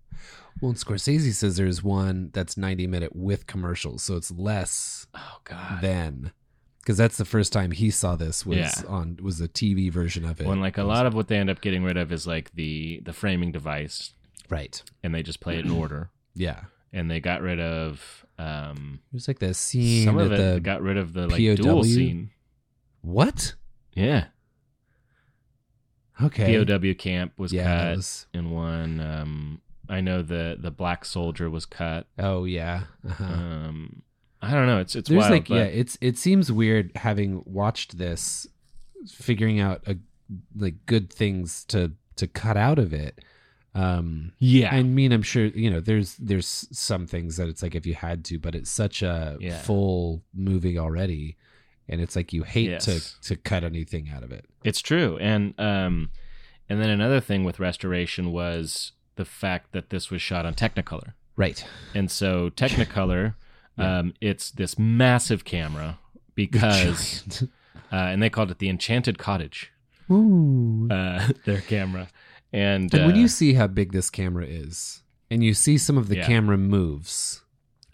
Speaker 3: Well, and Scorsese says there's one that's 90 minute with commercials, so it's less
Speaker 1: Oh
Speaker 3: Ah.
Speaker 1: god.
Speaker 3: than because that's the first time he saw this was
Speaker 1: Yeah.
Speaker 3: on was a TV version of it.
Speaker 1: When like a lot of what they end up getting rid of is like the the framing device
Speaker 3: right,
Speaker 1: and they just play it in order.
Speaker 3: yeah,
Speaker 1: And they got rid of um
Speaker 3: there's like the scene
Speaker 1: some
Speaker 3: at
Speaker 1: of it
Speaker 3: the
Speaker 1: got rid of the like dual
Speaker 3: POW?
Speaker 1: scene.
Speaker 3: what?
Speaker 1: Yeah.
Speaker 3: Okay,
Speaker 1: POW camp was
Speaker 3: yeah, that
Speaker 1: cut
Speaker 3: was-
Speaker 1: in one um I know the the black soldier was cut.
Speaker 3: oh yeah. Uh-huh.
Speaker 1: Um I don't know. It's it's
Speaker 3: there's
Speaker 1: wild,
Speaker 3: like
Speaker 1: but
Speaker 3: yeah, it's it seems weird having watched this, figuring out a like good things to to cut out of it. Um,
Speaker 1: yeah.
Speaker 3: I mean, I'm sure you know. There's there's some things that it's like if you had to, but it's such a
Speaker 1: Yeah.
Speaker 3: full movie already, and it's like you hate
Speaker 1: Yes.
Speaker 3: to to cut anything out of it.
Speaker 1: It's true, and um, and then another thing with restoration was the fact that this was shot on Technicolor,
Speaker 3: Right.
Speaker 1: and so Technicolor, um, it's this massive camera because, uh, and they called it the Enchanted Cottage,
Speaker 3: Ooh.
Speaker 1: uh, their camera, and,
Speaker 3: and
Speaker 1: uh,
Speaker 3: when you see how big this camera is, and you see some of the
Speaker 1: Yeah.
Speaker 3: camera moves,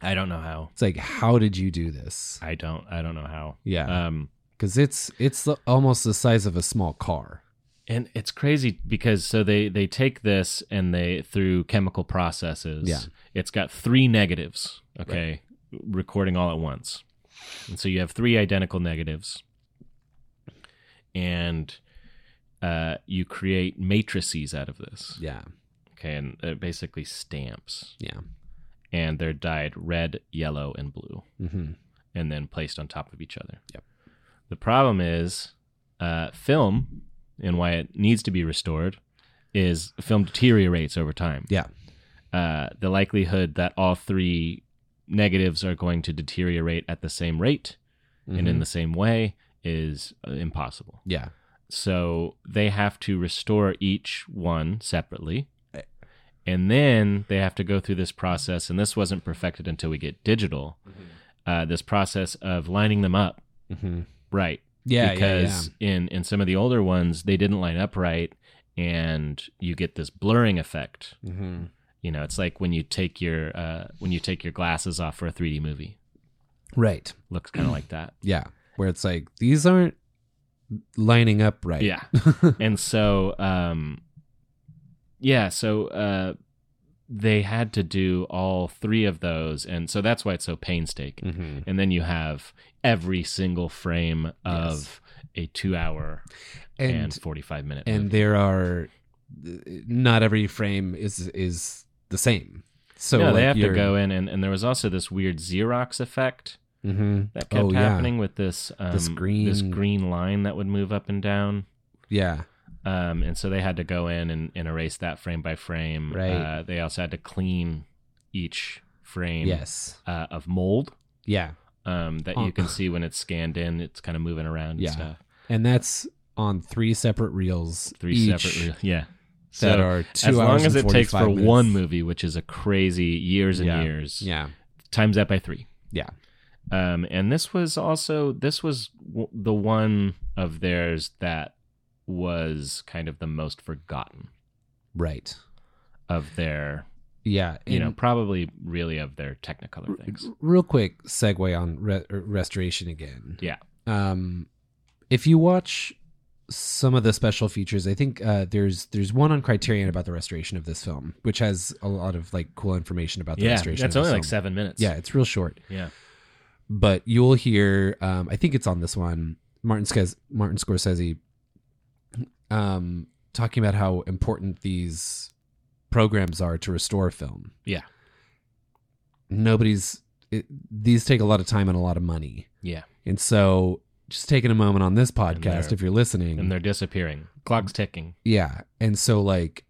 Speaker 1: I don't know how,
Speaker 3: it's like, how did you do this?
Speaker 1: I don't, I don't know how,
Speaker 3: Yeah,
Speaker 1: um,
Speaker 3: because it's it's the, almost the size of a small car.
Speaker 1: and it's crazy because so they they take this and they through chemical processes
Speaker 3: Yeah.
Speaker 1: it's got three negatives okay recording all at once and so you have three identical negatives and uh, you create matrices out of this
Speaker 3: Yeah.
Speaker 1: okay and they're basically stamps
Speaker 3: Yeah.
Speaker 1: and they're dyed red yellow and blue
Speaker 3: Mm-hmm.
Speaker 1: and then placed on top of each other.
Speaker 3: Yep.
Speaker 1: The problem is uh, film and why it needs to be restored is film deteriorates over time.
Speaker 3: Yeah.
Speaker 1: Uh, the likelihood that all three negatives are going to deteriorate at the same rate and in the same way is uh, impossible.
Speaker 3: Mm-hmm. Yeah.
Speaker 1: So they have to restore each one separately. And then they have to go through this process, and this wasn't perfected until we get digital. Uh, this process of lining them up
Speaker 3: Mm-hmm.
Speaker 1: right,
Speaker 3: Yeah.
Speaker 1: because
Speaker 3: yeah,
Speaker 1: in in some of the older ones they didn't line up right, and you get this blurring effect.
Speaker 3: yeah. Mm-hmm.
Speaker 1: You know, it's like when you take your uh, when you take your glasses off for a 3D movie,
Speaker 3: Right.
Speaker 1: looks kind of like that.
Speaker 3: Yeah, where it's like these aren't lining up right.
Speaker 1: Yeah. and so um yeah, so uh they had to do all three of those and so that's why it's so painstaking.
Speaker 3: Mhm.
Speaker 1: And then you have every single frame of a 2 hour and,
Speaker 3: and
Speaker 1: 45 minute
Speaker 3: and
Speaker 1: movie.
Speaker 3: there are not every frame is is the same. So
Speaker 1: no, they
Speaker 3: like,
Speaker 1: have to
Speaker 3: you're-
Speaker 1: go in, and, and there was also this weird Xerox effect
Speaker 3: Mhm.
Speaker 1: that kept
Speaker 3: Oh, yeah.
Speaker 1: happening with this um,
Speaker 3: This
Speaker 1: this
Speaker 3: green-
Speaker 1: green line that would move up and down.
Speaker 3: Yeah.
Speaker 1: Um, and so they had to go in and, and erase that frame by frame.
Speaker 3: Right.
Speaker 1: Uh, they also had to clean each frame
Speaker 3: Yes.
Speaker 1: uh, of mold
Speaker 3: Yeah.
Speaker 1: um, that
Speaker 3: Oh.
Speaker 1: you can see when it's scanned in. It's kind of moving around and
Speaker 3: Yeah.
Speaker 1: stuff.
Speaker 3: And that's on three separate reels.
Speaker 1: Three
Speaker 3: each
Speaker 1: separate, reels. yeah.
Speaker 3: That
Speaker 1: So,
Speaker 3: are two
Speaker 1: as long
Speaker 3: hours
Speaker 1: as
Speaker 3: and
Speaker 1: it takes for
Speaker 3: 45 minutes.
Speaker 1: one movie, which is a crazy years and
Speaker 3: Yeah.
Speaker 1: years,
Speaker 3: Yeah.
Speaker 1: times that by three.
Speaker 3: Yeah.
Speaker 1: Um, and this was also this was w- the one of theirs that was kind of the most forgotten
Speaker 3: Right.
Speaker 1: of their,
Speaker 3: Yeah.
Speaker 1: you know,
Speaker 3: and-
Speaker 1: probably really of their Technicolor things.
Speaker 3: R- real quick segue on re- er, restoration again.
Speaker 1: Yeah.
Speaker 3: Um, if you watch some of the special features, I think uh, there's there's one on Criterion about the restoration of this film, which has a lot of like cool information about the
Speaker 1: Yeah,
Speaker 3: restoration.
Speaker 1: that's
Speaker 3: of
Speaker 1: only
Speaker 3: this
Speaker 1: like
Speaker 3: film.
Speaker 1: seven minutes.
Speaker 3: Yeah, it's real short,
Speaker 1: yeah.
Speaker 3: but you'll hear. Um, I think it's on this one. Martin Scores Martin Scorsese, um, talking about how important these programs are to restore film
Speaker 1: Yeah.
Speaker 3: nobody's it, these take a lot of time and a lot of money
Speaker 1: Yeah.
Speaker 3: and so just taking a moment on this podcast
Speaker 1: they're-
Speaker 3: if you're listening
Speaker 1: And they're disappearing.
Speaker 3: Mm.
Speaker 1: Clock's ticking.
Speaker 3: yeah and so like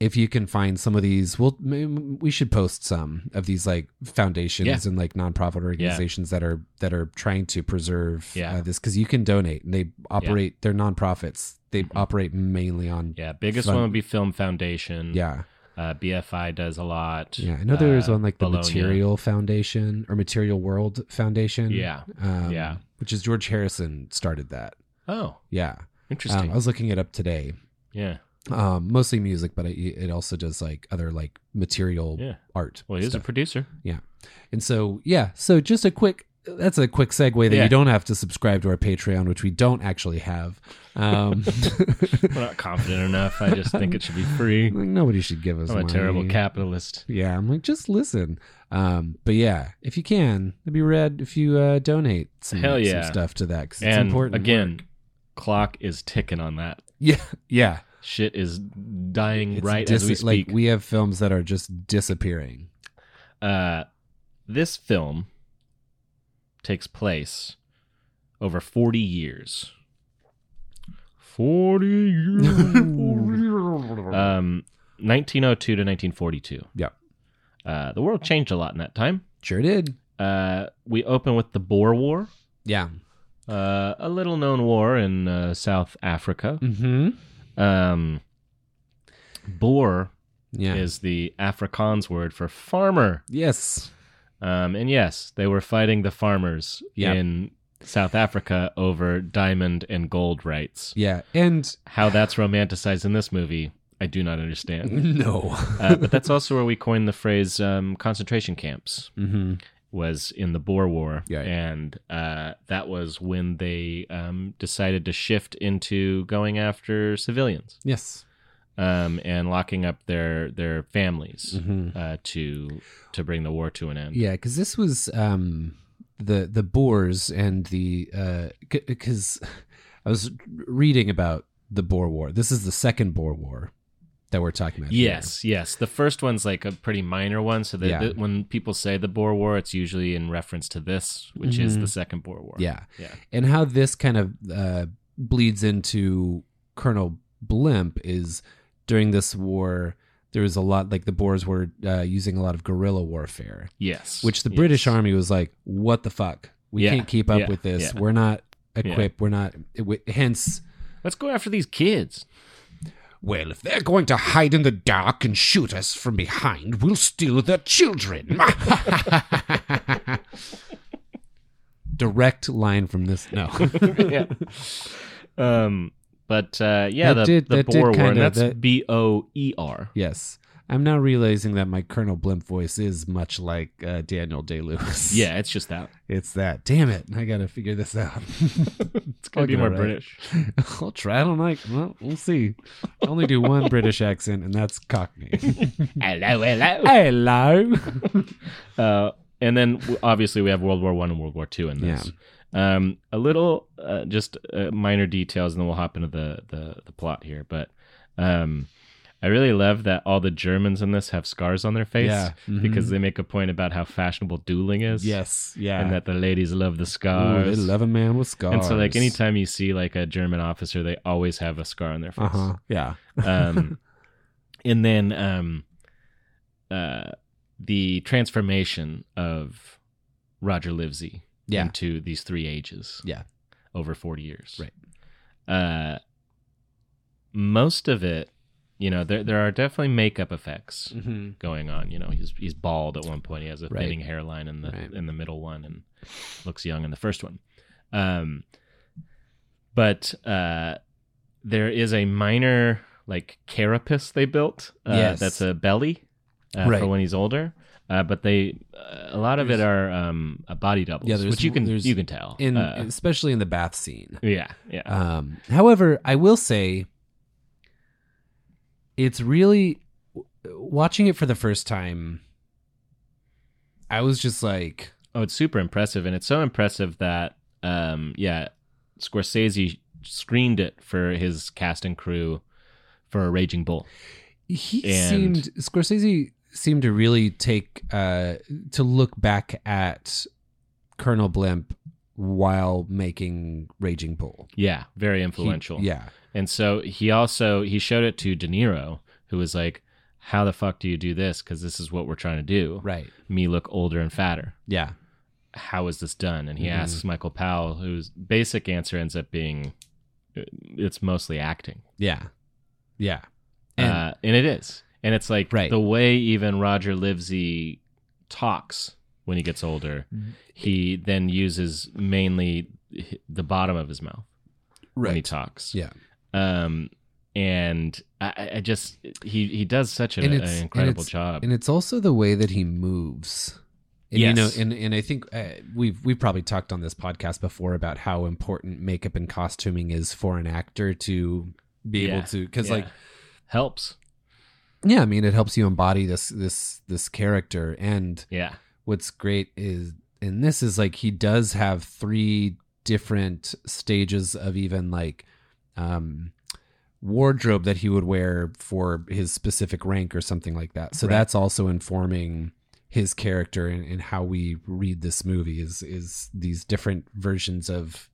Speaker 3: if you can find some of these we'll may- we should post some of these like foundations
Speaker 1: Yeah.
Speaker 3: and like nonprofit organizations that are that are trying to preserve
Speaker 1: Yeah.
Speaker 3: uh, this because you can donate and they operate they're nonprofits they
Speaker 1: Mm-hmm.
Speaker 3: operate mainly on
Speaker 1: Yeah. Biggest
Speaker 3: Fun-
Speaker 1: one would be Film Foundation.
Speaker 3: yeah
Speaker 1: Uh, BFI does a lot.
Speaker 3: yeah i know there was
Speaker 1: Uh,
Speaker 3: one like the
Speaker 1: Bologna.
Speaker 3: material foundation or material world foundation
Speaker 1: Yeah.
Speaker 3: um,
Speaker 1: Yeah.
Speaker 3: which is George Harrison started that.
Speaker 1: Oh,
Speaker 3: Yeah,
Speaker 1: interesting.
Speaker 3: um, I was looking it up today.
Speaker 1: yeah.
Speaker 3: Um, mostly music, but it, it also does like other like material
Speaker 1: Yeah.
Speaker 3: art.
Speaker 1: Well, he is a
Speaker 3: stuff.
Speaker 1: producer.
Speaker 3: and so yeah, so just a quick. That's a quick segue that
Speaker 1: Yeah.
Speaker 3: you don't have to subscribe to our Patreon, which we don't actually have. Um,
Speaker 1: I'm not confident enough. I just think it should be free.
Speaker 3: like, nobody should give us.
Speaker 1: I'm a terrible
Speaker 3: money.
Speaker 1: capitalist.
Speaker 3: Yeah, I'm like just listen. Um, but yeah, if you can, it'd be rad if you uh, donate some,
Speaker 1: Hell
Speaker 3: some
Speaker 1: yeah.
Speaker 3: stuff to that because it's
Speaker 1: and
Speaker 3: important.
Speaker 1: again, clock is ticking on that.
Speaker 3: yeah, yeah.
Speaker 1: Shit is dying
Speaker 3: It's
Speaker 1: right as
Speaker 3: dis-
Speaker 1: we speak.
Speaker 3: Like we have films that are just disappearing.
Speaker 1: uh, this film takes place over 40 years. 40 years. um, 1902 to 1942.
Speaker 3: Yeah.
Speaker 1: Uh, the world changed a lot in that time.
Speaker 3: Sure did.
Speaker 1: Uh, we open with the Boer War,
Speaker 3: Yeah.
Speaker 1: uh, a little known war in uh, South Africa.
Speaker 3: Mm-hmm.
Speaker 1: Um, Boer
Speaker 3: Yeah.
Speaker 1: is the Afrikaans word for farmer.
Speaker 3: Yes.
Speaker 1: Um, and yes, they were fighting the farmers
Speaker 3: Yeah.
Speaker 1: in South Africa over diamond and gold rights.
Speaker 3: Yeah. And
Speaker 1: How that's romanticized in this movie, I do not understand.
Speaker 3: no.
Speaker 1: Uh, but that's also where we coined the phrase um, concentration camps
Speaker 3: mm-hmm.
Speaker 1: was in the Boer War,
Speaker 3: Yeah.
Speaker 1: and uh, that was when they um, decided to shift into going after civilians
Speaker 3: Yes.
Speaker 1: um, and locking up their their families
Speaker 3: Mm-hmm.
Speaker 1: uh, to to bring the war to an end.
Speaker 3: Yeah, because this was um, the the Boers and the because I was reading about the Boer War. This is the second Boer War that we're talking about. here.
Speaker 1: Yes, yes. The first one's like a pretty minor one. So that
Speaker 3: Yeah.
Speaker 1: that when people say the Boer War, it's usually in reference to this, which is the Second Boer War.
Speaker 3: Yeah.
Speaker 1: Yeah.
Speaker 3: And how this kind of uh, bleeds into Colonel Blimp is during this war, there was a lot, like the Boers were uh, using a lot of guerrilla warfare,
Speaker 1: Yes.
Speaker 3: which the
Speaker 1: yes.
Speaker 3: British Army was like, what the fuck? We
Speaker 1: Yeah,
Speaker 3: can't keep up
Speaker 1: yeah,
Speaker 3: with this.
Speaker 1: yeah.
Speaker 3: We're not equipped. We're not. w- hence,
Speaker 1: Let's go after these kids.
Speaker 2: Well, if they're going to hide in the dark and shoot us from behind, we'll steal their children.
Speaker 3: direct line from this. No.
Speaker 1: yeah. Um. But uh, yeah,
Speaker 3: That
Speaker 1: the,
Speaker 3: did-
Speaker 1: the
Speaker 3: that did
Speaker 1: Boer War. and
Speaker 3: kinda-
Speaker 1: that's
Speaker 3: that-
Speaker 1: B O E R.
Speaker 3: yes. I'm now realizing that my Colonel Blimp voice is much like uh, Daniel Day Lewis.
Speaker 1: Yeah, it's just that.
Speaker 3: It's that. Damn it. I got to figure this out.
Speaker 1: It's gonna be
Speaker 3: Fucking
Speaker 1: more
Speaker 3: alright.
Speaker 1: British.
Speaker 3: I'll try. I don't like. Well, we'll see. I only do one British accent, and that's Cockney.
Speaker 1: hello, hello.
Speaker 3: Hello.
Speaker 1: Uh, and then w- obviously we have World War One and World War Two in this. Um, a little, uh, just uh, minor details, and then we'll hop into the the, the plot here. But um, I really love that all the Germans in this have scars on their face
Speaker 3: Yeah, mhm.
Speaker 1: because they make a point about how fashionable dueling is.
Speaker 3: Yes. Yeah.
Speaker 1: And that the ladies love the
Speaker 3: Ooh,
Speaker 1: scars.
Speaker 3: they love a man with scars.
Speaker 1: And so, like, anytime you see like a German officer, they always have a scar on their face.
Speaker 3: Uh huh. Yeah.
Speaker 1: Um, and then um, uh, the transformation of Roger Livesey
Speaker 3: Yeah.
Speaker 1: into these three ages.
Speaker 3: Yeah.
Speaker 1: Over 40 years.
Speaker 3: Right.
Speaker 1: Uh, most of it, you know, there, there are definitely makeup effects
Speaker 3: Mm-hmm.
Speaker 1: going on. You know, he's he's bald at one point. He has a
Speaker 3: Right.
Speaker 1: thinning hairline in the
Speaker 3: Right.
Speaker 1: in the middle one, and looks young in the first one. Um, but uh, there is a minor like carapace they built. Uh,
Speaker 3: Yes.
Speaker 1: that's a belly uh,
Speaker 3: Right.
Speaker 1: for when he's older. Uh, but they uh, a lot of it are um, uh, body doubles,
Speaker 3: Yeah, there's-
Speaker 1: which you can
Speaker 3: there's-
Speaker 1: you can tell.
Speaker 3: In
Speaker 1: Uh,
Speaker 3: especially in the bath scene.
Speaker 1: yeah, yeah,
Speaker 3: Um, however, I will say it's really watching it for the first time. I was just like,
Speaker 1: Oh, it's super impressive, and it's so impressive that um, yeah, Scorsese screened it for his cast and crew for a Raging Bull.
Speaker 3: he
Speaker 1: And-
Speaker 3: seemed Scorsese seemed to really take uh to look back at Colonel Blimp while making Raging Bull.
Speaker 1: Yeah, very
Speaker 3: He-
Speaker 1: influential.
Speaker 3: yeah.
Speaker 1: and so he also he showed it to De Niro, who was like, "How the fuck do you do this? Because this is what we're trying to do.
Speaker 3: Right.
Speaker 1: Me look older and fatter.
Speaker 3: Yeah.
Speaker 1: How is this done?" And he
Speaker 3: Mhm.
Speaker 1: asks Michael Powell, whose basic answer ends up being, "It's mostly acting."
Speaker 3: Yeah. Yeah. And
Speaker 1: uh, and it is. And it's like
Speaker 3: Right.
Speaker 1: the way even Roger Livesey talks when he gets older, he then uses mainly h- the bottom of his mouth when he talks.
Speaker 3: Yeah.
Speaker 1: Um, and I- I, I just he he does such a,
Speaker 3: And
Speaker 1: an
Speaker 3: it's- and
Speaker 1: incredible
Speaker 3: it's-
Speaker 1: job.
Speaker 3: and it's also the way that he moves. And, You know,
Speaker 1: Yes.
Speaker 3: and and I think uh, we've we've probably talked on this podcast before about how important makeup and costuming is for an actor to be
Speaker 1: Yeah.
Speaker 3: able to because
Speaker 1: Yeah.
Speaker 3: like
Speaker 1: helps.
Speaker 3: yeah, I mean it helps you embody this this this character. And
Speaker 1: Yeah,
Speaker 3: what's great is and this is like he does have three different stages of even like um wardrobe that he would wear for his specific rank or something like that. So
Speaker 1: Right.
Speaker 3: that's also informing his character and, and how we read this movie is is these different versions of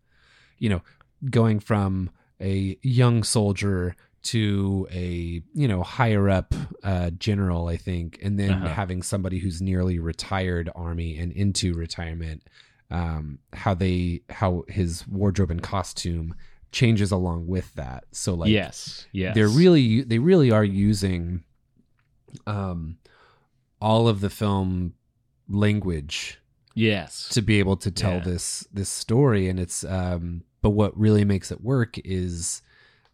Speaker 3: you know going from a young soldier to a you know higher up uh, general i think and then
Speaker 1: Uh-huh.
Speaker 3: having somebody who's nearly retired army and into retirement um, how they how his wardrobe and costume changes along with that so like
Speaker 1: yes, yes.
Speaker 3: they're really they really are using um all of the film language
Speaker 1: yes.
Speaker 3: to be able to tell
Speaker 1: Yeah.
Speaker 3: this this story and it's um but what really makes it work is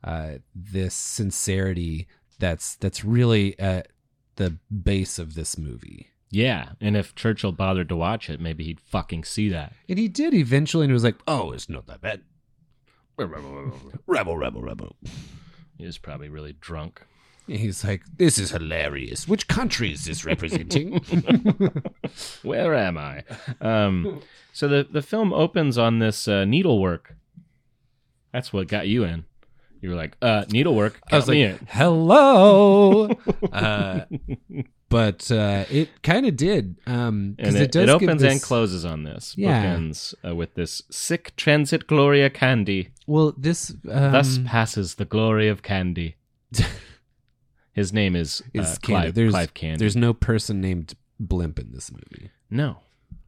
Speaker 3: uh this sincerity that's that's really at the base of this movie
Speaker 1: yeah, and if Churchill bothered to watch it, maybe he'd fucking see that.
Speaker 3: and he did eventually and was like
Speaker 2: Oh, it's not that bad. Rebel, rebel, rebel.
Speaker 1: He was probably really drunk.
Speaker 3: he's like
Speaker 2: This is hilarious. Which country is this representing?
Speaker 1: Where am I? Um, so the the film opens on this uh, needlework. That's what got you in. You were like, uh, needlework. Got
Speaker 3: I was
Speaker 1: me
Speaker 3: like,
Speaker 1: in.
Speaker 3: hello. uh, but uh, it kind of did. Um, 'cause
Speaker 1: and it,
Speaker 3: does
Speaker 1: it
Speaker 3: give
Speaker 1: opens and
Speaker 3: this-
Speaker 1: closes on this.
Speaker 3: Yeah.
Speaker 1: Bookends uh, with this sick transit Gloria Candy.
Speaker 3: Well, this um,
Speaker 1: Thus passes the glory of Candy. His name is, uh,
Speaker 3: is
Speaker 1: Clive,
Speaker 3: Candy. There's,
Speaker 1: Clive Candy.
Speaker 3: There's no person named Blimp in this movie.
Speaker 1: no,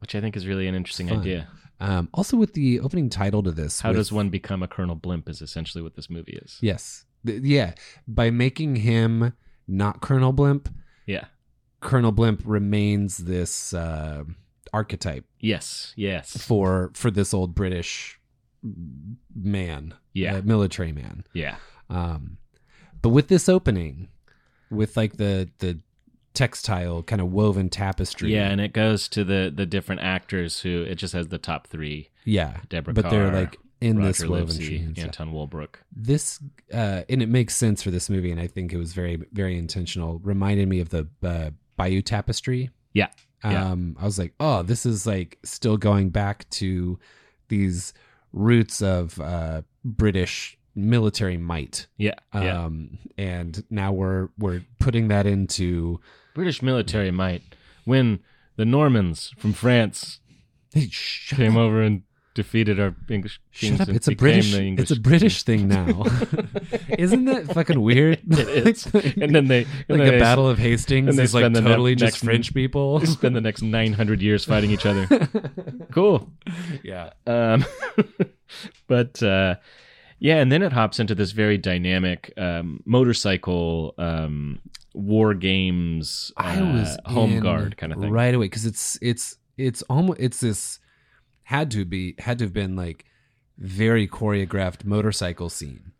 Speaker 1: which I think is really an interesting
Speaker 3: Fun.
Speaker 1: idea.
Speaker 3: Um, also, with the opening title to this,
Speaker 1: How
Speaker 3: with-
Speaker 1: does one become a Colonel Blimp? Is essentially what this movie is.
Speaker 3: Yes, Th- yeah, by making him not Colonel Blimp,
Speaker 1: yeah.
Speaker 3: Colonel Blimp remains this uh, archetype
Speaker 1: Yes. Yes.
Speaker 3: for for this old British man,
Speaker 1: Yeah.
Speaker 3: uh, military man.
Speaker 1: yeah.
Speaker 3: Um, but with this opening, with like the the textile kind of woven tapestry,
Speaker 1: Yeah, and it goes to the the different actors who it just has the top three:
Speaker 3: yeah,
Speaker 1: Deborah
Speaker 3: but they're
Speaker 1: Carr,
Speaker 3: like in
Speaker 1: Roger
Speaker 3: this woven
Speaker 1: Livesey,
Speaker 3: tree. and stuff.
Speaker 1: Anton Walbrook.
Speaker 3: this uh and it makes sense for this movie and i think it was very very intentional reminded me of the uh, bayou tapestry
Speaker 1: Yeah, yeah.
Speaker 3: um i was like oh this is like still going back to these roots of uh british military might.
Speaker 1: Yeah, yeah.
Speaker 3: Um, and now we're we're putting that into
Speaker 1: British military might when the Normans from France
Speaker 3: hey, shut
Speaker 1: came over and defeated our English kings
Speaker 3: Shut up!
Speaker 1: and
Speaker 3: It's a
Speaker 1: became
Speaker 3: British.
Speaker 1: the English
Speaker 3: It's a British thing now. Isn't that fucking weird?
Speaker 1: It is. and then they
Speaker 3: like
Speaker 1: and
Speaker 3: the
Speaker 1: then
Speaker 3: Battle of Hastings
Speaker 1: and they
Speaker 3: is like
Speaker 1: spend the ne-
Speaker 3: totally just
Speaker 1: next-
Speaker 3: French people.
Speaker 1: They spend the next nine hundred years fighting each other. cool.
Speaker 3: yeah.
Speaker 1: Um, but uh, yeah, and then it hops into this very dynamic um, motorcycle um, war games.
Speaker 3: I
Speaker 1: uh,
Speaker 3: was
Speaker 1: home
Speaker 3: in
Speaker 1: guard kind of thing.
Speaker 3: right away because it's it's it's almost it's this had to be had to have been like very choreographed motorcycle scene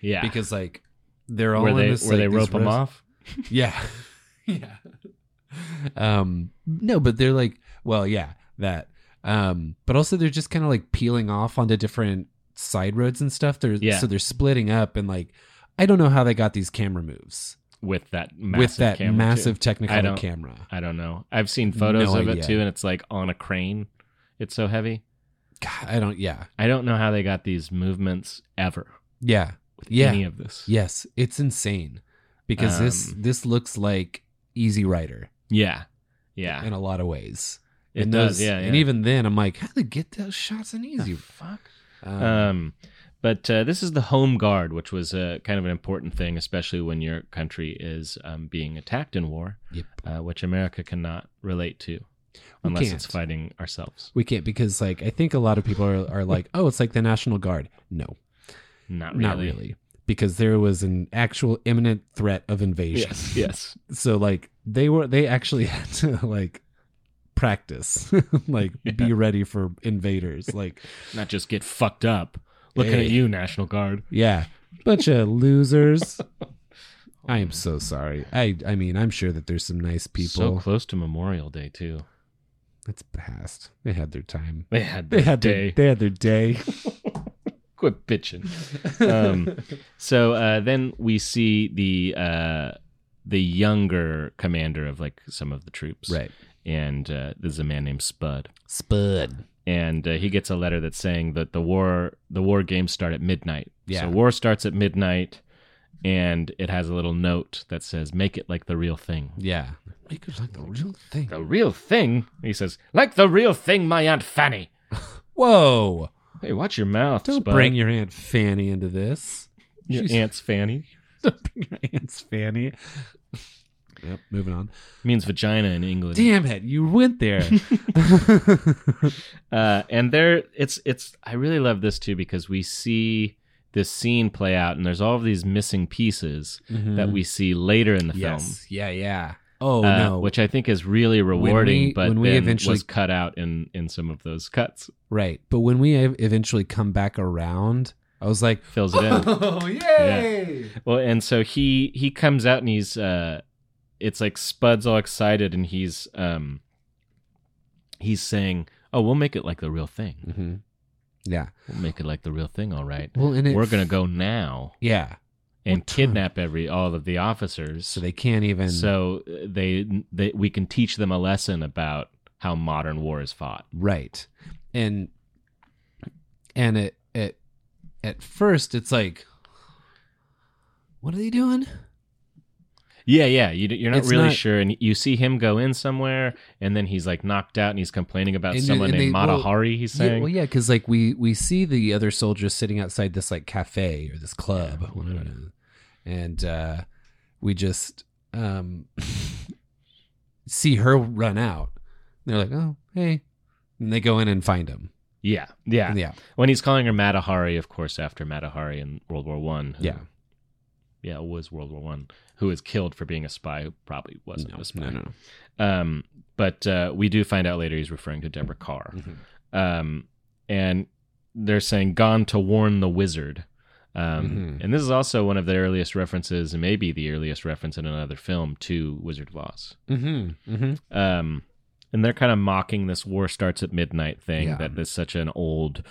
Speaker 1: Yeah,
Speaker 3: because like they're all
Speaker 1: where
Speaker 3: in
Speaker 1: they
Speaker 3: this
Speaker 1: where
Speaker 3: like,
Speaker 1: they
Speaker 3: these
Speaker 1: rope them
Speaker 3: res-
Speaker 1: off.
Speaker 3: Yeah. yeah. Um no, but they're like well, yeah, that. Um but also they're just kind of like peeling off onto different side roads and stuff. They're
Speaker 1: Yeah.
Speaker 3: so they're splitting up and like I don't know how they got these camera moves
Speaker 1: with that massive
Speaker 3: with that
Speaker 1: camera, too.
Speaker 3: massive
Speaker 1: I
Speaker 3: technical
Speaker 1: don't-
Speaker 3: camera.
Speaker 1: I don't know. I've seen photos
Speaker 3: No
Speaker 1: of
Speaker 3: idea.
Speaker 1: it too, and it's like on a crane. It's so heavy.
Speaker 3: God, I don't yeah.
Speaker 1: I don't know how they got these movements ever.
Speaker 3: Yeah. Yeah.
Speaker 1: Any of this.
Speaker 3: Yes, it's insane because this
Speaker 1: Um,
Speaker 3: this looks like Easy Rider
Speaker 1: Yeah. Yeah.
Speaker 3: in a lot of ways.
Speaker 1: It
Speaker 3: and
Speaker 1: does.
Speaker 3: those-
Speaker 1: yeah,
Speaker 3: And even then, I'm like, how did they get those shots in Easy?
Speaker 1: fuck.
Speaker 3: Um,
Speaker 1: Um, but uh, this is the home guard, which was uh, kind of an important thing, especially when your country is um, being attacked in war,
Speaker 3: yep.
Speaker 1: uh, which America cannot relate to unless it's
Speaker 3: can't.
Speaker 1: fighting ourselves.
Speaker 3: We can't because like I think a lot of people are, are like, oh, it's like the National Guard. No,
Speaker 1: Not really.
Speaker 3: not really, because there was an actual imminent threat of invasion.
Speaker 1: Yes. Yes.
Speaker 3: So like they were they actually had to like practice, like be ready for invaders. Like
Speaker 1: Not just get fucked up. Looking
Speaker 3: Hey.
Speaker 1: at you, National Guard.
Speaker 3: yeah, bunch of losers. I am so sorry. I I mean I'm sure that there's some nice
Speaker 1: So
Speaker 3: people.
Speaker 1: close to Memorial Day too.
Speaker 3: It's past. They had their time.
Speaker 1: They had
Speaker 3: They
Speaker 1: their
Speaker 3: had
Speaker 1: day.
Speaker 3: their they had their day.
Speaker 1: Quit bitching. Um, so uh, then we see the uh, the younger commander of like some of the troops, And uh, this is a man named Spud,
Speaker 3: Spud.
Speaker 1: and uh, he gets a letter that's saying that the war the war games start at midnight.
Speaker 3: Yeah.
Speaker 1: So war starts at midnight, and it has a little note that says, "Make it like the real thing."
Speaker 3: Yeah. Make it like the real thing.
Speaker 1: The real thing, he says, like the real thing, my aunt Fanny.
Speaker 3: Whoa.
Speaker 1: Hey, watch your mouth.
Speaker 3: Don't
Speaker 1: Spud.
Speaker 3: bring your Aunt Fanny into this.
Speaker 1: your
Speaker 3: She's-
Speaker 1: aunt's Fanny.
Speaker 3: Don't bring your Aunt Fanny. Yep, moving on.
Speaker 1: means vagina in England.
Speaker 3: Damn it, you went there.
Speaker 1: Uh, and there, it's it's. I really love this too because we see this scene play out, and there's all of these missing pieces that we see later in the
Speaker 3: Mm-hmm. Yes. Yeah, yeah. Oh,
Speaker 1: film, uh,
Speaker 3: no.
Speaker 1: which I think is really rewarding.
Speaker 3: we-
Speaker 1: but
Speaker 3: when we
Speaker 1: then
Speaker 3: eventually-
Speaker 1: was cut out in in some of those cuts,
Speaker 3: right. But when we ev- eventually come back around, I was like,
Speaker 1: fills it in.
Speaker 3: oh,
Speaker 1: Well, and so he he comes out and he's uh it's like Spud's all excited and he's um he's saying, "Oh, we'll make it like the real thing.
Speaker 3: hmm Yeah.
Speaker 1: We'll make it like the real thing, all right.
Speaker 3: Well, and it,
Speaker 1: We're going to go now
Speaker 3: Yeah.
Speaker 1: and
Speaker 3: What time?
Speaker 1: kidnap every all of the officers."
Speaker 3: So they can't even.
Speaker 1: so uh, they they we can teach them a lesson about how modern war is fought.
Speaker 3: right and and it at at first it's like what are they doing
Speaker 1: Yeah, yeah. You, d- you're not
Speaker 3: It's
Speaker 1: really
Speaker 3: not-
Speaker 1: sure, and you see him go in somewhere, and then he's like knocked out, and he's complaining about
Speaker 3: And you-
Speaker 1: someone
Speaker 3: and
Speaker 1: named
Speaker 3: they- well,
Speaker 1: Matahari. he's
Speaker 3: Yeah,
Speaker 1: saying,
Speaker 3: well yeah because like we we see the other soldiers sitting outside this like cafe or this club
Speaker 1: Yeah.
Speaker 3: whatever it is. and uh we just um see her run out and they're like oh hey and they go in and find him
Speaker 1: yeah, yeah.
Speaker 3: yeah
Speaker 1: When he's calling her Matahari, of course, after Matahari in World War One. who-
Speaker 3: yeah
Speaker 1: yeah, it was World War One. Who was killed for being a spy? Who probably wasn't a spy.
Speaker 3: no
Speaker 1: Um, but uh, we do find out later he's referring to Deborah Carr.
Speaker 3: Mhm.
Speaker 1: Um, and they're saying "gone to warn the wizard." Um,
Speaker 3: Mhm.
Speaker 1: And this is also one of the earliest references, and maybe the earliest reference in another film to Wizard of Oz.
Speaker 3: mm-hmm mm-hmm
Speaker 1: um, and they're kind of mocking this war starts at midnight thing
Speaker 3: Yeah.
Speaker 1: that that is such an old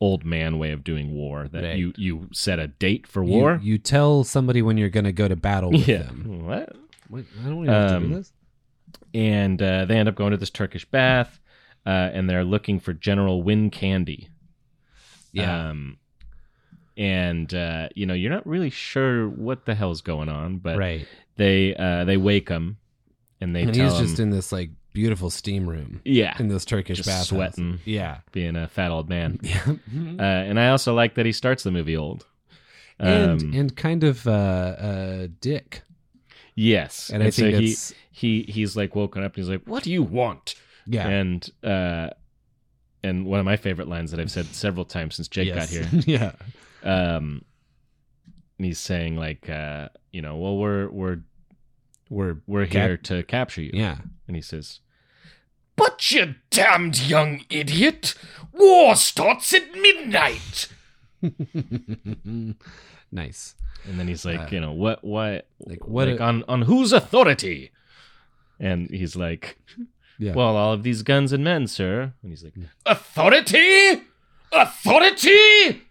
Speaker 1: old man way of doing war that
Speaker 3: Right.
Speaker 1: you you set a date for
Speaker 3: You-
Speaker 1: war
Speaker 3: You, tell somebody when you're going to go to battle with
Speaker 1: yeah
Speaker 3: them.
Speaker 1: what
Speaker 3: Wait, I don't
Speaker 1: have to do Um,
Speaker 3: this.
Speaker 1: and uh, they end up going to this turkish bath uh, and they're looking for general win candy
Speaker 3: Yeah.
Speaker 1: um, and uh, you know you're not really sure what the hell's going on, but
Speaker 3: right.
Speaker 1: they uh, they wake him and they
Speaker 3: And
Speaker 1: tell
Speaker 3: he's
Speaker 1: him,
Speaker 3: just in this like beautiful steam room
Speaker 1: yeah,
Speaker 3: in this Turkish
Speaker 1: Just
Speaker 3: bathhouse.
Speaker 1: sweating.
Speaker 3: Yeah. Mm-hmm.
Speaker 1: being a fat old man. Uh, and I also like that he starts the movie old.
Speaker 3: and
Speaker 1: Um,
Speaker 3: and kind of uh, uh, dick.
Speaker 1: yes,
Speaker 3: And I think
Speaker 1: so he
Speaker 3: that's
Speaker 1: he he's like woken up and he's like, "What do you want?"
Speaker 3: yeah.
Speaker 1: And uh, and one of my favorite lines that I've said several times since Jake got here.
Speaker 3: yeah.
Speaker 1: Um, and he's saying like, uh, you know, well, we're we're
Speaker 3: We're
Speaker 1: we're
Speaker 3: Cap-
Speaker 1: here to capture you.
Speaker 3: yeah.
Speaker 1: And he says,
Speaker 2: But you damned young idiot! War starts at midnight!
Speaker 3: nice.
Speaker 1: and then he's like, you know, what what
Speaker 3: Uh, Like what?
Speaker 1: like
Speaker 3: a-
Speaker 1: on on whose authority? And he's like,
Speaker 3: Yeah.
Speaker 1: well, all of these guns and men, sir. And he's like,
Speaker 2: Authority? Authority?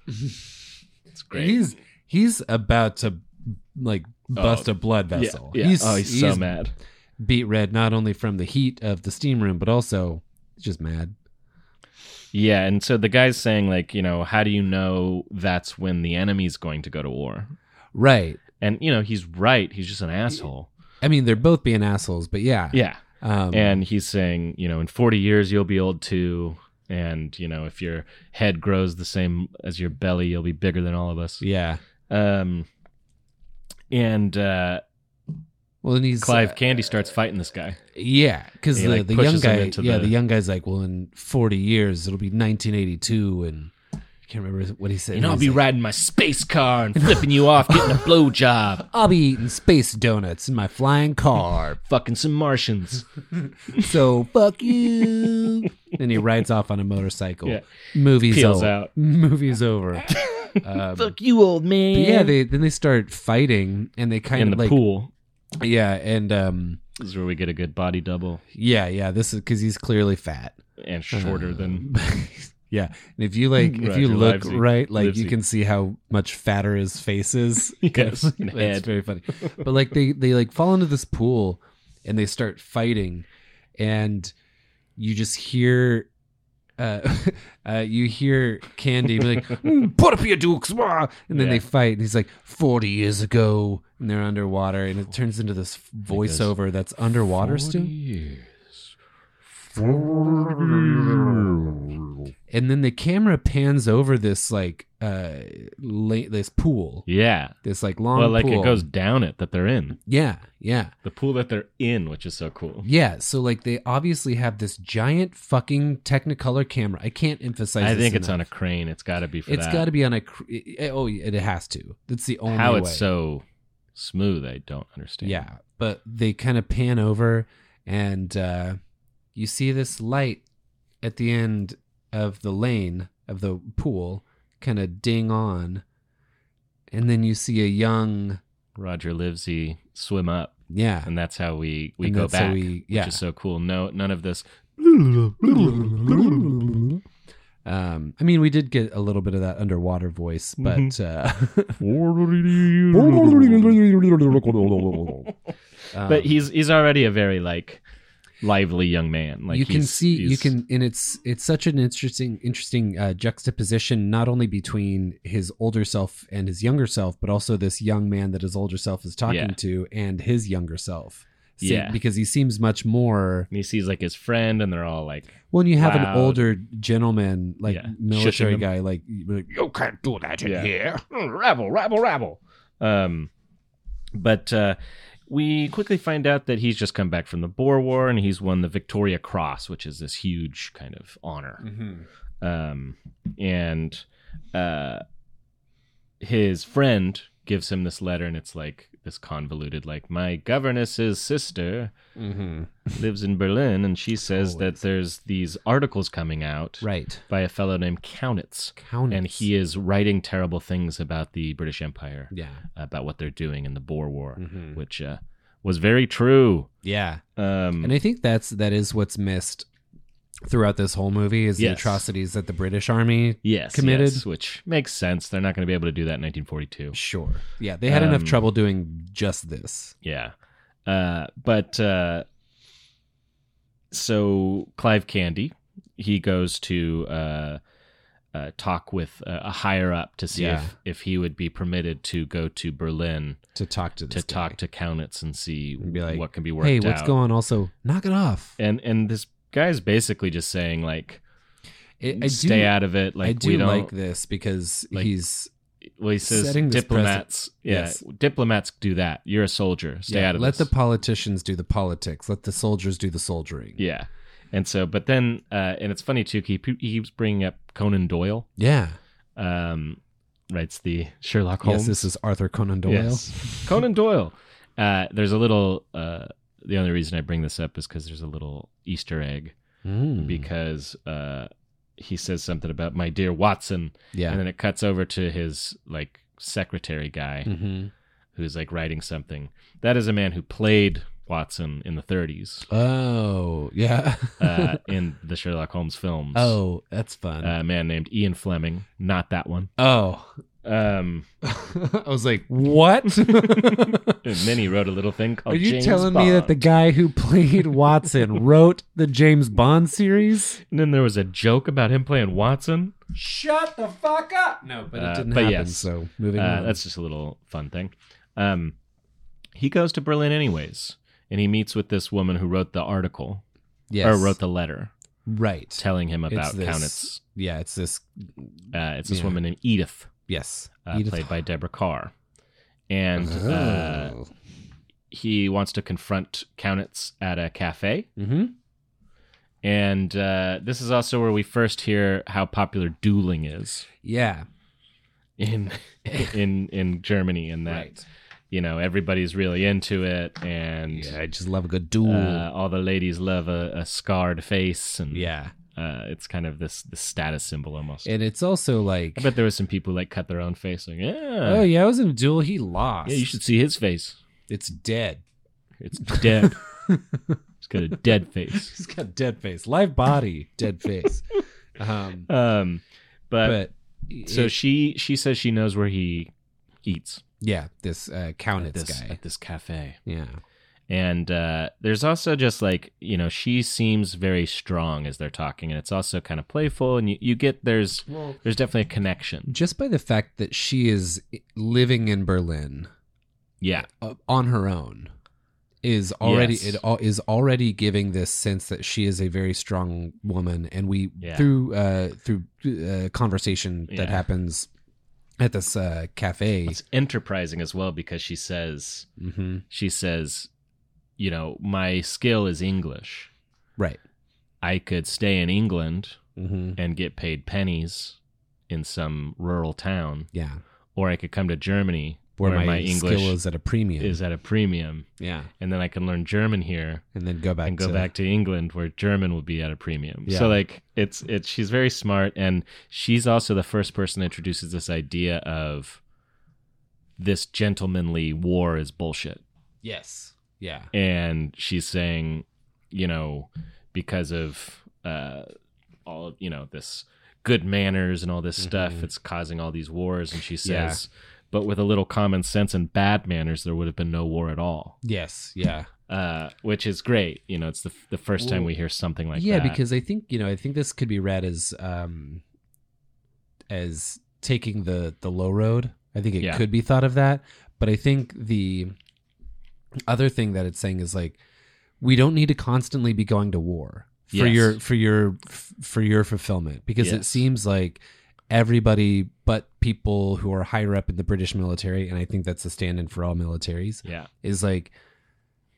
Speaker 1: it's great.
Speaker 3: He's he's about to like bust a blood
Speaker 1: Oh, yeah,
Speaker 3: vessel.
Speaker 1: yeah.
Speaker 3: He's,
Speaker 1: oh, he's, so mad.
Speaker 3: beat red not only from the heat of the steam room but also just mad.
Speaker 1: Yeah, and so the guy's saying like, you know, how do you know that's when the enemy's going to go to war?
Speaker 3: Right.
Speaker 1: And you know, he's right. He's just an asshole.
Speaker 3: I mean, they're both being assholes, but yeah.
Speaker 1: Yeah.
Speaker 3: Um,
Speaker 1: and he's saying, you know, in 40 years you'll be old too, and you know, if your head grows the same as your belly, you'll be bigger than all of us.
Speaker 3: yeah.
Speaker 1: Um, and uh,
Speaker 3: Well, and he's
Speaker 1: Clive Candy starts fighting this guy.
Speaker 3: Yeah, because
Speaker 1: He,
Speaker 3: the,
Speaker 1: like,
Speaker 3: the young
Speaker 1: pushes him
Speaker 3: guy,
Speaker 1: into
Speaker 3: yeah,
Speaker 1: the-
Speaker 3: the young guy's like, well, in forty years it'll be 1982, and I can't remember what he said.
Speaker 1: And I'll
Speaker 3: He's
Speaker 1: be
Speaker 3: like,
Speaker 1: riding my space car and flipping you off, getting a blowjob,
Speaker 3: I'll be eating space donuts in my flying car.
Speaker 1: fucking some Martians.
Speaker 3: so fuck you. and he rides off on a motorcycle.
Speaker 1: Yeah.
Speaker 3: Movie's
Speaker 1: Peels
Speaker 3: over.
Speaker 1: out.
Speaker 3: Movie's over. Um,
Speaker 1: Fuck you, old man.
Speaker 3: but yeah, they then they start fighting, and they kind
Speaker 1: in the
Speaker 3: of like
Speaker 1: pool.
Speaker 3: yeah, and um,
Speaker 1: This is where we get a good body double
Speaker 3: yeah, yeah. This is because he's clearly fat.
Speaker 1: and shorter than
Speaker 3: yeah, and if you like, if you
Speaker 1: Roger
Speaker 3: look
Speaker 1: Livesey.
Speaker 3: right, like
Speaker 1: Livesey.
Speaker 3: you can see how much fatter his face is.
Speaker 1: e-. Yes, and
Speaker 3: it's
Speaker 1: head.
Speaker 3: very funny. But like they they like fall into this pool and they start fighting, and you just hear. Uh, uh, you hear Candy be like, "Mm, "Put up your dukes!" wah!" and then
Speaker 1: Yeah.
Speaker 3: they fight, and he's like, 40 years ago," and they're underwater, and it turns into this voiceover that's underwater still. and then the camera pans over this like uh la- this pool
Speaker 1: yeah.
Speaker 3: this like long
Speaker 1: Well, like
Speaker 3: pool.
Speaker 1: it goes down it that they're in
Speaker 3: yeah yeah
Speaker 1: the pool that they're in, which is so cool.
Speaker 3: yeah so like they obviously have this giant fucking technicolor camera i can't emphasize
Speaker 1: I
Speaker 3: this
Speaker 1: think it's on a
Speaker 3: enough.
Speaker 1: crane. It's got to be for
Speaker 3: it's
Speaker 1: that.
Speaker 3: got to be on a cr- i- i- oh it has to that's the only
Speaker 1: how
Speaker 3: way.
Speaker 1: it's so smooth. I don't understand.
Speaker 3: yeah but they kind of pan over and uh you see this light at the end of the lane of the pool kind of ding on and then you see a young
Speaker 1: Roger Livesey swim up,
Speaker 3: yeah
Speaker 1: and that's how we we
Speaker 3: And
Speaker 1: go
Speaker 3: that's
Speaker 1: back,
Speaker 3: how we- yeah.
Speaker 1: which is so cool. No, none of this.
Speaker 3: Um, I mean, we did get a little bit of that underwater voice, but
Speaker 1: Mm-hmm.
Speaker 3: uh, um,
Speaker 1: but he's he's already a very like lively young man. Like
Speaker 3: you can
Speaker 1: he's-
Speaker 3: see, you
Speaker 1: he's-
Speaker 3: can, and it's it's such an interesting interesting uh, juxtaposition, not only between his older self and his younger self, but also this young man that his older self is talking
Speaker 1: Yeah.
Speaker 3: to and his younger self. See,
Speaker 1: Yeah.
Speaker 3: because he seems much more.
Speaker 1: And he sees like his friend, and they're all like,
Speaker 3: When you have
Speaker 1: Loud.
Speaker 3: an older gentleman, like
Speaker 1: Yeah. Shushing
Speaker 3: military
Speaker 1: him.
Speaker 3: guy, like, like
Speaker 2: You can't do that in
Speaker 1: Yeah.
Speaker 2: here.
Speaker 1: Hmm, rabble, rabble, rabble. Um, but uh, we quickly find out that he's just come back from the Boer War and he's won the Victoria Cross, which is this huge kind of honor. Um, and uh, his friend gives him this letter, and it's like this convoluted, like, my governess's sister Mm-hmm. lives in Berlin, and she says that there's these articles coming out
Speaker 3: right,
Speaker 1: by a fellow named Kaunitz
Speaker 3: count
Speaker 1: and he is writing terrible things about the British Empire,
Speaker 3: yeah,
Speaker 1: about what they're doing in the Boer War,
Speaker 3: Mhm.
Speaker 1: which uh, was very true.
Speaker 3: yeah.
Speaker 1: Um,
Speaker 3: And I think that's that is what's missed throughout this whole movie is the
Speaker 1: Yes.
Speaker 3: atrocities that the British army.
Speaker 1: yes,
Speaker 3: committed-
Speaker 1: yes, which makes sense. They're not going to be able to do that in 1942.
Speaker 3: Sure. Yeah, they had enough
Speaker 1: Um,
Speaker 3: trouble doing just this.
Speaker 1: Yeah, uh, but uh, so Clive Candy, he goes to uh, uh, talk with uh, a higher up to see
Speaker 3: Yeah.
Speaker 1: if, if he would be permitted to go to Berlin
Speaker 3: to talk to
Speaker 1: to
Speaker 3: this guy.
Speaker 1: talk to Kaunitz and see
Speaker 3: and be like,
Speaker 1: what can be worked
Speaker 3: Hey,
Speaker 1: out.
Speaker 3: what's going on? Also, knock it off.
Speaker 1: And and this guy's basically just saying like
Speaker 3: I, I
Speaker 1: stay
Speaker 3: do,
Speaker 1: out of it. Like
Speaker 3: I do
Speaker 1: we don't
Speaker 3: like this because
Speaker 1: like,
Speaker 3: he's
Speaker 1: well, he says
Speaker 3: setting this
Speaker 1: diplomats. Yeah,
Speaker 3: Yes.
Speaker 1: diplomats do that. You're a soldier. Stay
Speaker 3: yeah,
Speaker 1: out of
Speaker 3: let
Speaker 1: this.
Speaker 3: the politicians do the politics. Let the soldiers do the soldiering.
Speaker 1: yeah. And so, but then, uh, and it's funny too. He, he keeps bringing up Conan Doyle.
Speaker 3: Yeah.
Speaker 1: Um, writes the Sherlock Holmes.
Speaker 3: Yes, this is Arthur Conan Doyle.
Speaker 1: Yes. Conan Doyle. Uh, there's a little. Uh, the only reason I bring this up is because there's a little Easter egg
Speaker 3: Mm.
Speaker 1: because uh, he says something about my dear Watson,
Speaker 3: yeah.
Speaker 1: and then it cuts over to his like secretary guy
Speaker 3: Mhm.
Speaker 1: who's like writing something. That is a man who played Watson in the 30s
Speaker 3: Oh, yeah.
Speaker 1: uh, in the Sherlock Holmes films.
Speaker 3: oh, that's fun.
Speaker 1: a man named Ian Fleming, not that one.
Speaker 3: oh.
Speaker 1: Um,
Speaker 3: I was like, what?
Speaker 1: and then he wrote a little thing called.
Speaker 3: Are you
Speaker 1: James
Speaker 3: telling me that the
Speaker 1: Bond.
Speaker 3: guy who played Watson wrote the James Bond series?
Speaker 1: And then there was a joke about him playing Watson.
Speaker 3: Shut the fuck up. No, but it
Speaker 1: Uh,
Speaker 3: didn't
Speaker 1: but
Speaker 3: happen.
Speaker 1: yes.
Speaker 3: So moving
Speaker 1: Uh,
Speaker 3: on.
Speaker 1: that's just a little fun thing. Um, he goes to Berlin anyways, and he meets with this woman who wrote the article
Speaker 3: yes.
Speaker 1: or wrote the letter
Speaker 3: right.
Speaker 1: telling him
Speaker 3: It's
Speaker 1: about
Speaker 3: this-
Speaker 1: Kaunitz.
Speaker 3: Yeah, it's this.
Speaker 1: Uh, it's this
Speaker 3: Yeah.
Speaker 1: woman named Edith,
Speaker 3: Yes.
Speaker 1: uh,
Speaker 3: Edith-
Speaker 1: played by Deborah Carr, and
Speaker 3: Oh.
Speaker 1: uh, he wants to confront Kaunitz at a cafe.
Speaker 3: Mhm.
Speaker 1: And uh, this is also where we first hear how popular dueling is
Speaker 3: Yeah.
Speaker 1: in in in Germany, and that
Speaker 3: Right.
Speaker 1: you know everybody's really into it, and
Speaker 3: Yeah, I just love a good duel.
Speaker 1: uh, all the ladies love a, a scarred face, and
Speaker 3: yeah.
Speaker 1: uh, it's kind of this this status symbol almost.
Speaker 3: And it's also like,
Speaker 1: I bet there was some people who, like cut their own face, like yeah,
Speaker 3: oh, yeah, I was in a duel. He lost.
Speaker 1: yeah, you should see his face.
Speaker 3: It's dead.
Speaker 1: It's dead. He's got a dead face.
Speaker 3: He's got dead face. Live body, dead face. Um,
Speaker 1: Um, but,
Speaker 3: but
Speaker 1: so
Speaker 3: it-
Speaker 1: she she says she knows where he eats
Speaker 3: yeah, this uh,
Speaker 1: at
Speaker 3: Kaunitz
Speaker 1: this
Speaker 3: guy.
Speaker 1: at this cafe,
Speaker 3: Yeah.
Speaker 1: and uh, there's also just like you know she seems very strong as they're talking, and it's also kind of playful, and you, you get there's
Speaker 3: Well,
Speaker 1: there's definitely a connection.
Speaker 3: just by the fact that she is living in Berlin
Speaker 1: Yeah,
Speaker 3: uh, on her own is already
Speaker 1: Yes.
Speaker 3: it all, is already giving this sense that she is a very strong woman and we
Speaker 1: Yeah.
Speaker 3: through uh through uh, conversation
Speaker 1: Yeah.
Speaker 3: that happens at this uh cafe
Speaker 1: it's enterprising as well because she says
Speaker 3: hmm
Speaker 1: she says you know my skill is english
Speaker 3: right
Speaker 1: i could stay in england
Speaker 3: hmm
Speaker 1: and get paid pennies in some rural town
Speaker 3: yeah
Speaker 1: or i could come to germany
Speaker 3: where,
Speaker 1: where,
Speaker 3: my,
Speaker 1: my, english
Speaker 3: skill is at a premium
Speaker 1: is at a premium
Speaker 3: yeah
Speaker 1: and then i can learn german here
Speaker 3: and then go back
Speaker 1: and go
Speaker 3: to,
Speaker 1: back to England where German will be at a premium.
Speaker 3: Yeah.
Speaker 1: So like it's it's she's very smart and she's also the first person that introduces this idea of this gentlemanly war is bullshit.
Speaker 3: yes yeah
Speaker 1: And she's saying, you know, because of uh all you know, this good manners and all this stuff,
Speaker 3: Mhm.
Speaker 1: it's causing all these wars and she
Speaker 3: Yeah.
Speaker 1: says but with a little common sense and bad manners there would have been no war at all
Speaker 3: yes yeah
Speaker 1: uh, which is great. You know, it's the the first time
Speaker 3: Well,
Speaker 1: we hear something like
Speaker 3: yeah
Speaker 1: that.
Speaker 3: because i think you know i think this could be read as um as taking the the low road i think it
Speaker 1: Yeah.
Speaker 3: could be thought of that but i think the other thing that it's saying is like we don't need to constantly be going to war for
Speaker 1: Yes.
Speaker 3: your for your for your fulfillment because it
Speaker 1: Yes.
Speaker 3: seems like everybody but people who are higher up in the british military and i think that's a stand-in for all militaries
Speaker 1: yeah,
Speaker 3: is like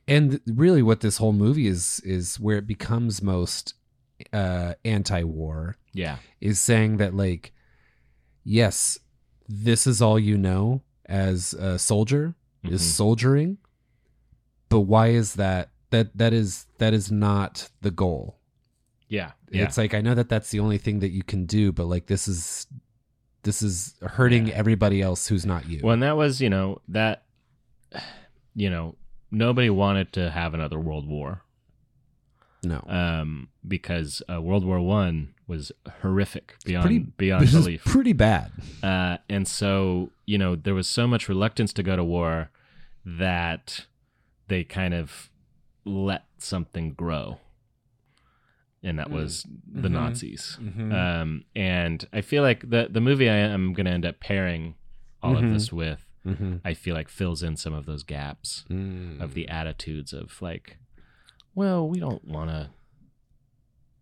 Speaker 3: and really what this whole movie is is where it becomes most uh anti-war
Speaker 1: yeah,
Speaker 3: is saying that like yes this is all you know as a soldier
Speaker 1: Mhm.
Speaker 3: is soldiering but why is that that that is that is not the goal
Speaker 1: Mm-hmm. yeah, yeah.
Speaker 3: it's like i know that that's the only thing that you can do but like this is this is hurting everybody else who's not you
Speaker 1: well, and that was you know that you know nobody wanted to have another world war
Speaker 3: no
Speaker 1: um, because uh, World War One was horrific beyond
Speaker 3: pretty-
Speaker 1: beyond
Speaker 3: this is
Speaker 1: belief,
Speaker 3: pretty bad
Speaker 1: uh, and so you know there was so much reluctance to go to war that they kind of let something grow. and
Speaker 3: Mm.
Speaker 1: that was
Speaker 3: Mm-hmm.
Speaker 1: the Nazis. Um, and I feel like the the movie I am going to end up pairing all of
Speaker 3: Mm-hmm.
Speaker 1: this with, I feel like fills in some of those gaps
Speaker 3: Mm.
Speaker 1: of the attitudes of like, well, we don't want to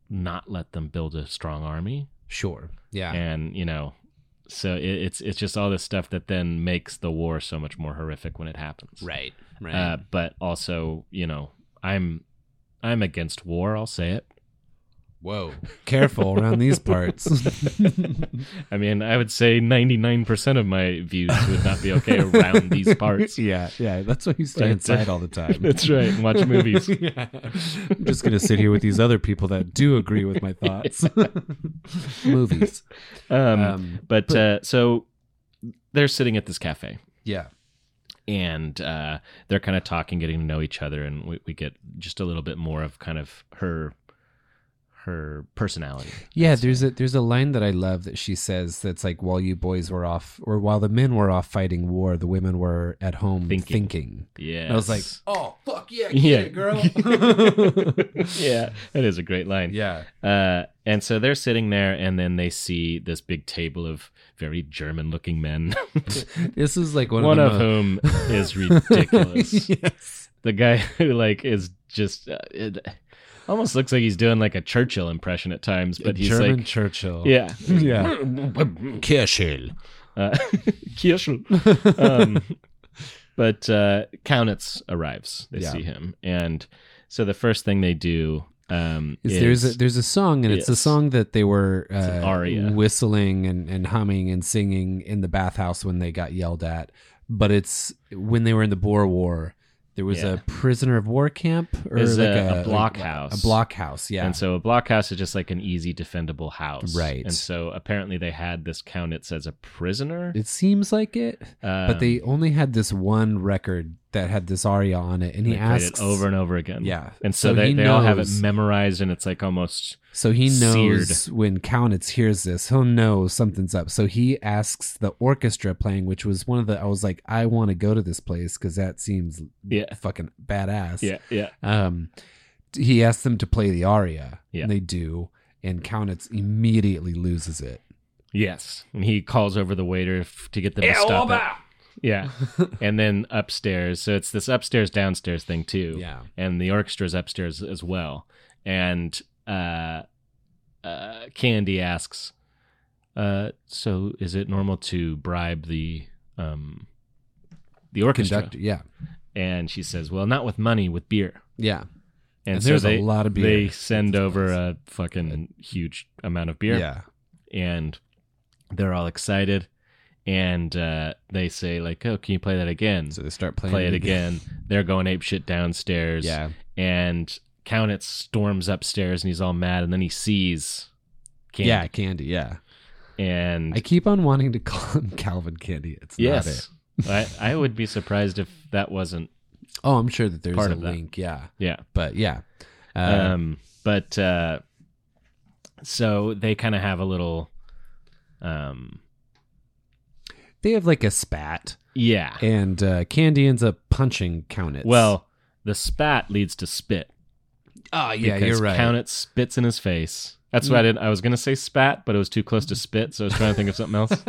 Speaker 1: not let them build a strong army,
Speaker 3: Sure. Yeah.
Speaker 1: and you know. So it, it's it's just all this stuff that then makes the war so much more horrific when it happens.
Speaker 3: right. Right.
Speaker 1: Uh, but also, you know, I'm I'm against war. I'll say it.
Speaker 3: Whoa. Careful around these parts.
Speaker 1: I mean, I would say 99% of my views would not be okay around these parts.
Speaker 3: yeah. Yeah. That's why you stay
Speaker 1: Right.
Speaker 3: inside all the time.
Speaker 1: That's right. and Watch movies.
Speaker 3: yeah. I'm just gonna sit here with these other people that do agree with my thoughts. Movies.
Speaker 1: Um,
Speaker 3: Um,
Speaker 1: but uh, so they're sitting at this cafe
Speaker 3: Yeah.
Speaker 1: and uh, they're kind of talking, getting to know each other, and we, we get just a little bit more of kind of her her personality.
Speaker 3: Yeah, there's a there's a line that I love that she says that's like while you boys were off or while the men were off fighting war, the women were at home
Speaker 1: Thinking.
Speaker 3: thinking.
Speaker 1: Yeah.
Speaker 3: I was like, "Oh, fuck yeah, get
Speaker 1: Yeah.
Speaker 3: it, girl."
Speaker 1: yeah, that is a great line.
Speaker 3: yeah.
Speaker 1: Uh, and so they're sitting there, and then they see this big table of very German looking men,
Speaker 3: This is like one,
Speaker 1: one
Speaker 3: of, uh,
Speaker 1: of
Speaker 3: the
Speaker 1: whom is ridiculous.
Speaker 3: most- yes.
Speaker 1: The guy who, like, is just uh, it almost looks like he's doing like a Churchill impression at times, but he's
Speaker 3: German
Speaker 1: like,
Speaker 3: Churchill.
Speaker 1: yeah,
Speaker 3: Yeah.
Speaker 2: Kirschel.
Speaker 1: uh, Kirschl. um, but uh, Kaunitz arrives, they
Speaker 3: Yeah.
Speaker 1: see him, and so the first thing they do. Um,
Speaker 3: Is
Speaker 1: is
Speaker 3: there's a there's a song and it's a
Speaker 1: Yes.
Speaker 3: song that they were
Speaker 1: an
Speaker 3: uh,
Speaker 1: aria.
Speaker 3: whistling and, and humming and singing in the bathhouse when they got yelled at. But it's when they were in the Boer War. There was
Speaker 1: Yeah.
Speaker 3: a prisoner of war camp or
Speaker 1: It's
Speaker 3: like
Speaker 1: a- a
Speaker 3: a,
Speaker 1: blockhouse.
Speaker 3: A blockhouse, yeah.
Speaker 1: And so a blockhouse is just like an easy defendable house.
Speaker 3: Right.
Speaker 1: And so apparently they had this Kaunitz as a prisoner. uh,
Speaker 3: it seems like it, but they
Speaker 1: Um,
Speaker 3: only had this one record that had this aria on it, and he
Speaker 1: They played it
Speaker 3: asks
Speaker 1: over and over again.
Speaker 3: Yeah.
Speaker 1: And so,
Speaker 3: So
Speaker 1: they,
Speaker 3: he
Speaker 1: they all have it
Speaker 3: knows.
Speaker 1: memorized and it's like almost
Speaker 3: So he knows
Speaker 1: Seared.
Speaker 3: when Kaunitz hears this, he'll know something's up. So he asks the orchestra playing, which was one of the. I was like, I want to go to this place because that seems
Speaker 1: Yeah.
Speaker 3: fucking badass.
Speaker 1: Yeah. Yeah.
Speaker 3: Um, he asks them to play the aria.
Speaker 1: Yeah.
Speaker 3: And they do, and Kaunitz immediately loses it.
Speaker 1: Yes. And he calls over the waiter f- to get them to stop it. Yeah. and then upstairs. So it's this upstairs downstairs thing too.
Speaker 3: Yeah.
Speaker 1: And the orchestra's upstairs as well. And uh uh Candy asks uh so is it normal to bribe the um the orchestra?
Speaker 3: Conductor. Yeah.
Speaker 1: And she says, "Well, not with money, with beer."
Speaker 3: Yeah.
Speaker 1: And,
Speaker 3: And
Speaker 1: so
Speaker 3: there's a
Speaker 1: they,
Speaker 3: lot of beer
Speaker 1: They
Speaker 3: at
Speaker 1: send
Speaker 3: this
Speaker 1: over
Speaker 3: place.
Speaker 1: a fucking huge amount of beer
Speaker 3: Yeah.
Speaker 1: and they're all excited and uh, they say like oh can you play that again
Speaker 3: So they start playing.
Speaker 1: play it again they're going ape shit downstairs
Speaker 3: Yeah.
Speaker 1: and Kaunitz storms upstairs and he's all mad and then he sees Candy.
Speaker 3: Yeah. Candy. Yeah.
Speaker 1: and
Speaker 3: I keep on wanting to call him Calvin Candy. It's not it.
Speaker 1: yes I, I would be surprised if that wasn't
Speaker 3: Oh, I'm sure that there's
Speaker 1: Part
Speaker 3: a
Speaker 1: of that.
Speaker 3: link. Yeah.
Speaker 1: yeah
Speaker 3: But yeah. Uh,
Speaker 1: um but uh so they kind of have a little um
Speaker 3: they have like a spat,
Speaker 1: yeah
Speaker 3: and uh, Candy ends up punching Kaunitz.
Speaker 1: well the spat leads to spit
Speaker 3: oh yeah,
Speaker 1: because
Speaker 3: you're right. Mm.
Speaker 1: Kaunitz spits in his face. That's what I did. I was gonna say spat, but it was too close to spit, so I was trying to think of something else.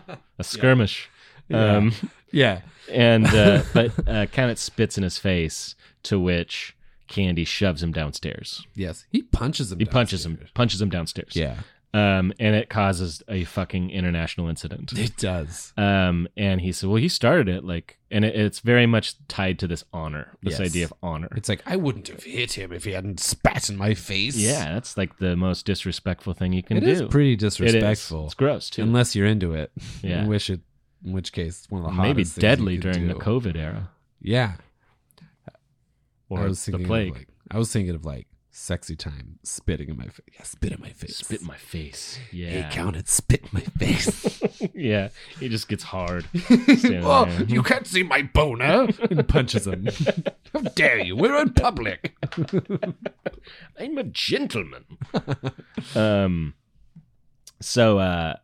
Speaker 1: A skirmish. Um,
Speaker 3: yeah,
Speaker 1: and uh, but uh, Kaunitz spits in his face, to which Candy shoves him downstairs.
Speaker 3: yes, he punches him.
Speaker 1: He punches him, punches him downstairs.
Speaker 3: Yeah,
Speaker 1: Um, and it causes a fucking international incident.
Speaker 3: it does.
Speaker 1: Um, and he said, "Well, he started it, like, and it, it's very much tied to this honor, this
Speaker 3: Yes.
Speaker 1: idea of honor."
Speaker 3: It's like I wouldn't have hit him if he hadn't spat in my face.
Speaker 1: yeah, that's like the most disrespectful thing you can
Speaker 3: it
Speaker 1: do.
Speaker 3: is pretty
Speaker 1: It is.
Speaker 3: disrespectful.
Speaker 1: It's gross too.
Speaker 3: unless you're into it.
Speaker 1: Yeah.
Speaker 3: in which it, in which case, it's one of the
Speaker 1: maybe
Speaker 3: hottest things
Speaker 1: deadly
Speaker 3: you could
Speaker 1: during the
Speaker 3: do.
Speaker 1: COVID era
Speaker 3: Yeah, I
Speaker 1: or
Speaker 3: was
Speaker 1: the
Speaker 3: thinking
Speaker 1: plague.
Speaker 3: Of like, I was thinking of like sexy time spitting in my face. Yeah, spit in my face.
Speaker 1: Spit in my face.
Speaker 3: He
Speaker 1: Yeah.
Speaker 3: counted spit in my face.
Speaker 1: yeah. It just gets hard.
Speaker 2: Oh,
Speaker 1: oh,
Speaker 2: you can't see my boner.
Speaker 3: and punches him.
Speaker 2: How dare you? We're in public.
Speaker 1: I'm a gentleman. um so uh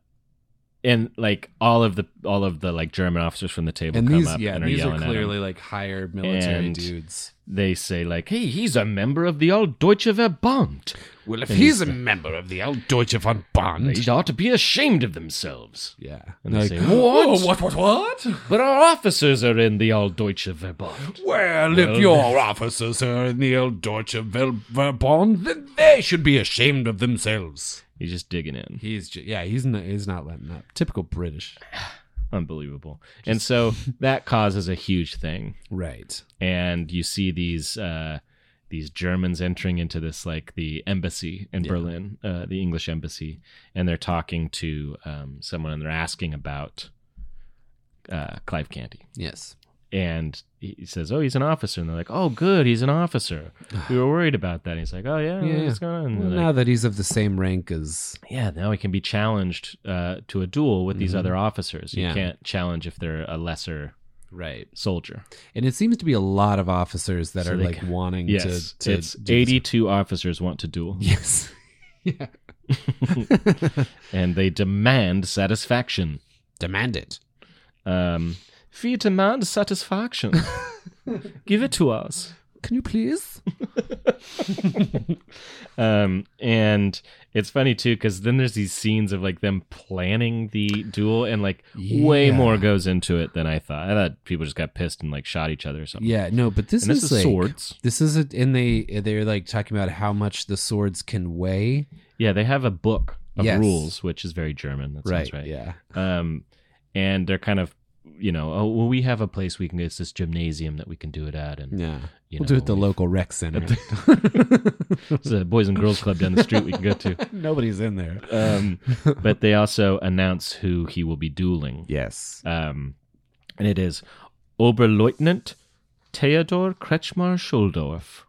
Speaker 1: and like all of the all of the like German officers from the table
Speaker 3: and
Speaker 1: come
Speaker 3: these,
Speaker 1: up
Speaker 3: yeah,
Speaker 1: and are
Speaker 3: these are
Speaker 1: yelling at him.
Speaker 3: clearly like higher military
Speaker 1: And-
Speaker 3: dudes.
Speaker 1: they say like, "Hey, he's a member of the All Deutsche Verband.
Speaker 2: Well, if he's a member of the Alt Deutsche von Bond.
Speaker 1: They ought to be ashamed of themselves."
Speaker 3: Yeah.
Speaker 1: And
Speaker 3: Like,
Speaker 1: they say, "What?
Speaker 2: Oh, what, what, what?
Speaker 1: But our officers are in the All Deutsche Verband."
Speaker 2: Well, if your officers are in the Alt Deutsche Vel- Verband, then they should be ashamed of themselves.
Speaker 1: He's just digging in.
Speaker 3: He's ju- yeah, he's not he's not letting up. Typical British.
Speaker 1: Unbelievable. And so that causes a huge thing.
Speaker 3: Right.
Speaker 1: and you see these uh, these Germans entering into this like the embassy in Berlin, uh, the English embassy, and they're talking to um, someone and they're asking about uh, Clive Candy,
Speaker 3: Yes.
Speaker 1: and he he says, "Oh, he's an officer," and they're like, "Oh, good, he's an officer. We were worried about that." And he's like, "Oh yeah,
Speaker 3: Yeah.
Speaker 1: what's going on?" And
Speaker 3: Well,
Speaker 1: they're
Speaker 3: now
Speaker 1: like,
Speaker 3: that he's of the same rank as
Speaker 1: yeah, now he can be challenged uh, to a duel with these other officers. You
Speaker 3: Mm-hmm. Yeah.
Speaker 1: can't challenge if they're a lesser
Speaker 3: right,
Speaker 1: soldier.
Speaker 3: and it seems to be a lot of officers that
Speaker 1: So
Speaker 3: are
Speaker 1: they
Speaker 3: like
Speaker 1: ca-
Speaker 3: wanting
Speaker 1: Yes,
Speaker 3: to. to
Speaker 1: it's
Speaker 3: do this.
Speaker 1: eighty-two officers want to duel.
Speaker 3: Yes. yeah.
Speaker 1: and they demand satisfaction.
Speaker 2: Demand it.
Speaker 1: Um, we demand satisfaction. Give it to us.
Speaker 3: Can you please?
Speaker 1: Um, and it's funny too because then there's these scenes of like them planning the duel, and like way
Speaker 3: Yeah.
Speaker 1: more goes into it than I thought. I thought people just got pissed and like shot each other or something.
Speaker 3: Yeah. No, but this
Speaker 1: and this
Speaker 3: is
Speaker 1: is
Speaker 3: like,
Speaker 1: swords.
Speaker 3: This is a, and they they're like talking about how much the swords can weigh.
Speaker 1: Yeah, they have a book of
Speaker 3: Yes.
Speaker 1: rules, which is very German. That sounds right.
Speaker 3: Yeah.
Speaker 1: um, and they're kind of you know oh well we have a place we can it's this gymnasium that we can do it at and
Speaker 3: Yeah.
Speaker 1: you
Speaker 3: we'll
Speaker 1: know,
Speaker 3: do it at the
Speaker 1: we-
Speaker 3: local rec center.
Speaker 1: it's a boys and girls club down the street we can go to
Speaker 3: Nobody's in there.
Speaker 1: um, but they also announce who he will be dueling
Speaker 3: Yes.
Speaker 1: um, and it is oberleutnant theodor kretschmar schuldorf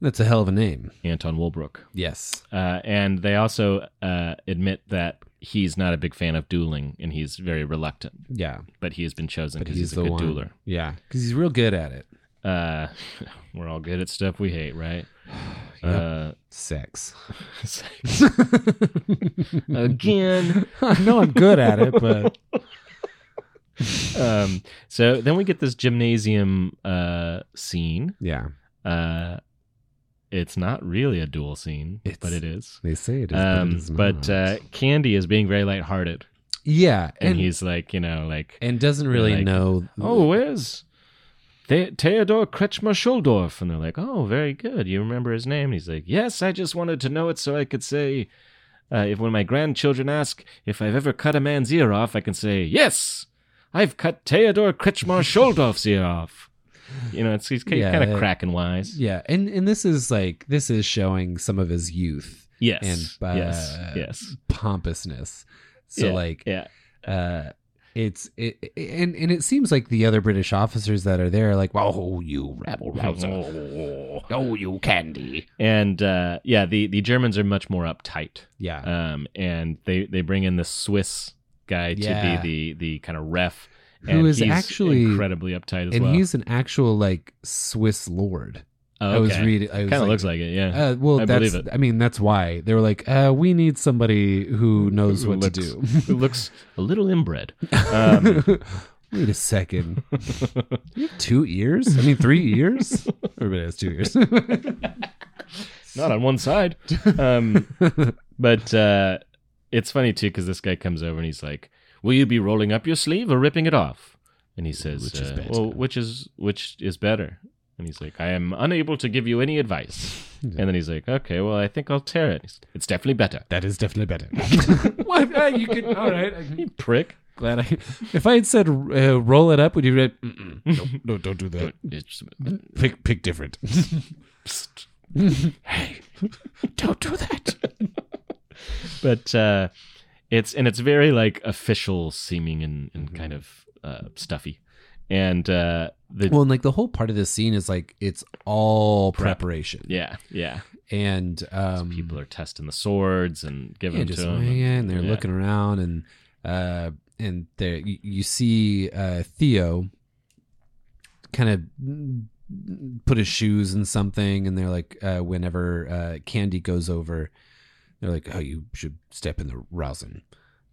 Speaker 3: That's a hell of a name.
Speaker 1: anton Walbrook.
Speaker 3: Yes.
Speaker 1: uh, and they also uh, admit that he's not a big fan of dueling and he's very reluctant
Speaker 3: Yeah.
Speaker 1: but he has been chosen
Speaker 3: But
Speaker 1: because
Speaker 3: he's,
Speaker 1: he's, a
Speaker 3: the
Speaker 1: good
Speaker 3: one.
Speaker 1: dueler
Speaker 3: Yeah. Because he's real good at it.
Speaker 1: uh we're all good at stuff we hate right uh
Speaker 3: Sex.
Speaker 1: sex. again
Speaker 3: I know I'm good at it, but
Speaker 1: um so then we get this gymnasium uh scene
Speaker 3: yeah,
Speaker 1: uh it's not really a duel scene
Speaker 3: It's-
Speaker 1: but it is
Speaker 3: they say it is. but, it
Speaker 1: um
Speaker 3: is
Speaker 1: but
Speaker 3: not.
Speaker 1: uh candy is being very lighthearted
Speaker 3: yeah,
Speaker 1: and,
Speaker 3: and and,
Speaker 1: he's like you know like
Speaker 3: doesn't really
Speaker 1: like,
Speaker 3: know.
Speaker 1: oh where's the- Theodore Kretschmer Schuldorf. And they're like, oh, very good. You remember his name? And he's like, yes, I just wanted to know it so I could say, uh, if when my grandchildren ask if I've ever cut a man's ear off, I can say, yes, I've cut Theodore Kretschmer Schuldorf's ear off. You know, it's he's kind
Speaker 3: Yeah,
Speaker 1: of
Speaker 3: uh,
Speaker 1: cracking wise.
Speaker 3: yeah, and and this is like this is showing some of his youth
Speaker 1: Yes.
Speaker 3: and, uh,
Speaker 1: yes. Yes.
Speaker 3: pompousness. So
Speaker 1: Yeah,
Speaker 3: like,
Speaker 1: yeah.
Speaker 3: uh, it's it, it- and and it seems like the other British officers that are there are like, well,
Speaker 2: Oh, you rabble rouser. oh, you candy.
Speaker 1: And uh, yeah, the, the Germans are much more uptight.
Speaker 3: yeah,
Speaker 1: um, and they they bring in the Swiss guy
Speaker 3: Yeah.
Speaker 1: to be the the kind of ref,
Speaker 3: Who
Speaker 1: and
Speaker 3: is
Speaker 1: he's
Speaker 3: actually-
Speaker 1: incredibly uptight as
Speaker 3: and
Speaker 1: well.
Speaker 3: he's an actual like Swiss lord.
Speaker 1: oh,
Speaker 3: I was
Speaker 1: okay.
Speaker 3: reading.
Speaker 1: Kind of looks like it, yeah.
Speaker 3: Uh, well,
Speaker 1: I
Speaker 3: that's.
Speaker 1: believe it.
Speaker 3: I mean, that's why they were like, uh, "We need somebody who knows
Speaker 1: Who
Speaker 3: what
Speaker 1: looks,
Speaker 3: to
Speaker 1: who looks a little inbred. Um,
Speaker 3: do." Wait a second. you have two ears? I mean, three ears? Everybody has two ears.
Speaker 1: not on one side. Um, but uh, it's funny too because this guy comes over and he's like, "Will you be rolling up your sleeve or ripping it off?" And he says,
Speaker 2: Which is
Speaker 1: uh,
Speaker 2: better?
Speaker 1: "Well, which is which is better?" And he's like, "I am unable to give you any advice." And then he's like, "Okay, well, I think I'll tear it. He's- It's definitely better."
Speaker 2: That is definitely better.
Speaker 3: what? Uh, you could. All right. I'm
Speaker 1: You prick.
Speaker 3: glad I. If I had said uh, roll it up, would you? Read,
Speaker 2: no, no, don't do that.
Speaker 1: It's-
Speaker 2: Pick, pick different.
Speaker 1: hey.
Speaker 2: don't do that.
Speaker 1: But uh, it's and it's very like official seeming and,
Speaker 3: Mm-hmm.
Speaker 1: and kind of uh, stuffy. And uh, the
Speaker 3: well, and like the whole part of this scene is like it's all preparation,
Speaker 1: yeah yeah
Speaker 3: and um,
Speaker 1: people are testing the swords and giving
Speaker 3: yeah,
Speaker 1: them
Speaker 3: just
Speaker 1: to
Speaker 3: swinging,
Speaker 1: him.
Speaker 3: and they're
Speaker 1: Yeah.
Speaker 3: looking around, and uh, and there you, you see uh, Theo kind of put his shoes in something, and they're like, uh, whenever uh, Candy goes over, they're like, oh, you should step in the rosin.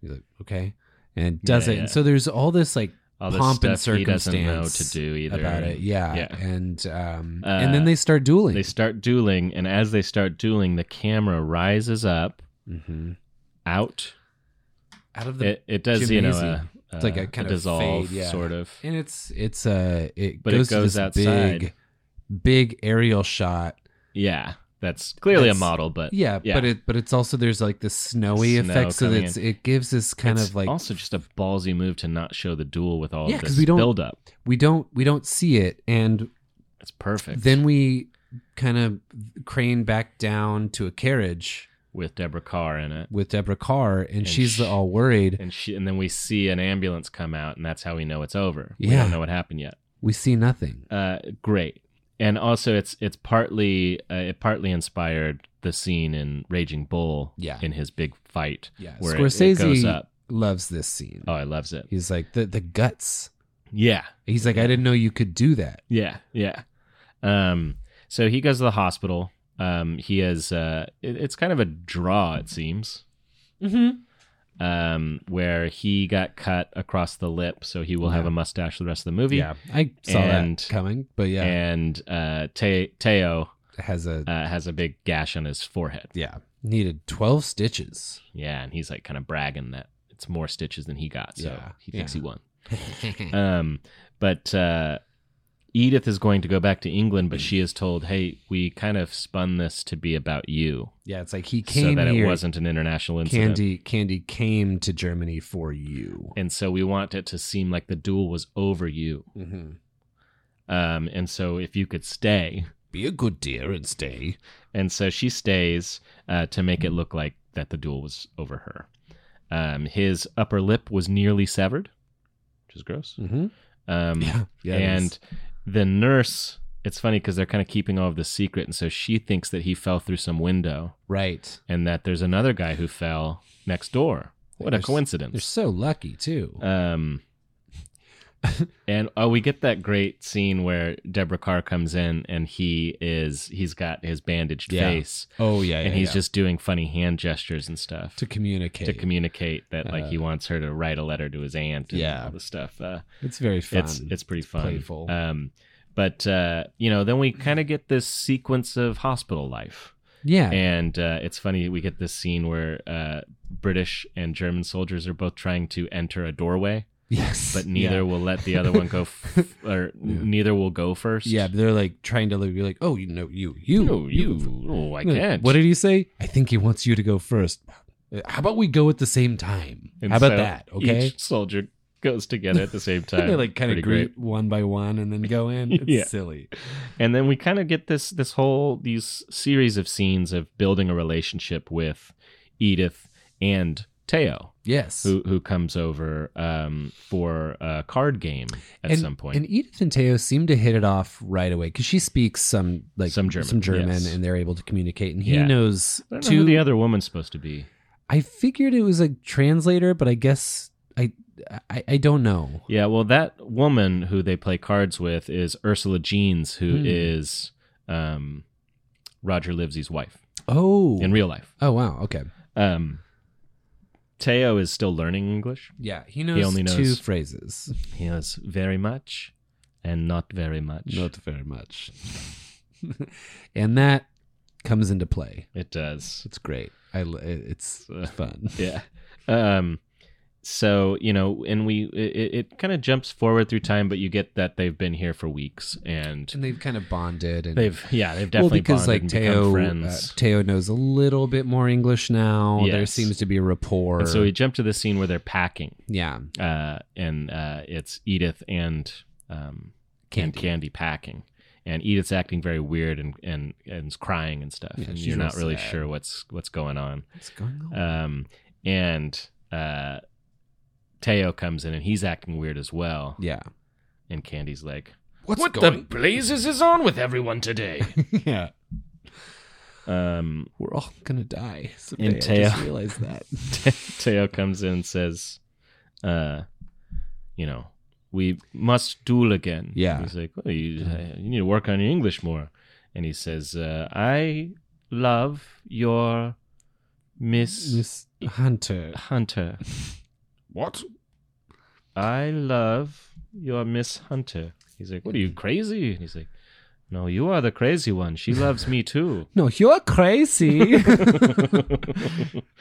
Speaker 3: He's like, okay, and does
Speaker 1: Yeah,
Speaker 3: it.
Speaker 1: yeah.
Speaker 3: And so there's all this like
Speaker 1: all this
Speaker 3: pomp and
Speaker 1: stuff he
Speaker 3: circumstance
Speaker 1: doesn't know to do either
Speaker 3: about it. Yeah,
Speaker 1: Yeah.
Speaker 3: and um,
Speaker 1: Uh,
Speaker 3: and then they start dueling.
Speaker 1: They start dueling, and as they start dueling, the camera rises up
Speaker 3: hmm
Speaker 1: out.
Speaker 3: Out of the
Speaker 1: It, it does, you know,
Speaker 3: gymnasium.
Speaker 1: a,
Speaker 3: It's like a
Speaker 1: uh,
Speaker 3: kind of
Speaker 1: dissolve,
Speaker 3: fade, yeah.
Speaker 1: sort of.
Speaker 3: and it's it's uh it
Speaker 1: But it
Speaker 3: goes,
Speaker 1: goes
Speaker 3: to this
Speaker 1: outside.
Speaker 3: big big aerial shot
Speaker 1: Yeah, that's clearly
Speaker 3: That's-
Speaker 1: a model, but
Speaker 3: yeah,
Speaker 1: yeah.
Speaker 3: but it but it's also there's like the snowy
Speaker 1: Snow
Speaker 3: effect so
Speaker 1: coming
Speaker 3: that's it gives this kind
Speaker 1: It's
Speaker 3: of like
Speaker 1: also just a ballsy move to not show the duel with all
Speaker 3: Yeah,
Speaker 1: of
Speaker 3: 'cause
Speaker 1: this
Speaker 3: we don't-
Speaker 1: build up.
Speaker 3: we don't we don't see it and
Speaker 1: It's perfect.
Speaker 3: then we kind of crane back down to a carriage
Speaker 1: with Deborah Carr in it,
Speaker 3: with Deborah Carr and,
Speaker 1: And
Speaker 3: she's
Speaker 1: sh-
Speaker 3: all worried
Speaker 1: and she, and then we see an ambulance come out, and that's how we know it's over. We
Speaker 3: Yeah.
Speaker 1: don't know what happened yet.
Speaker 3: we see nothing
Speaker 1: uh, great. And also, it's it's partly uh, it partly inspired the scene in Raging Bull,
Speaker 3: Yeah.
Speaker 1: in his big fight,
Speaker 3: yeah
Speaker 1: where it-
Speaker 3: Scorsese
Speaker 1: it, goes up.
Speaker 3: loves this scene
Speaker 1: Oh, I loves it.
Speaker 3: he's like the the guts
Speaker 1: Yeah,
Speaker 3: he's like I didn't know you could do that
Speaker 1: yeah, yeah. Um, so he goes to the hospital. Um, he has uh, it, it's kind of a draw, it seems.
Speaker 3: mm-hmm.
Speaker 1: Um, where he got cut across the lip, so he will have
Speaker 3: Yeah.
Speaker 1: a mustache the rest of the movie.
Speaker 3: yeah I saw
Speaker 1: And-
Speaker 3: that coming but yeah
Speaker 1: And uh, Te- Teo
Speaker 3: has a
Speaker 1: uh, has a big gash on his forehead.
Speaker 3: yeah needed 12 stitches
Speaker 1: Yeah, and he's like kind of bragging that it's more stitches than he got, so
Speaker 3: Yeah,
Speaker 1: he thinks
Speaker 3: yeah.
Speaker 1: he won. Um, but uh, Edith is going to go back to England, but she is told, "Hey, we kind of spun this to be about you,
Speaker 3: yeah it's like he
Speaker 1: so
Speaker 3: came
Speaker 1: that
Speaker 3: here
Speaker 1: it wasn't an international incident."
Speaker 3: candy candy came to germany for you
Speaker 1: And so we want it to seem like the duel was over you.
Speaker 3: mm-hmm.
Speaker 1: Um, and so if you could stay,
Speaker 2: Be a good dear and stay.
Speaker 1: and so she stays uh, to make it look like that the duel was over her. Um, his upper lip was nearly severed, which is gross.
Speaker 3: Mm-hmm.
Speaker 1: Um,
Speaker 3: Yeah, yeah, it
Speaker 1: and
Speaker 3: is.
Speaker 1: the nurse, it's funny because they're kind of keeping all of the secret, and so she thinks that he fell through some window,
Speaker 3: right
Speaker 1: and that there's another guy who fell next door. What a
Speaker 3: There's- they're
Speaker 1: coincidence!
Speaker 3: so lucky too
Speaker 1: Um, and oh, we get that great scene where Deborah Carr comes in, and he is—he's got his bandaged
Speaker 3: Yeah.
Speaker 1: face,
Speaker 3: oh yeah,
Speaker 1: and he's just doing funny hand gestures and stuff
Speaker 3: to communicate
Speaker 1: to communicate that like
Speaker 3: Uh,
Speaker 1: he wants her to write a letter to his aunt and
Speaker 3: Yeah.
Speaker 1: all this stuff. Uh,
Speaker 3: it's very fun
Speaker 1: it's it's pretty fun.
Speaker 3: playful.
Speaker 1: Um, but uh, you know, then we kind of get this sequence of hospital life,
Speaker 3: yeah
Speaker 1: and uh, it's funny we get this scene where uh, British and German soldiers are both trying to enter a doorway,
Speaker 3: yes
Speaker 1: but neither
Speaker 3: yeah.
Speaker 1: will let the other one go, f- or neither will go first.
Speaker 3: yeah but they're like trying to like, be like oh you know you you
Speaker 1: No,
Speaker 3: go
Speaker 1: you. Oh, I
Speaker 3: No,
Speaker 1: can't.
Speaker 3: What did he say? I think he wants you to go first. Uh, How about we go at the same time?
Speaker 1: And
Speaker 3: How about
Speaker 1: so
Speaker 3: that? Okay.
Speaker 1: Each soldier goes together at the same time.
Speaker 3: they like kind
Speaker 1: Pretty
Speaker 3: of
Speaker 1: great.
Speaker 3: greet one by one and then go in. It's
Speaker 1: Yeah.
Speaker 3: silly.
Speaker 1: and then we kind of get this this whole these series of scenes of building a relationship with Edith and Teo,
Speaker 3: Yes.
Speaker 1: who who comes over um, for a card game at
Speaker 3: and,
Speaker 1: some point.
Speaker 3: And Edith and Teo seem to hit it off right away because she speaks some like
Speaker 1: Some German, yes.
Speaker 3: and they're able to communicate. And he
Speaker 1: Yeah.
Speaker 3: knows
Speaker 1: I don't know who
Speaker 3: two.
Speaker 1: the other woman's supposed to be.
Speaker 3: I figured it was a translator, but I guess I I, I don't know.
Speaker 1: Yeah, well, that woman who they play cards with is Ursula Jeans, who is
Speaker 3: Hmm.
Speaker 1: um, Roger Livesey's wife
Speaker 3: Oh.
Speaker 1: in real life.
Speaker 3: oh wow. Okay.
Speaker 1: Um, Teo is still learning English.
Speaker 3: Yeah, he knows,
Speaker 1: only
Speaker 3: two
Speaker 1: knows-
Speaker 3: phrases.
Speaker 1: He knows very much and not very much.
Speaker 3: Not very much. and that comes into play.
Speaker 1: It does.
Speaker 3: It's great. I l- it's fun.
Speaker 1: yeah um so you know and we it, it kind of jumps forward through time but you get that they've been here for weeks and
Speaker 3: And they've kind of bonded and
Speaker 1: they've yeah they've
Speaker 3: well
Speaker 1: definitely
Speaker 3: because
Speaker 1: bonded
Speaker 3: like
Speaker 1: and
Speaker 3: Teo
Speaker 1: become
Speaker 3: uh,
Speaker 1: friends
Speaker 3: Teo knows a little bit more English now. There
Speaker 1: Yes.
Speaker 3: seems to be a rapport.
Speaker 1: and so we jump to the scene where they're packing
Speaker 3: yeah,
Speaker 1: uh and uh it's edith and um and
Speaker 3: Candy.
Speaker 1: candy packing and edith's acting very weird and and and is crying and stuff
Speaker 3: Yeah,
Speaker 1: and
Speaker 3: she's
Speaker 1: you're
Speaker 3: real
Speaker 1: not really
Speaker 3: sad.
Speaker 1: sure what's what's going on
Speaker 3: what's going on?
Speaker 1: um and uh Teo comes in and he's acting weird as well.
Speaker 3: yeah,
Speaker 1: And Candy's like,
Speaker 2: What's
Speaker 6: What the
Speaker 2: going
Speaker 6: blazes is on with everyone today?
Speaker 3: yeah.
Speaker 1: um,
Speaker 3: We're all gonna die. Someday.
Speaker 1: And
Speaker 3: I
Speaker 1: Teo-
Speaker 3: just realized that.
Speaker 1: Te- Teo comes in and says, uh, you know, we must duel again.
Speaker 3: Yeah.
Speaker 1: He's like, well, you, you need to work on your English more. And he says, uh, I love your Miss,
Speaker 3: Miss Hunter.
Speaker 1: Hunter.
Speaker 2: What?
Speaker 1: I love you're Miss Hunter. He's like, what are you, crazy? And he's like, no, you are the crazy one. She loves me too.
Speaker 3: No, you're crazy.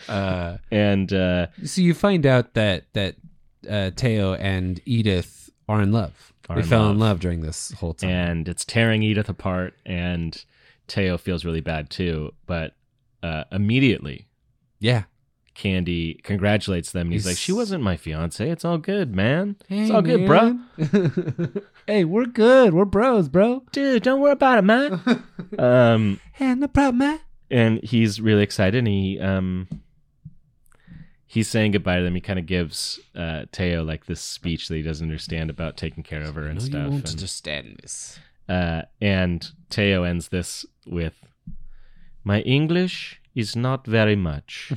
Speaker 1: And uh,
Speaker 3: so you find out that that uh, Teo and Edith are in love.
Speaker 1: Are
Speaker 3: they
Speaker 1: in
Speaker 3: fell
Speaker 1: love.
Speaker 3: in love during this whole time.
Speaker 1: and it's tearing Edith apart. And Teo feels really bad too. But uh, immediately,
Speaker 3: yeah.
Speaker 1: Candy congratulates them. And he's,
Speaker 3: He's-
Speaker 1: like, she wasn't my fiance. It's all good, man. it's all good, bro.
Speaker 3: bro. hey, we're good. We're bros, bro.
Speaker 1: Dude, don't worry about it, man. um,
Speaker 3: Hey, no problem, eh? man.
Speaker 1: and he's really excited and he um he's saying goodbye to them he kind of gives uh teo like this speech that he doesn't understand about taking care of her and stuff and,
Speaker 3: understand this.
Speaker 1: uh, and teo ends this with my english is not very much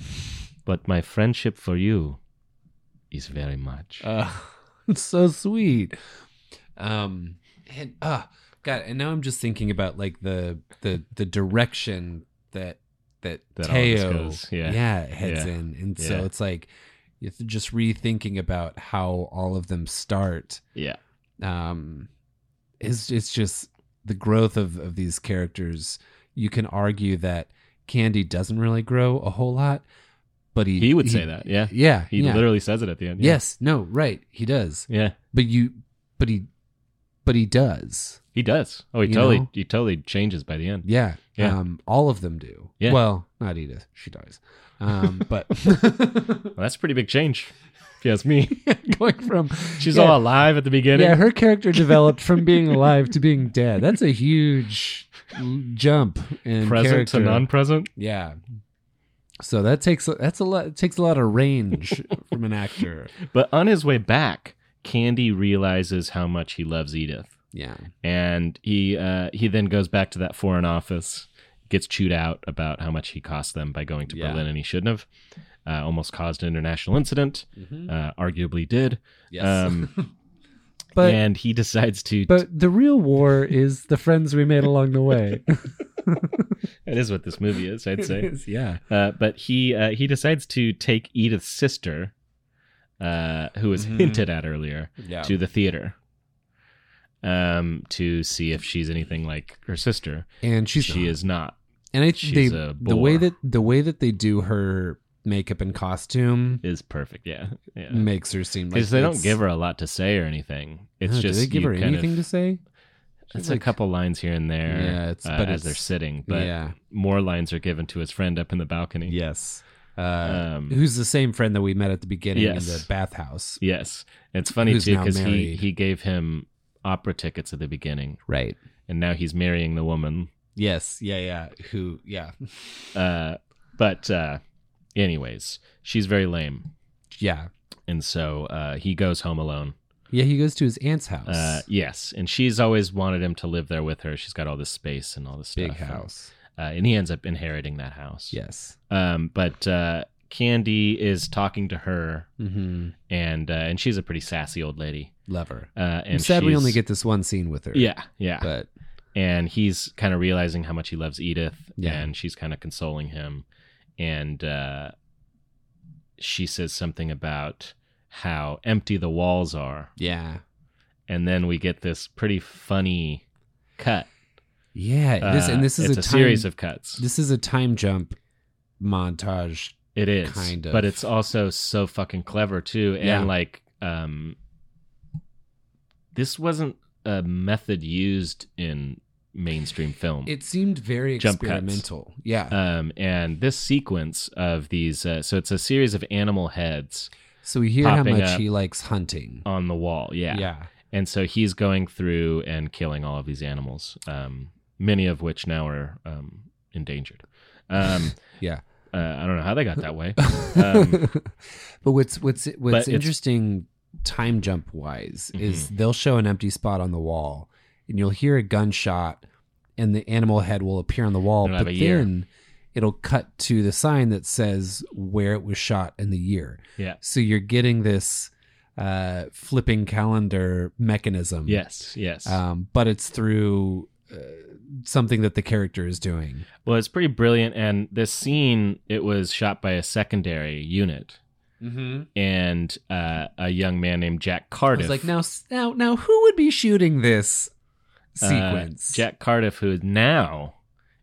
Speaker 1: but my friendship for you is very much
Speaker 3: Uh, it's so sweet. Um, and uh, God, and now I'm just thinking about like the the the direction that that,
Speaker 1: That all this
Speaker 3: Teo
Speaker 1: goes, yeah.
Speaker 3: heads
Speaker 1: Yeah.
Speaker 3: in, and so
Speaker 1: Yeah.
Speaker 3: it's like you're just rethinking about how all of them start.
Speaker 1: yeah
Speaker 3: Um, it's it's just the growth of of these characters. You can argue that Candy doesn't really grow a whole lot, but he
Speaker 1: he would say that yeah
Speaker 3: Yeah,
Speaker 1: he
Speaker 3: yeah.
Speaker 1: literally says it at the end yeah.
Speaker 3: Yes, no, right, he does
Speaker 1: yeah
Speaker 3: but you but he but he does
Speaker 1: he does oh he
Speaker 3: You
Speaker 1: totally
Speaker 3: know?
Speaker 1: he totally changes by the end
Speaker 3: yeah,
Speaker 1: Yeah.
Speaker 3: um all of them do
Speaker 1: Yeah.
Speaker 3: well not edith she dies um but
Speaker 1: well, that's a pretty big change if you ask me
Speaker 3: going from
Speaker 1: She's
Speaker 3: yeah,
Speaker 1: all alive at the beginning.
Speaker 3: yeah her character developed from being alive to being dead that's a huge l- jump in
Speaker 1: present
Speaker 3: character.
Speaker 1: to non-present.
Speaker 3: yeah so that takes a- that's a lot it takes a lot of range from an actor
Speaker 1: But on his way back, Candy realizes how much he loves Edith,
Speaker 3: yeah
Speaker 1: and he uh, he then goes back to that foreign office, gets chewed out about how much he cost them by going to
Speaker 3: Yeah.
Speaker 1: Berlin, and he shouldn't have. Uh, almost caused an international incident. Uh, arguably did.
Speaker 3: Mm-hmm. yes
Speaker 1: Um,
Speaker 3: but
Speaker 1: and he decides to.
Speaker 3: but the real war is the friends we made along the way
Speaker 1: that is what this movie is, I'd say.
Speaker 3: yeah
Speaker 1: Uh, but he uh, he decides to take Edith's sister, uh, who was hinted at earlier,
Speaker 3: Mm-hmm. yeah
Speaker 1: to the theater um to see if she's anything like her sister
Speaker 3: and she's
Speaker 1: she
Speaker 3: not.
Speaker 1: is not
Speaker 3: and I
Speaker 1: She's
Speaker 3: they,
Speaker 1: a
Speaker 3: the way
Speaker 1: bore.
Speaker 3: that the way that they do her makeup and costume
Speaker 1: is perfect yeah yeah
Speaker 3: makes her seem like Oh,
Speaker 1: because they don't give her a lot to say or anything it's just
Speaker 3: do they give
Speaker 1: you
Speaker 3: her
Speaker 1: kind
Speaker 3: anything
Speaker 1: of,
Speaker 3: to say?
Speaker 1: it's
Speaker 3: Like-
Speaker 1: a couple lines here and there
Speaker 3: Yeah, it's-
Speaker 1: uh,
Speaker 3: but
Speaker 1: as they're
Speaker 3: it's-
Speaker 1: sitting but
Speaker 3: yeah,
Speaker 1: more lines are given to his friend up in the balcony
Speaker 3: yes. Uh,
Speaker 1: Um,
Speaker 3: who's the same friend that we met at the beginning
Speaker 1: Yes.
Speaker 3: in the bathhouse?
Speaker 1: yes it's funny
Speaker 3: Who's
Speaker 1: too
Speaker 3: now
Speaker 1: because he
Speaker 3: married.
Speaker 1: he gave him opera tickets at the beginning
Speaker 3: Right.
Speaker 1: and now he's marrying the woman
Speaker 3: Yes. Yeah. Yeah. Who? Yeah.
Speaker 1: uh but uh anyways she's very lame
Speaker 3: Yeah.
Speaker 1: and so uh, he goes home alone.
Speaker 3: Yeah. He goes to his aunt's house.
Speaker 1: Uh, yes, and she's always wanted him to live there with her. She's got all this space and all this
Speaker 3: Big
Speaker 1: stuff.
Speaker 3: house.
Speaker 1: uh, and he ends up inheriting that house.
Speaker 3: Yes.
Speaker 1: Um, but uh, Candy is talking to her,
Speaker 3: Mm-hmm.
Speaker 1: and uh, and she's a pretty sassy old lady.
Speaker 3: Love her.
Speaker 1: Uh, and
Speaker 3: I'm sad we
Speaker 1: she's-
Speaker 3: only get this one scene with her.
Speaker 1: yeah, yeah.
Speaker 3: But
Speaker 1: and he's kind of realizing how much he loves Edith,
Speaker 3: Yeah.
Speaker 1: and she's kind of consoling him, and uh, she says something about how empty the walls are.
Speaker 3: yeah.
Speaker 1: and then we get this pretty funny cut.
Speaker 3: Yeah. This,
Speaker 1: Uh,
Speaker 3: and this is
Speaker 1: it's
Speaker 3: a, time,
Speaker 1: series of cuts.
Speaker 3: This is a time jump montage.
Speaker 1: it is,
Speaker 3: kind of.
Speaker 1: but it's also so fucking clever too. And
Speaker 3: Yeah.
Speaker 1: like, um, this wasn't a method used in mainstream film.
Speaker 3: It seemed very
Speaker 1: Jump cuts.
Speaker 3: experimental. Yeah.
Speaker 1: um, and this sequence of these, uh, so it's a series of animal heads
Speaker 3: so we hear how
Speaker 1: popping
Speaker 3: much
Speaker 1: up.
Speaker 3: he likes hunting.
Speaker 1: on the wall. Yeah.
Speaker 3: yeah.
Speaker 1: And so he's going through and killing all of these animals, um, many of which now are um, endangered. Um,
Speaker 3: Yeah.
Speaker 1: Uh, I don't know how they got that way. Um,
Speaker 3: but what's what's what's
Speaker 1: it's- Mm-hmm.
Speaker 3: interesting time jump wise is they'll show an empty spot on the wall and you'll hear a gunshot and the animal head will appear on the wall,
Speaker 1: It'll
Speaker 3: but
Speaker 1: have
Speaker 3: then
Speaker 1: a year.
Speaker 3: it'll cut to the sign that says where it was shot and the year.
Speaker 1: yeah.
Speaker 3: So you're getting this uh, flipping calendar mechanism.
Speaker 1: Yes. Yes.
Speaker 3: um, but it's through uh, something that the character is doing.
Speaker 1: well, it's pretty brilliant. And this scene, it was shot by a secondary unit.
Speaker 3: Mm-hmm.
Speaker 1: and uh, a young man named Jack
Speaker 3: I
Speaker 1: Cardiff.
Speaker 3: was like, now, s- now, now, who would be shooting this
Speaker 1: uh,
Speaker 3: sequence?
Speaker 1: Jack Cardiff, who now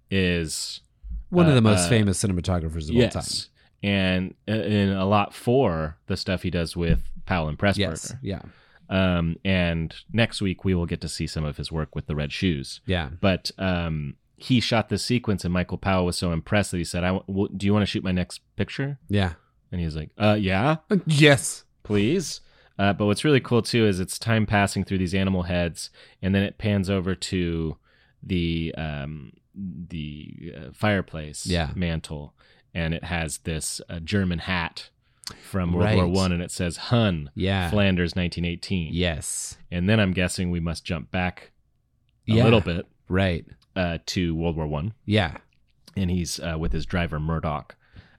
Speaker 1: is
Speaker 3: one of the
Speaker 1: uh,
Speaker 3: most
Speaker 1: uh,
Speaker 3: famous cinematographers of
Speaker 1: yes,
Speaker 3: all time.
Speaker 1: and uh, in a lot for the stuff he does with Powell and Pressburger.
Speaker 3: Yes, yeah,
Speaker 1: Um, and next week we will get to see some of his work with the Red Shoes.
Speaker 3: yeah.
Speaker 1: But um, he shot this sequence, and Michael Powell was so impressed that he said, "I w- w- do you want to shoot my next picture?"
Speaker 3: Yeah.
Speaker 1: And he was like, "Uh, yeah."
Speaker 3: Yes.
Speaker 1: please. Uh, but what's really cool too is it's time passing through these animal heads, and then it pans over to the um, the uh, fireplace
Speaker 3: Yeah.
Speaker 1: mantle, and it has this uh, German hat from World War
Speaker 3: Right.
Speaker 1: One, and it says Hun
Speaker 3: Yeah.
Speaker 1: Flanders 1918.
Speaker 3: yes.
Speaker 1: and then I'm guessing we must jump back a
Speaker 3: Yeah.
Speaker 1: little bit
Speaker 3: Right.
Speaker 1: uh, to World War One
Speaker 3: Yeah.
Speaker 1: and he's uh, with his driver Murdoch.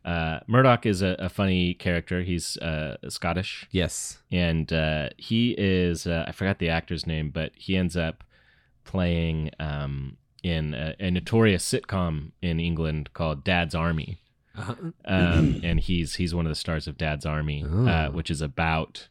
Speaker 1: Uh, Murdoch is a, a funny character. He's uh, Scottish,
Speaker 3: Yes.
Speaker 1: and uh, he is uh, I forgot the actor's name, but he ends up playing um, in a, a notorious sitcom in England called Dad's Army, um, and he's he's one of the stars of Dad's Army, uh,
Speaker 3: Oh.
Speaker 1: which is about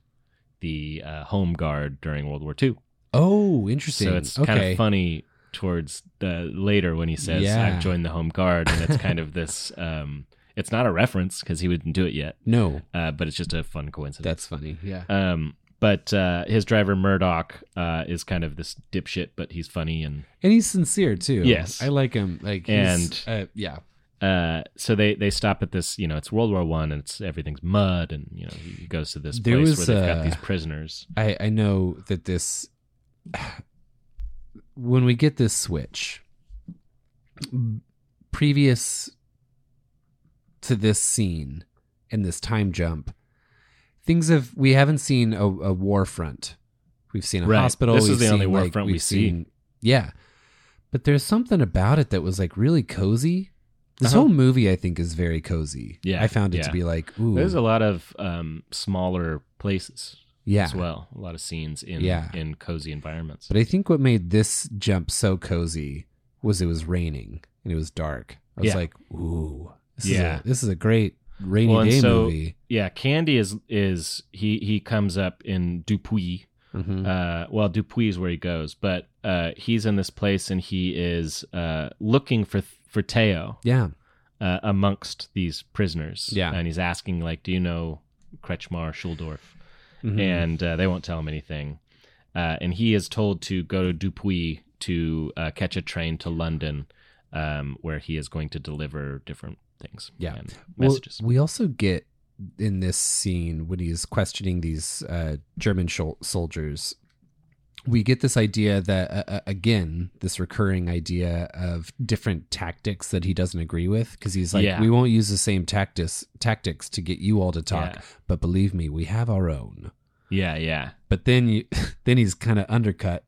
Speaker 1: the uh, home guard during World War II.
Speaker 3: Oh, interesting.
Speaker 1: So it's
Speaker 3: okay.
Speaker 1: kind of funny towards the later when he says,
Speaker 3: Yeah.
Speaker 1: "I've joined the home guard," and it's kind of this. Um, it's not a reference because he wouldn't do it yet,
Speaker 3: No,
Speaker 1: uh, but it's just a fun coincidence.
Speaker 3: that's funny. Yeah.
Speaker 1: um, but uh, his driver Murdoch uh, is kind of this dipshit, but he's funny, and
Speaker 3: And he's sincere too.
Speaker 1: Yes.
Speaker 3: I like him. Like he's, uh, yeah.
Speaker 1: uh, so they they stop at this. You know, it's World War One, and it's everything's mud, and you know he goes to this
Speaker 3: There
Speaker 1: place
Speaker 3: was,
Speaker 1: where they've
Speaker 3: uh,
Speaker 1: got these prisoners.
Speaker 3: I I know that this when we get this switch previous to this scene and this time jump things have we haven't seen a, a war front we've seen a
Speaker 1: Right.
Speaker 3: hospital
Speaker 1: This is
Speaker 3: we've
Speaker 1: the only
Speaker 3: seen,
Speaker 1: war
Speaker 3: like,
Speaker 1: front
Speaker 3: we've
Speaker 1: we see.
Speaker 3: seen- yeah but there's something about it that was like really cozy this
Speaker 1: Uh-huh.
Speaker 3: whole movie i think is very cozy
Speaker 1: Yeah,
Speaker 3: i found it to
Speaker 1: yeah.
Speaker 3: be like ooh
Speaker 1: There's a lot of um, smaller places
Speaker 3: yeah
Speaker 1: as well, a lot of scenes in
Speaker 3: Yeah.
Speaker 1: in cozy environments.
Speaker 3: But I think what made this jump so cozy was it was raining and it was dark. I was
Speaker 1: Yeah.
Speaker 3: like, ooh, this
Speaker 1: Yeah.
Speaker 3: is a, this is a great rainy
Speaker 1: Well, and
Speaker 3: day
Speaker 1: so-
Speaker 3: movie.
Speaker 1: yeah, Candy is is he he comes up in Dupuis.
Speaker 3: Mm.
Speaker 1: Uh, well, Dupuis is where he goes, but uh, he's in this place and he is uh, looking for for Teo
Speaker 3: yeah,
Speaker 1: uh, amongst these prisoners.
Speaker 3: Yeah.
Speaker 1: and he's asking like, "Do you know Kretschmar Schuldorf?"
Speaker 3: Mhm.
Speaker 1: And uh, they won't tell him anything. Uh, and he is told to go to Dupuis to uh, catch a train to London, um, where he is going to deliver different things.
Speaker 3: Yeah.
Speaker 1: and
Speaker 3: Well,
Speaker 1: messages.
Speaker 3: we also get in this scene when he's questioning these uh, German shol- soldiers. We get this idea that uh, uh, again, this recurring idea of different tactics that he doesn't agree with because he's like,
Speaker 1: Yeah.
Speaker 3: "We won't use the same tactics tactics to get you all to talk,
Speaker 1: Yeah.
Speaker 3: but believe me, we have our own."
Speaker 1: yeah, yeah.
Speaker 3: but then you then he's kind of undercut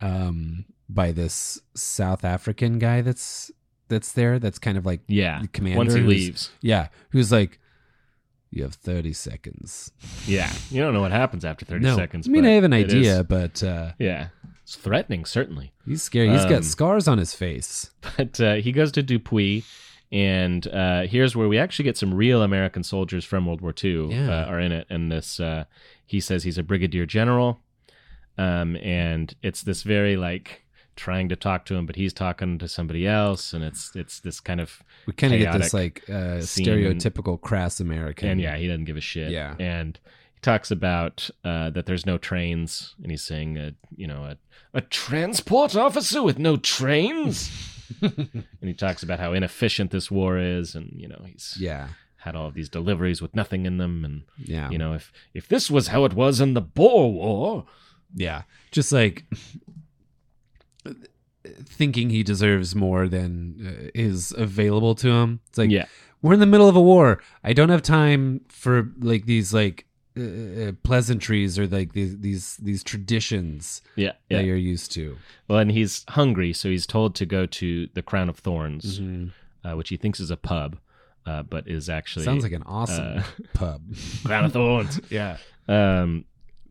Speaker 3: um by this South African guy that's that's there that's kind of like
Speaker 1: Yeah.
Speaker 3: the commander
Speaker 1: Once he
Speaker 3: who's-
Speaker 1: leaves.
Speaker 3: yeah who's like you have 30 seconds
Speaker 1: Yeah. You don't know what happens after 30
Speaker 3: no
Speaker 1: seconds.
Speaker 3: I mean
Speaker 1: but
Speaker 3: I have an
Speaker 1: it
Speaker 3: idea
Speaker 1: is-
Speaker 3: but uh
Speaker 1: yeah. It's threatening, certainly.
Speaker 3: he's scary He's
Speaker 1: Um,
Speaker 3: got scars on his face
Speaker 1: But uh, he goes to Dupuis, and uh, here's where we actually get some real American soldiers from World War II
Speaker 3: Yeah.
Speaker 1: uh, are in it. And this, uh, he says he's a brigadier general. Um, and it's this very like trying to talk to him, but he's talking to somebody else. And it's, it's this kind of
Speaker 3: we kind of get this
Speaker 1: chaotic
Speaker 3: like uh
Speaker 1: scene.
Speaker 3: stereotypical crass American
Speaker 1: And yeah, he doesn't give a shit.
Speaker 3: Yeah.
Speaker 1: And he talks about uh, that there's no trains, and he's saying, uh, you know, a, a transport officer with no trains. and he talks about how inefficient this war is, and you know, he's
Speaker 3: yeah
Speaker 1: had all of these deliveries with nothing in them, and
Speaker 3: yeah
Speaker 1: you know, if if this was how it was in the Boer War,
Speaker 3: Yeah. Just like thinking he deserves more than uh, is available to him. It's like,
Speaker 1: Yeah.
Speaker 3: we're in the middle of a war. I don't have time for like these like uh, uh, pleasantries or like these these these traditions
Speaker 1: yeah,
Speaker 3: that
Speaker 1: yeah.
Speaker 3: you're used to.
Speaker 1: Well, and he's hungry, so he's told to go to the Crown of Thorns,
Speaker 3: Mhm.
Speaker 1: uh, which he thinks is a pub, uh, but is actually
Speaker 3: Sounds like an awesome
Speaker 1: uh,
Speaker 3: pub.
Speaker 1: Crown of Thorns.
Speaker 3: Yeah.
Speaker 1: Um,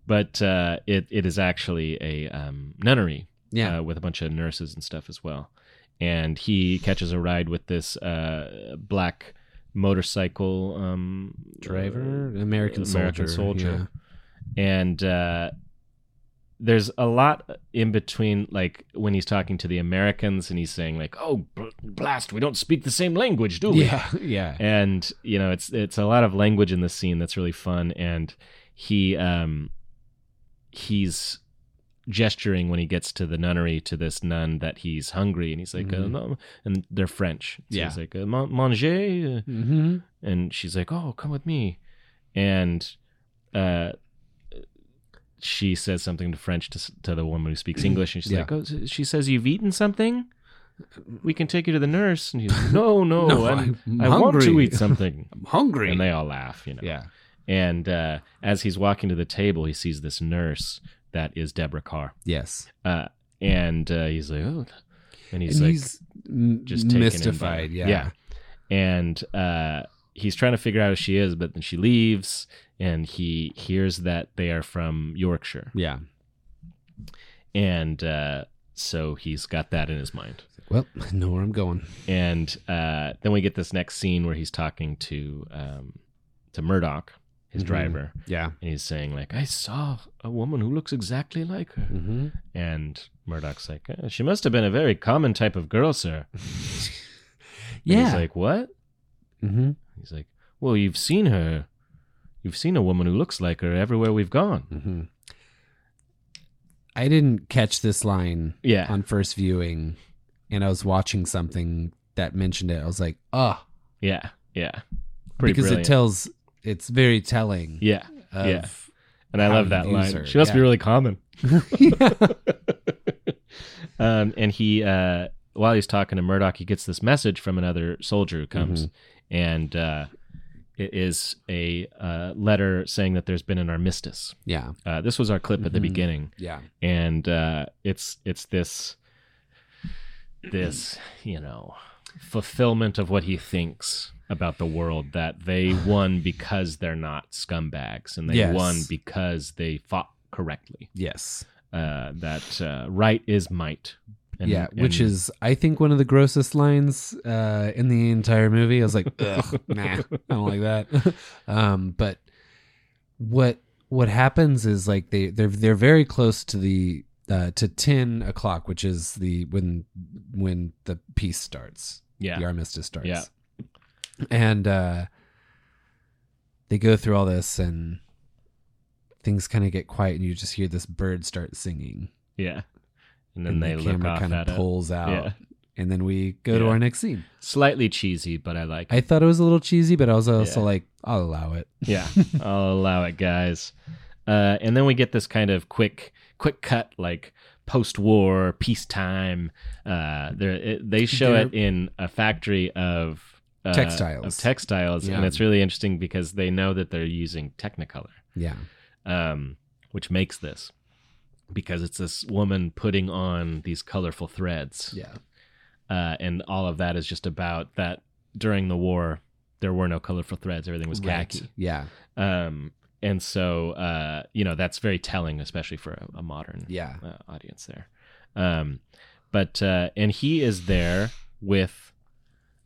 Speaker 1: but uh, it it is actually a um, nunnery
Speaker 3: Yeah.
Speaker 1: uh, with a bunch of nurses and stuff as well. And he catches a ride with this uh, black motorcycle um,
Speaker 3: driver, American soldier.
Speaker 1: uh, American soldier. and uh, there's a lot in between like when he's talking to the americans and he's saying like oh bl- blast we don't speak the same language do we
Speaker 3: Yeah, yeah. yeah.
Speaker 1: and you know it's it's a lot of language in this scene that's really fun and he um he's gesturing when he gets to the nunnery to this nun that he's hungry and he's like uh,
Speaker 3: Mhm.
Speaker 1: no, and they're french so
Speaker 3: Yeah.
Speaker 1: he's like uh, "Man- manger uh,
Speaker 3: Mm-hmm.
Speaker 1: and she's like, "Oh, come with me," and uh, she says something to French to, s- to the woman who speaks English, and she's
Speaker 3: Yeah.
Speaker 1: like, "Oh," s- she says, "You've eaten something? We can take you to the nurse." And he's like, "No, no,
Speaker 3: No,
Speaker 1: I'm,
Speaker 3: I'm
Speaker 1: Oh, I want to
Speaker 3: hungry."
Speaker 1: eat something,"
Speaker 2: I'm hungry.
Speaker 1: and they all laugh, you know.
Speaker 3: Yeah.
Speaker 1: And uh, as he's walking to the table, he sees this nurse that is Deborah Carr,
Speaker 3: Yes.
Speaker 1: uh, and uh, he's like, "Oh," and he's
Speaker 3: and
Speaker 1: like,
Speaker 3: he's m-
Speaker 1: just taken in by-
Speaker 3: mystified. Yeah.
Speaker 1: yeah. and uh, he's trying to figure out who she is, but then she leaves, and he hears that they are from Yorkshire,
Speaker 3: Yeah.
Speaker 1: and uh, so he's got that in his mind.
Speaker 3: Well, I know where I'm going.
Speaker 1: And uh, then we get this next scene where he's talking to um, to Murdoch, his
Speaker 3: Mhm.
Speaker 1: driver,
Speaker 3: Yeah.
Speaker 1: and he's saying like, "I saw a woman who looks exactly like her,"
Speaker 3: Mm-hmm.
Speaker 1: and Murdoch's like, "Uh, "She must have been a very common type of girl, sir." And
Speaker 3: Yeah.
Speaker 1: he's like, "What?"
Speaker 3: mm-hmm.
Speaker 1: He's like, Well, you've seen her. You've seen a woman who looks like her everywhere we've gone.
Speaker 3: Mm-hmm. I didn't catch this line
Speaker 1: Yeah.
Speaker 3: on first viewing, and I was watching something that mentioned it. I was like, ah,
Speaker 1: Yeah. Yeah. Pretty
Speaker 3: because
Speaker 1: brilliant.
Speaker 3: it tells. It's very telling.
Speaker 1: Yeah.
Speaker 3: Of,
Speaker 1: yeah. And I
Speaker 3: how
Speaker 1: love
Speaker 3: he
Speaker 1: that
Speaker 3: views
Speaker 1: line.
Speaker 3: her,
Speaker 1: She must be
Speaker 3: yeah.
Speaker 1: really common.
Speaker 3: yeah.
Speaker 1: um, and he, uh, while he's talking to Murdoch, he gets this message from another soldier who comes, and uh, it is a uh, letter saying that there's been an armistice.
Speaker 3: Yeah.
Speaker 1: Uh, this was our clip at the
Speaker 3: Mhm.
Speaker 1: beginning.
Speaker 3: Yeah.
Speaker 1: and uh, it's it's this this you know fulfillment of what he thinks about the world that they won because they're not scumbags and they
Speaker 3: Yes.
Speaker 1: won because they fought correctly
Speaker 3: Yes.
Speaker 1: uh, that uh, right is might and,
Speaker 3: yeah, which
Speaker 1: and-
Speaker 3: is I think one of the grossest lines uh, in the entire movie. I was like, Ugh, nah, I don't like that. um, but what what happens is like they they're they're very close to the uh, to ten o'clock, which is the when when the peace starts,
Speaker 1: yeah
Speaker 3: the armistice starts.
Speaker 1: Yeah.
Speaker 3: and uh, they go through all this and things kind of get quiet, and you just hear this bird start singing
Speaker 1: yeah and then they
Speaker 3: the
Speaker 1: look
Speaker 3: camera
Speaker 1: off
Speaker 3: kind
Speaker 1: at
Speaker 3: of
Speaker 1: it.
Speaker 3: pulls out,
Speaker 1: Yeah.
Speaker 3: and then we go to
Speaker 1: Yeah.
Speaker 3: our next scene.
Speaker 1: slightly cheesy but I like it.
Speaker 3: I thought it was a little cheesy, but I was also
Speaker 1: Yeah.
Speaker 3: like, I'll allow it.
Speaker 1: Yeah, I'll allow it, guys. Uh, and then we get this kind of quick, quick cut, like post-war peacetime. Uh, there- it, they show it in a factory of uh,
Speaker 3: Textiles.
Speaker 1: of textiles, and
Speaker 3: Yeah.
Speaker 1: it's really interesting because they know that they're using Technicolor,
Speaker 3: Yeah,
Speaker 1: um, which makes this because it's this woman putting on these colorful threads
Speaker 3: yeah,
Speaker 1: uh, and all of that is just about that during the war there were no colorful threads everything was khaki
Speaker 3: Yeah,
Speaker 1: um, and so uh, you know that's very telling, especially for a, a modern
Speaker 3: yeah,
Speaker 1: uh, audience there. Um, but uh, and he is there with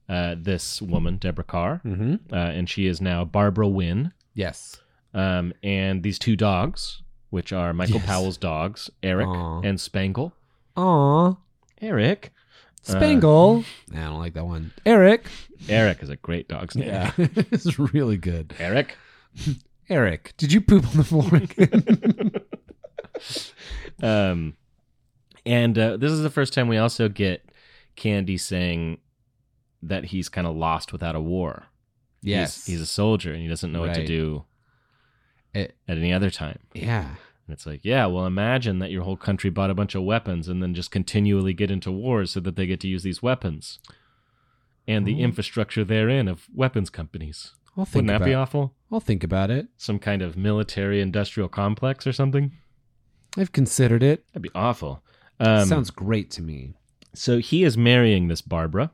Speaker 1: uh, this woman, Deborah Carr,
Speaker 3: mm-hmm.
Speaker 1: uh, and she is now Barbara Wynn,
Speaker 3: yes,
Speaker 1: um, and these two dogs, which are Michael
Speaker 3: Yes.
Speaker 1: Powell's dogs, Eric
Speaker 3: Aw.
Speaker 1: and Spangle.
Speaker 3: aw,
Speaker 1: Eric,
Speaker 3: Uh, Spangle. Nah, I don't like that one. Eric,
Speaker 1: Eric is a great dog's name.
Speaker 3: yeah, it's really good.
Speaker 1: Eric,
Speaker 3: Eric, did you poop on the floor again?
Speaker 1: Um, and uh, this is the first time we also get Candy saying that he's kind of lost without a war. He's- he's, a soldier and he doesn't know what to
Speaker 3: Right.
Speaker 1: do
Speaker 3: It-
Speaker 1: at any other time.
Speaker 3: yeah,
Speaker 1: And it's like, yeah, well, imagine that your whole country bought a bunch of weapons and then just continually get into wars so that they get to use these weapons and the infrastructure therein of weapons companies.
Speaker 3: I'll think
Speaker 1: Wouldn't that
Speaker 3: about.
Speaker 1: be awful?
Speaker 3: I'll think about it.
Speaker 1: Some kind of military industrial complex or something?
Speaker 3: I've considered it.
Speaker 1: That'd be awful. Um,
Speaker 3: Sounds great to me.
Speaker 1: so he is marrying this Barbara.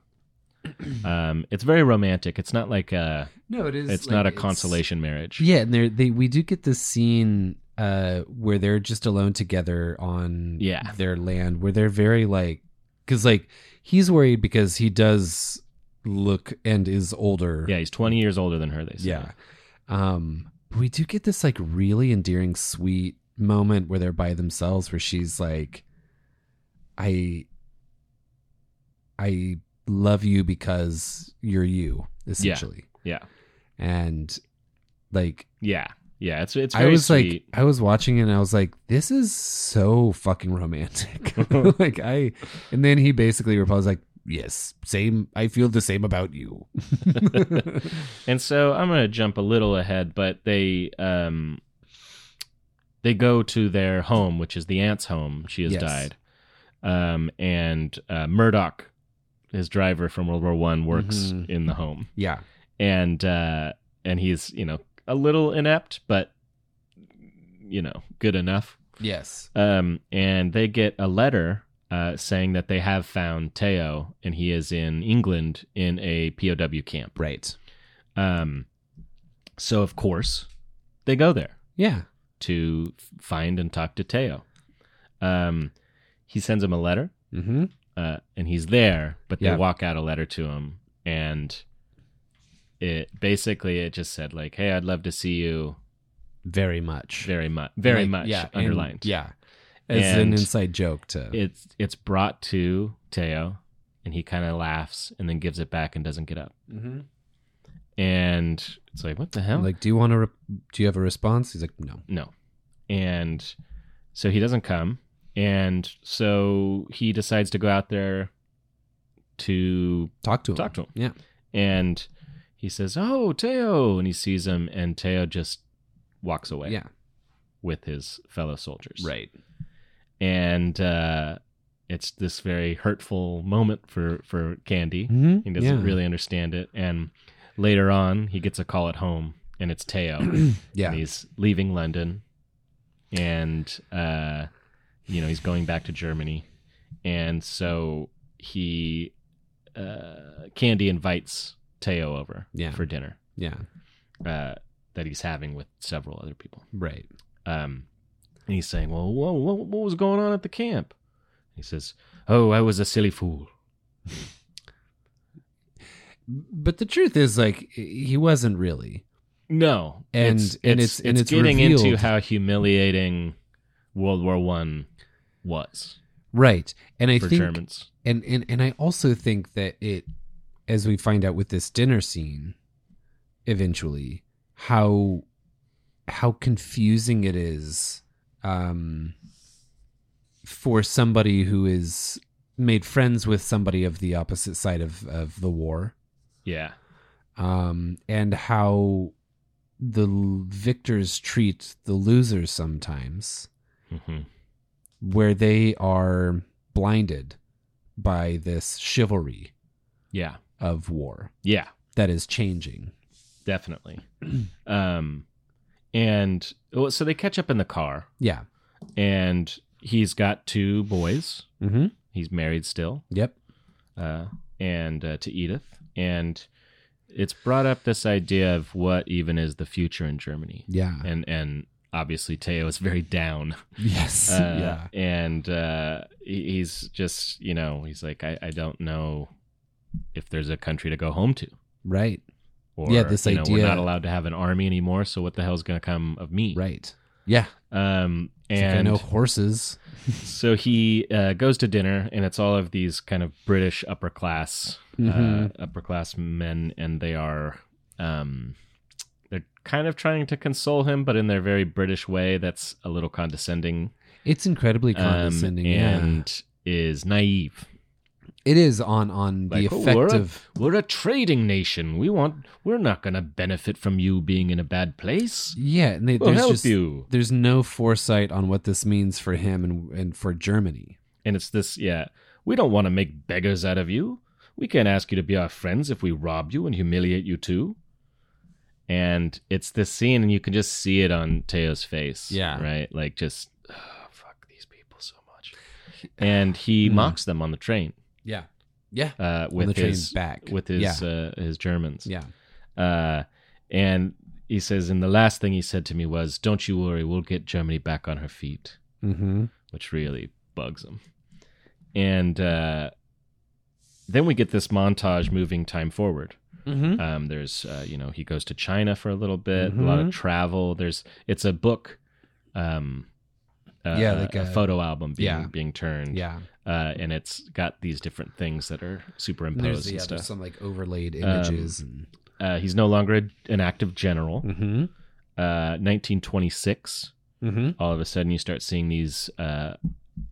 Speaker 1: Um, it's very romantic. It's not like a.
Speaker 3: No, it is.
Speaker 1: It's not a consolation marriage.
Speaker 3: Yeah, and they they we do get this scene uh where they're just alone together on
Speaker 1: Yeah.
Speaker 3: their land where they're very like cuz like he's worried because he does look and is older.
Speaker 1: Yeah, he's 20 years older than her, they say.
Speaker 3: Yeah. Um, we do get this like really endearing, sweet moment where they're by themselves, where she's like, "I, I love you because you're you," essentially,
Speaker 1: Yeah.
Speaker 3: and like.
Speaker 1: Yeah. Yeah. It's, it's
Speaker 3: I
Speaker 1: very
Speaker 3: was
Speaker 1: sweet.
Speaker 3: like, I was watching it and I was like, this is so fucking romantic. like I, and then he basically replies like, yes, same. I feel the same about you.
Speaker 1: and so I'm going to jump a little ahead, but they um they go to their home, which is the aunt's home. She has
Speaker 3: Yes.
Speaker 1: died. Um and uh, Murdoch, his driver from World War One, works
Speaker 3: Mhm.
Speaker 1: in the home,
Speaker 3: yeah.
Speaker 1: and uh and he's you know a little inept, but you know good enough.
Speaker 3: Yes.
Speaker 1: Um, and they get a letter uh, saying that they have found Teo and he is in England in a POW camp.
Speaker 3: Right.
Speaker 1: Um, so, of course, they go there
Speaker 3: Yeah.
Speaker 1: to f- find and talk to Teo. Um, he sends him a letter
Speaker 3: Mm-hmm.
Speaker 1: uh, and he's there, but they
Speaker 3: Yeah.
Speaker 1: walk out a letter to him and it basically it just said like hey i'd love to see you
Speaker 3: Very much.
Speaker 1: very much very
Speaker 3: Like,
Speaker 1: much
Speaker 3: yeah, and-
Speaker 1: underlined
Speaker 3: yeah. As an
Speaker 1: And-
Speaker 3: inside joke to
Speaker 1: it's it's brought to Teo, and he kind of laughs and then gives it back and doesn't get up. And it's like, what the hell?
Speaker 3: like, do you want to? Re- do you have a response? He's like, no.
Speaker 1: no. And so he doesn't come, and so he decides to go out there to
Speaker 3: Talk to him.
Speaker 1: talk to him.
Speaker 3: Yeah.
Speaker 1: And he says, "Oh, Teo," and he sees him, and Teo just walks away
Speaker 3: Yeah.
Speaker 1: with his fellow soldiers.
Speaker 3: Right.
Speaker 1: And uh, it's this very hurtful moment for for Candy.
Speaker 3: Mm-hmm.
Speaker 1: He doesn't really understand it. And later on, he gets a call at home, and it's Teo.
Speaker 3: Yeah.
Speaker 1: And he's leaving London, and uh, you know he's going back to Germany, and so he, uh, Candy invites Teo over
Speaker 3: Yeah.
Speaker 1: for dinner
Speaker 3: yeah.
Speaker 1: uh, that he's having with several other people.
Speaker 3: Right.
Speaker 1: Um, and he's saying, "Well, whoa, whoa, what was going on at the camp?" He says, "Oh, I was a silly fool."
Speaker 3: But the truth is, like, he wasn't really.
Speaker 1: No,
Speaker 3: And-
Speaker 1: it's,
Speaker 3: and
Speaker 1: it's,
Speaker 3: it's- and it's
Speaker 1: getting into
Speaker 3: revealed.
Speaker 1: how humiliating World War One was
Speaker 3: Right. And I
Speaker 1: for
Speaker 3: think
Speaker 1: Germans.
Speaker 3: and and and I also think that it, as we find out with this dinner scene, eventually how how confusing it is um, for somebody who is made friends with somebody of the opposite side of of the war,
Speaker 1: Yeah,
Speaker 3: um, and how the l- victors treat the losers sometimes
Speaker 1: hmm
Speaker 3: where they are blinded by this chivalry
Speaker 1: yeah,
Speaker 3: of war
Speaker 1: yeah,
Speaker 3: that is changing.
Speaker 1: definitely. um, and well, so they catch up in the car,
Speaker 3: Yeah.
Speaker 1: and he's got two boys.
Speaker 3: Mm-hmm.
Speaker 1: He's married still,
Speaker 3: Yep.
Speaker 1: uh, and uh, to Edith, and it's brought up this idea of what even is the future in Germany,
Speaker 3: Yeah.
Speaker 1: and and obviously Teo is very down.
Speaker 3: yes.
Speaker 1: Uh, And uh, he- he's just, you know, he's like, I, I don't know if there's a country to go home to.
Speaker 3: Right.
Speaker 1: Or,
Speaker 3: Yeah, this
Speaker 1: you know, we're
Speaker 3: idea-
Speaker 1: not allowed to have an army anymore. So what the hell's going to come of me?
Speaker 3: Right. Yeah.
Speaker 1: Um,
Speaker 3: It's like,
Speaker 1: and
Speaker 3: I know horses.
Speaker 1: so he uh, goes to dinner, and it's all of these kind of British upper class,
Speaker 3: Mhm.
Speaker 1: uh, upper class men, and they are, um, they're kind of trying to console him, but in their very British way, that's a little condescending,
Speaker 3: It's incredibly
Speaker 1: um,
Speaker 3: condescending. yeah.
Speaker 1: and is naive.
Speaker 3: It is on on the
Speaker 1: Like, "Oh,
Speaker 3: effect
Speaker 1: we're a-
Speaker 3: of
Speaker 1: We're a trading nation. We want. We're not going to benefit from you being in a bad place.
Speaker 3: yeah, and they,
Speaker 1: We'll
Speaker 3: there's
Speaker 1: help
Speaker 3: just
Speaker 1: you.
Speaker 3: there's no foresight on what this means for him and and for Germany.
Speaker 1: And it's this. Yeah, we don't want to make beggars out of you. We can't ask you to be our friends if we rob you and humiliate you too. And it's this scene, and you can just see it on Teo's face.
Speaker 3: Yeah.
Speaker 1: right. Like just "Ah, fuck these people so much. And he
Speaker 3: Hmm.
Speaker 1: mocks them on the train
Speaker 3: Yeah. Yeah.
Speaker 1: uh,
Speaker 3: With
Speaker 1: with
Speaker 3: the train
Speaker 1: his
Speaker 3: back.
Speaker 1: with his
Speaker 3: yeah.
Speaker 1: uh, his Germans.
Speaker 3: yeah.
Speaker 1: Uh, and he says, and the last thing he said to me was, "Don't you worry, we'll get Germany back on her feet,"
Speaker 3: Mm-hmm.
Speaker 1: which really bugs him. And uh, then we get this montage moving time forward.
Speaker 3: Mm-hmm.
Speaker 1: Um, there's, uh, you know, he goes to China for a little bit, a lot of
Speaker 3: Mhm.
Speaker 1: travel. There's, it's a book, um, uh,
Speaker 3: Yeah,
Speaker 1: a-
Speaker 3: like
Speaker 1: a,
Speaker 3: a-
Speaker 1: photo album being
Speaker 3: yeah.
Speaker 1: being turned,
Speaker 3: Yeah.
Speaker 1: uh, and it's got these different things that are
Speaker 3: And there's,
Speaker 1: superimposed and
Speaker 3: yeah, there's
Speaker 1: stuff. Um,
Speaker 3: some like overlaid images.
Speaker 1: uh, he's no longer a, an active general.
Speaker 3: and...
Speaker 1: Uh, 1926.
Speaker 3: Mm-hmm. Mm-hmm.
Speaker 1: all of a sudden you start seeing these uh,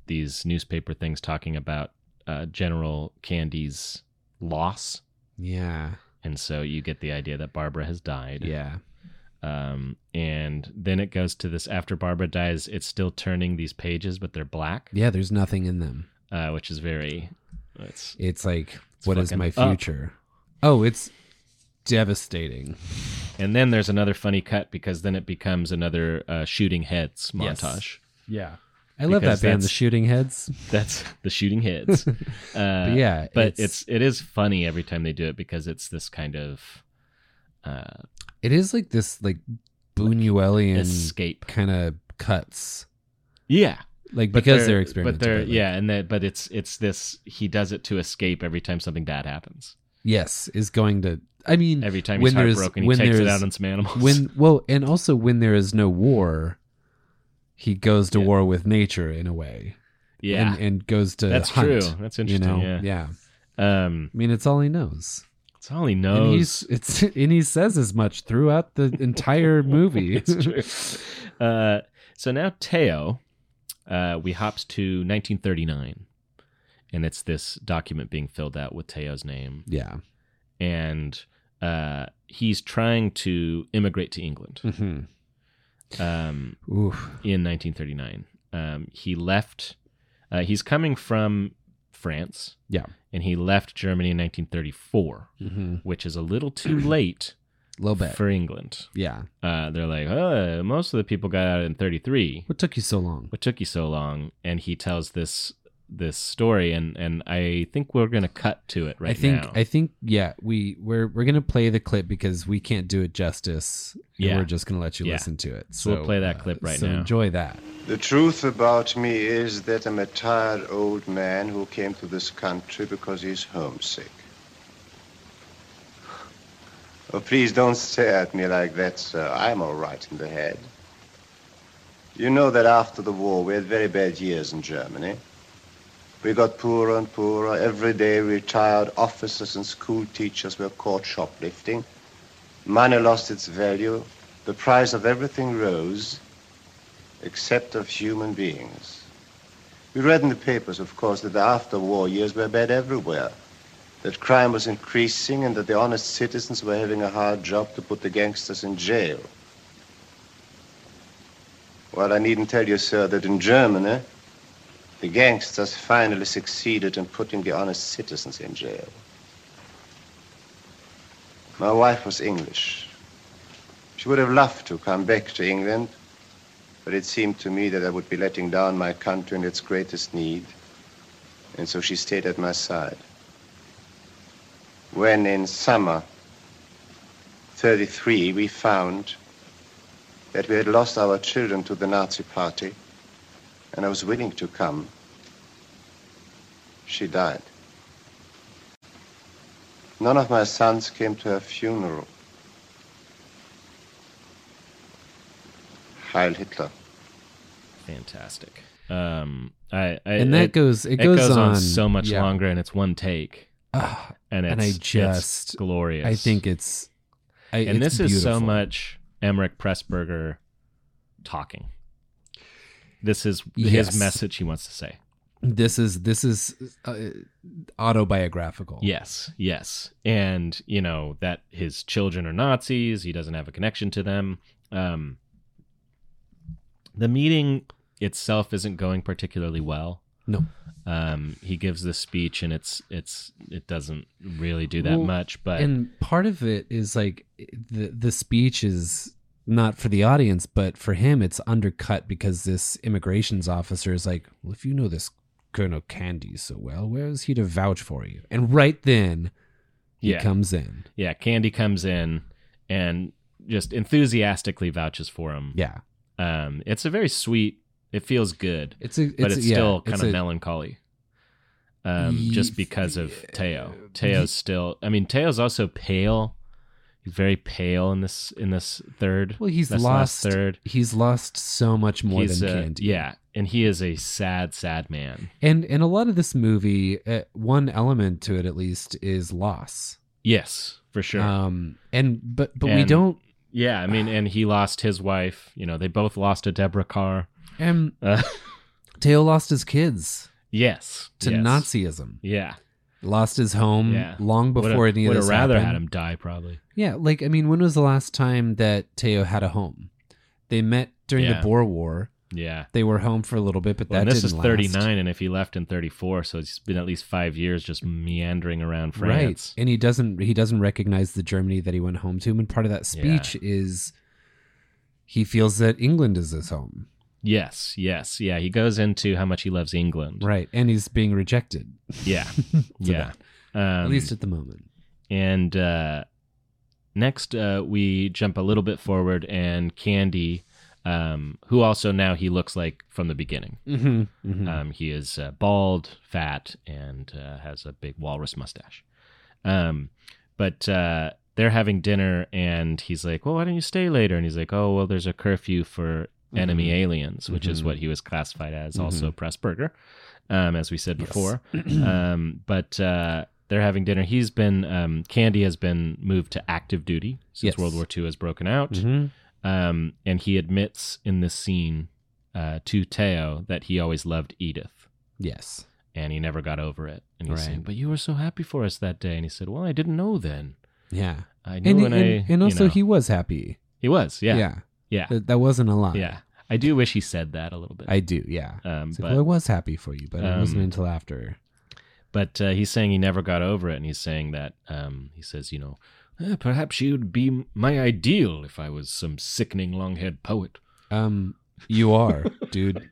Speaker 1: these newspaper things talking about uh, General Candy's loss,
Speaker 3: Yeah.
Speaker 1: and so you get the idea that Barbara has died.
Speaker 3: Yeah.
Speaker 1: Um, and then it goes to this after Barbara dies, it's still turning these pages, but they're black,
Speaker 3: Yeah. There's nothing in them.
Speaker 1: uh, which is very. It's
Speaker 3: It's like,
Speaker 1: It's
Speaker 3: what is
Speaker 1: fucking
Speaker 3: my
Speaker 1: up.
Speaker 3: future? Oh, it's devastating.
Speaker 1: and then there's another funny cut because then it becomes another uh, shooting heads
Speaker 3: Yes.
Speaker 1: montage.
Speaker 3: Yeah. I love
Speaker 1: Because
Speaker 3: that band, the
Speaker 1: that's-
Speaker 3: Shooting Heads.
Speaker 1: That's the shooting heads. Uh,
Speaker 3: But yeah,
Speaker 1: but it's, it is funny every time they do it because it's this kind of uh,
Speaker 3: it is like this like Buñuelian
Speaker 1: escape.
Speaker 3: kind of cuts,
Speaker 1: Yeah,
Speaker 3: like because they're, experimenting.
Speaker 1: But they're yeah, and that but it's it's this he does it to escape every time something bad happens.
Speaker 3: yes, is going to. I mean,
Speaker 1: Every time
Speaker 3: Mm. when
Speaker 1: he's
Speaker 3: there's-
Speaker 1: heartbroken, he
Speaker 3: when
Speaker 1: takes it
Speaker 3: there's-
Speaker 1: out on some animals.
Speaker 3: when well, and also when there is no war, he goes to war with nature in a way.
Speaker 1: yeah,
Speaker 3: and, and goes to
Speaker 1: that's
Speaker 3: hunt,
Speaker 1: true. That's
Speaker 3: You
Speaker 1: interesting.
Speaker 3: know,
Speaker 1: yeah.
Speaker 3: yeah.
Speaker 1: um,
Speaker 3: I mean, it's all he knows.
Speaker 1: it's all he
Speaker 3: and
Speaker 1: knows.
Speaker 3: he's it's and he says as much throughout the entire movie.
Speaker 1: It's true. Uh, so now Teo, uh, we hops to 1939, and it's this document being filled out with Teo's name,
Speaker 3: yeah.
Speaker 1: and uh, he's trying to immigrate to England.
Speaker 3: hmm
Speaker 1: Um,
Speaker 3: Oof.
Speaker 1: in 1939. Um, he left. Uh, he's coming from France.
Speaker 3: Yeah.
Speaker 1: and he left Germany in 1934,
Speaker 3: Mm-hmm.
Speaker 1: which is a little too late
Speaker 3: Little bit.
Speaker 1: for England.
Speaker 3: yeah.
Speaker 1: Uh, they're like, oh, most of the people got out in 33.
Speaker 3: What took you so long?
Speaker 1: What took you so long? And he tells this this story, and and I think we're gonna cut to it right
Speaker 3: I think
Speaker 1: now.
Speaker 3: I think yeah, we we're we're gonna play the clip because we can't do it justice. and
Speaker 1: Yeah.
Speaker 3: We're just gonna let you
Speaker 1: Yeah.
Speaker 3: listen to it. So, uh,
Speaker 1: So we'll play that clip right
Speaker 3: so
Speaker 1: now.
Speaker 3: Enjoy that.
Speaker 7: The truth about me is that I'm a tired old man who came to this country because he's homesick. Oh, please don't stare at me like that, sir. I'm all right in the head. You know that after the war we had very bad years in Germany. We got poorer and poorer. Every day retired officers and school teachers were caught shoplifting. Money lost its value. The price of everything rose except of human beings. We read in the papers, of course, that the after-war years were bad everywhere, that crime was increasing and that the honest citizens were having a hard job to put the gangsters in jail. Well, I needn't tell you, sir, that in Germany, the gangsters finally succeeded in putting the honest citizens in jail. My wife was English. She would have loved to come back to England, but it seemed to me that I would be letting down my country in its greatest need, and so she stayed at my side. When in summer 33 we found that we had lost our children to the Nazi party, and I was willing to come, she died. None of my sons came to her funeral. Heil Hitler.
Speaker 1: Fantastic. Um, I, I
Speaker 3: And that
Speaker 1: it-
Speaker 3: goes it,
Speaker 1: it goes, on,
Speaker 3: on
Speaker 1: so much
Speaker 3: yeah.
Speaker 1: longer, and it's one take,
Speaker 3: Ah,
Speaker 1: and it's
Speaker 3: And I
Speaker 1: it's
Speaker 3: just-
Speaker 1: glorious.
Speaker 3: I think it's I,
Speaker 1: and
Speaker 3: it's
Speaker 1: this is so
Speaker 3: beautiful.
Speaker 1: much Emmerich Pressburger talking. This is
Speaker 3: Yes.
Speaker 1: his message he wants to say.
Speaker 3: This is this is uh, autobiographical.
Speaker 1: Yes, yes, and you know that his children are Nazis. He doesn't have a connection to them. Um, the meeting itself isn't going particularly well.
Speaker 3: No.
Speaker 1: Um, he gives this speech, and it's it's it doesn't really do that
Speaker 3: Well,
Speaker 1: much. But
Speaker 3: and part of it is like the the speech is not for the audience, but for him, it's undercut because this immigrations officer is like, "Well, if you know this Colonel Candy so well, where is he to vouch for you?" And right then, he
Speaker 1: yeah,
Speaker 3: comes in.
Speaker 1: yeah, Candy comes in and just enthusiastically vouches for him.
Speaker 3: Yeah,
Speaker 1: Um, it's a very sweet. It feels good,
Speaker 3: it's a, it's,
Speaker 1: but it's,
Speaker 3: yeah,
Speaker 1: still
Speaker 3: it's
Speaker 1: kind of
Speaker 3: a-
Speaker 1: melancholy. um, just because of Teo.
Speaker 3: uh,
Speaker 1: Teo's still. I mean, Teo's also pale. He's very pale in this in this third.
Speaker 3: Well, he's
Speaker 1: this
Speaker 3: lost.
Speaker 1: last third.
Speaker 3: He's lost so much more
Speaker 1: he's
Speaker 3: than
Speaker 1: a-
Speaker 3: candy.
Speaker 1: yeah, and he is a sad, sad man.
Speaker 3: and and a lot of this movie, uh, one element to it at least is loss.
Speaker 1: Yes, for sure.
Speaker 3: Um, and but but we
Speaker 1: And-
Speaker 3: don't.
Speaker 1: yeah, I mean, and he lost his wife. You know, they both lost a Deborah Carr.
Speaker 3: And
Speaker 1: Uh,
Speaker 3: Teo lost his kids
Speaker 1: yes,
Speaker 3: to
Speaker 1: yes.
Speaker 3: Nazism.
Speaker 1: Yeah,
Speaker 3: Lost his home
Speaker 1: yeah.
Speaker 3: long before
Speaker 1: would
Speaker 3: any of
Speaker 1: would
Speaker 3: this
Speaker 1: have rather
Speaker 3: happened.
Speaker 1: had him die, probably.
Speaker 3: Yeah, like I mean, when was the last time that Teo had a home? They met during
Speaker 1: Yeah.
Speaker 3: the Boer War.
Speaker 1: Yeah.
Speaker 3: They were home for a little bit, but
Speaker 1: Well,
Speaker 3: that
Speaker 1: and this is
Speaker 3: didn't
Speaker 1: 39,
Speaker 3: last.
Speaker 1: and if he left in 34, so it's been at least five years just meandering around
Speaker 3: right?
Speaker 1: France.
Speaker 3: And he doesn't he doesn't recognize the Germany that he went home to. And part of that speech is he feels that England is his home,
Speaker 1: Yes, yes, yeah. He goes into how much he loves England.
Speaker 3: right? And he's being rejected,
Speaker 1: Yeah, yeah. Um,
Speaker 3: at least at the moment.
Speaker 1: and uh, next uh, we jump a little bit forward, and Candy, um, who also now he looks like from the beginning.
Speaker 3: Mm-hmm.
Speaker 1: Um, he is uh, bald, fat, and uh, has a big walrus mustache. Um, but uh, they're having dinner, and he's like, "Well, why don't you stay later?" And he's like, "Oh, well, there's a curfew for
Speaker 3: Mm-hmm.
Speaker 1: enemy aliens, which is what he was classified as, also Pressburger, um, as we said before." um, but uh, they're having dinner. He's been um, Candy has been moved to active duty since
Speaker 3: Yes.
Speaker 1: World War II has broken out
Speaker 3: hmm
Speaker 1: um, and he admits in this scene uh, to Teo that he always loved Edith,
Speaker 3: Yes.
Speaker 1: and he never got over it. And he's
Speaker 3: Right.
Speaker 1: saying, "But you were so happy for us that day," and he said, "Well, I didn't know then.
Speaker 3: Yeah.
Speaker 1: I knew
Speaker 3: And
Speaker 1: when
Speaker 3: and,
Speaker 1: I."
Speaker 3: and
Speaker 1: you
Speaker 3: also
Speaker 1: know."
Speaker 3: he was happy.
Speaker 1: he was, yeah, yeah,
Speaker 3: yeah.
Speaker 1: yeah,
Speaker 3: That, that wasn't a lie.
Speaker 1: I do wish he said that a little bit.
Speaker 3: I do. Yeah.
Speaker 1: um,
Speaker 3: It's like,
Speaker 1: but
Speaker 3: well, I was happy for you, but it wasn't
Speaker 1: Um,
Speaker 3: until after.
Speaker 1: but uh, he's saying he never got over it, and he's saying that um, he says, you know, "Eh, perhaps she would be my ideal if I was some sickening long-haired poet.
Speaker 3: Um, you are, dude.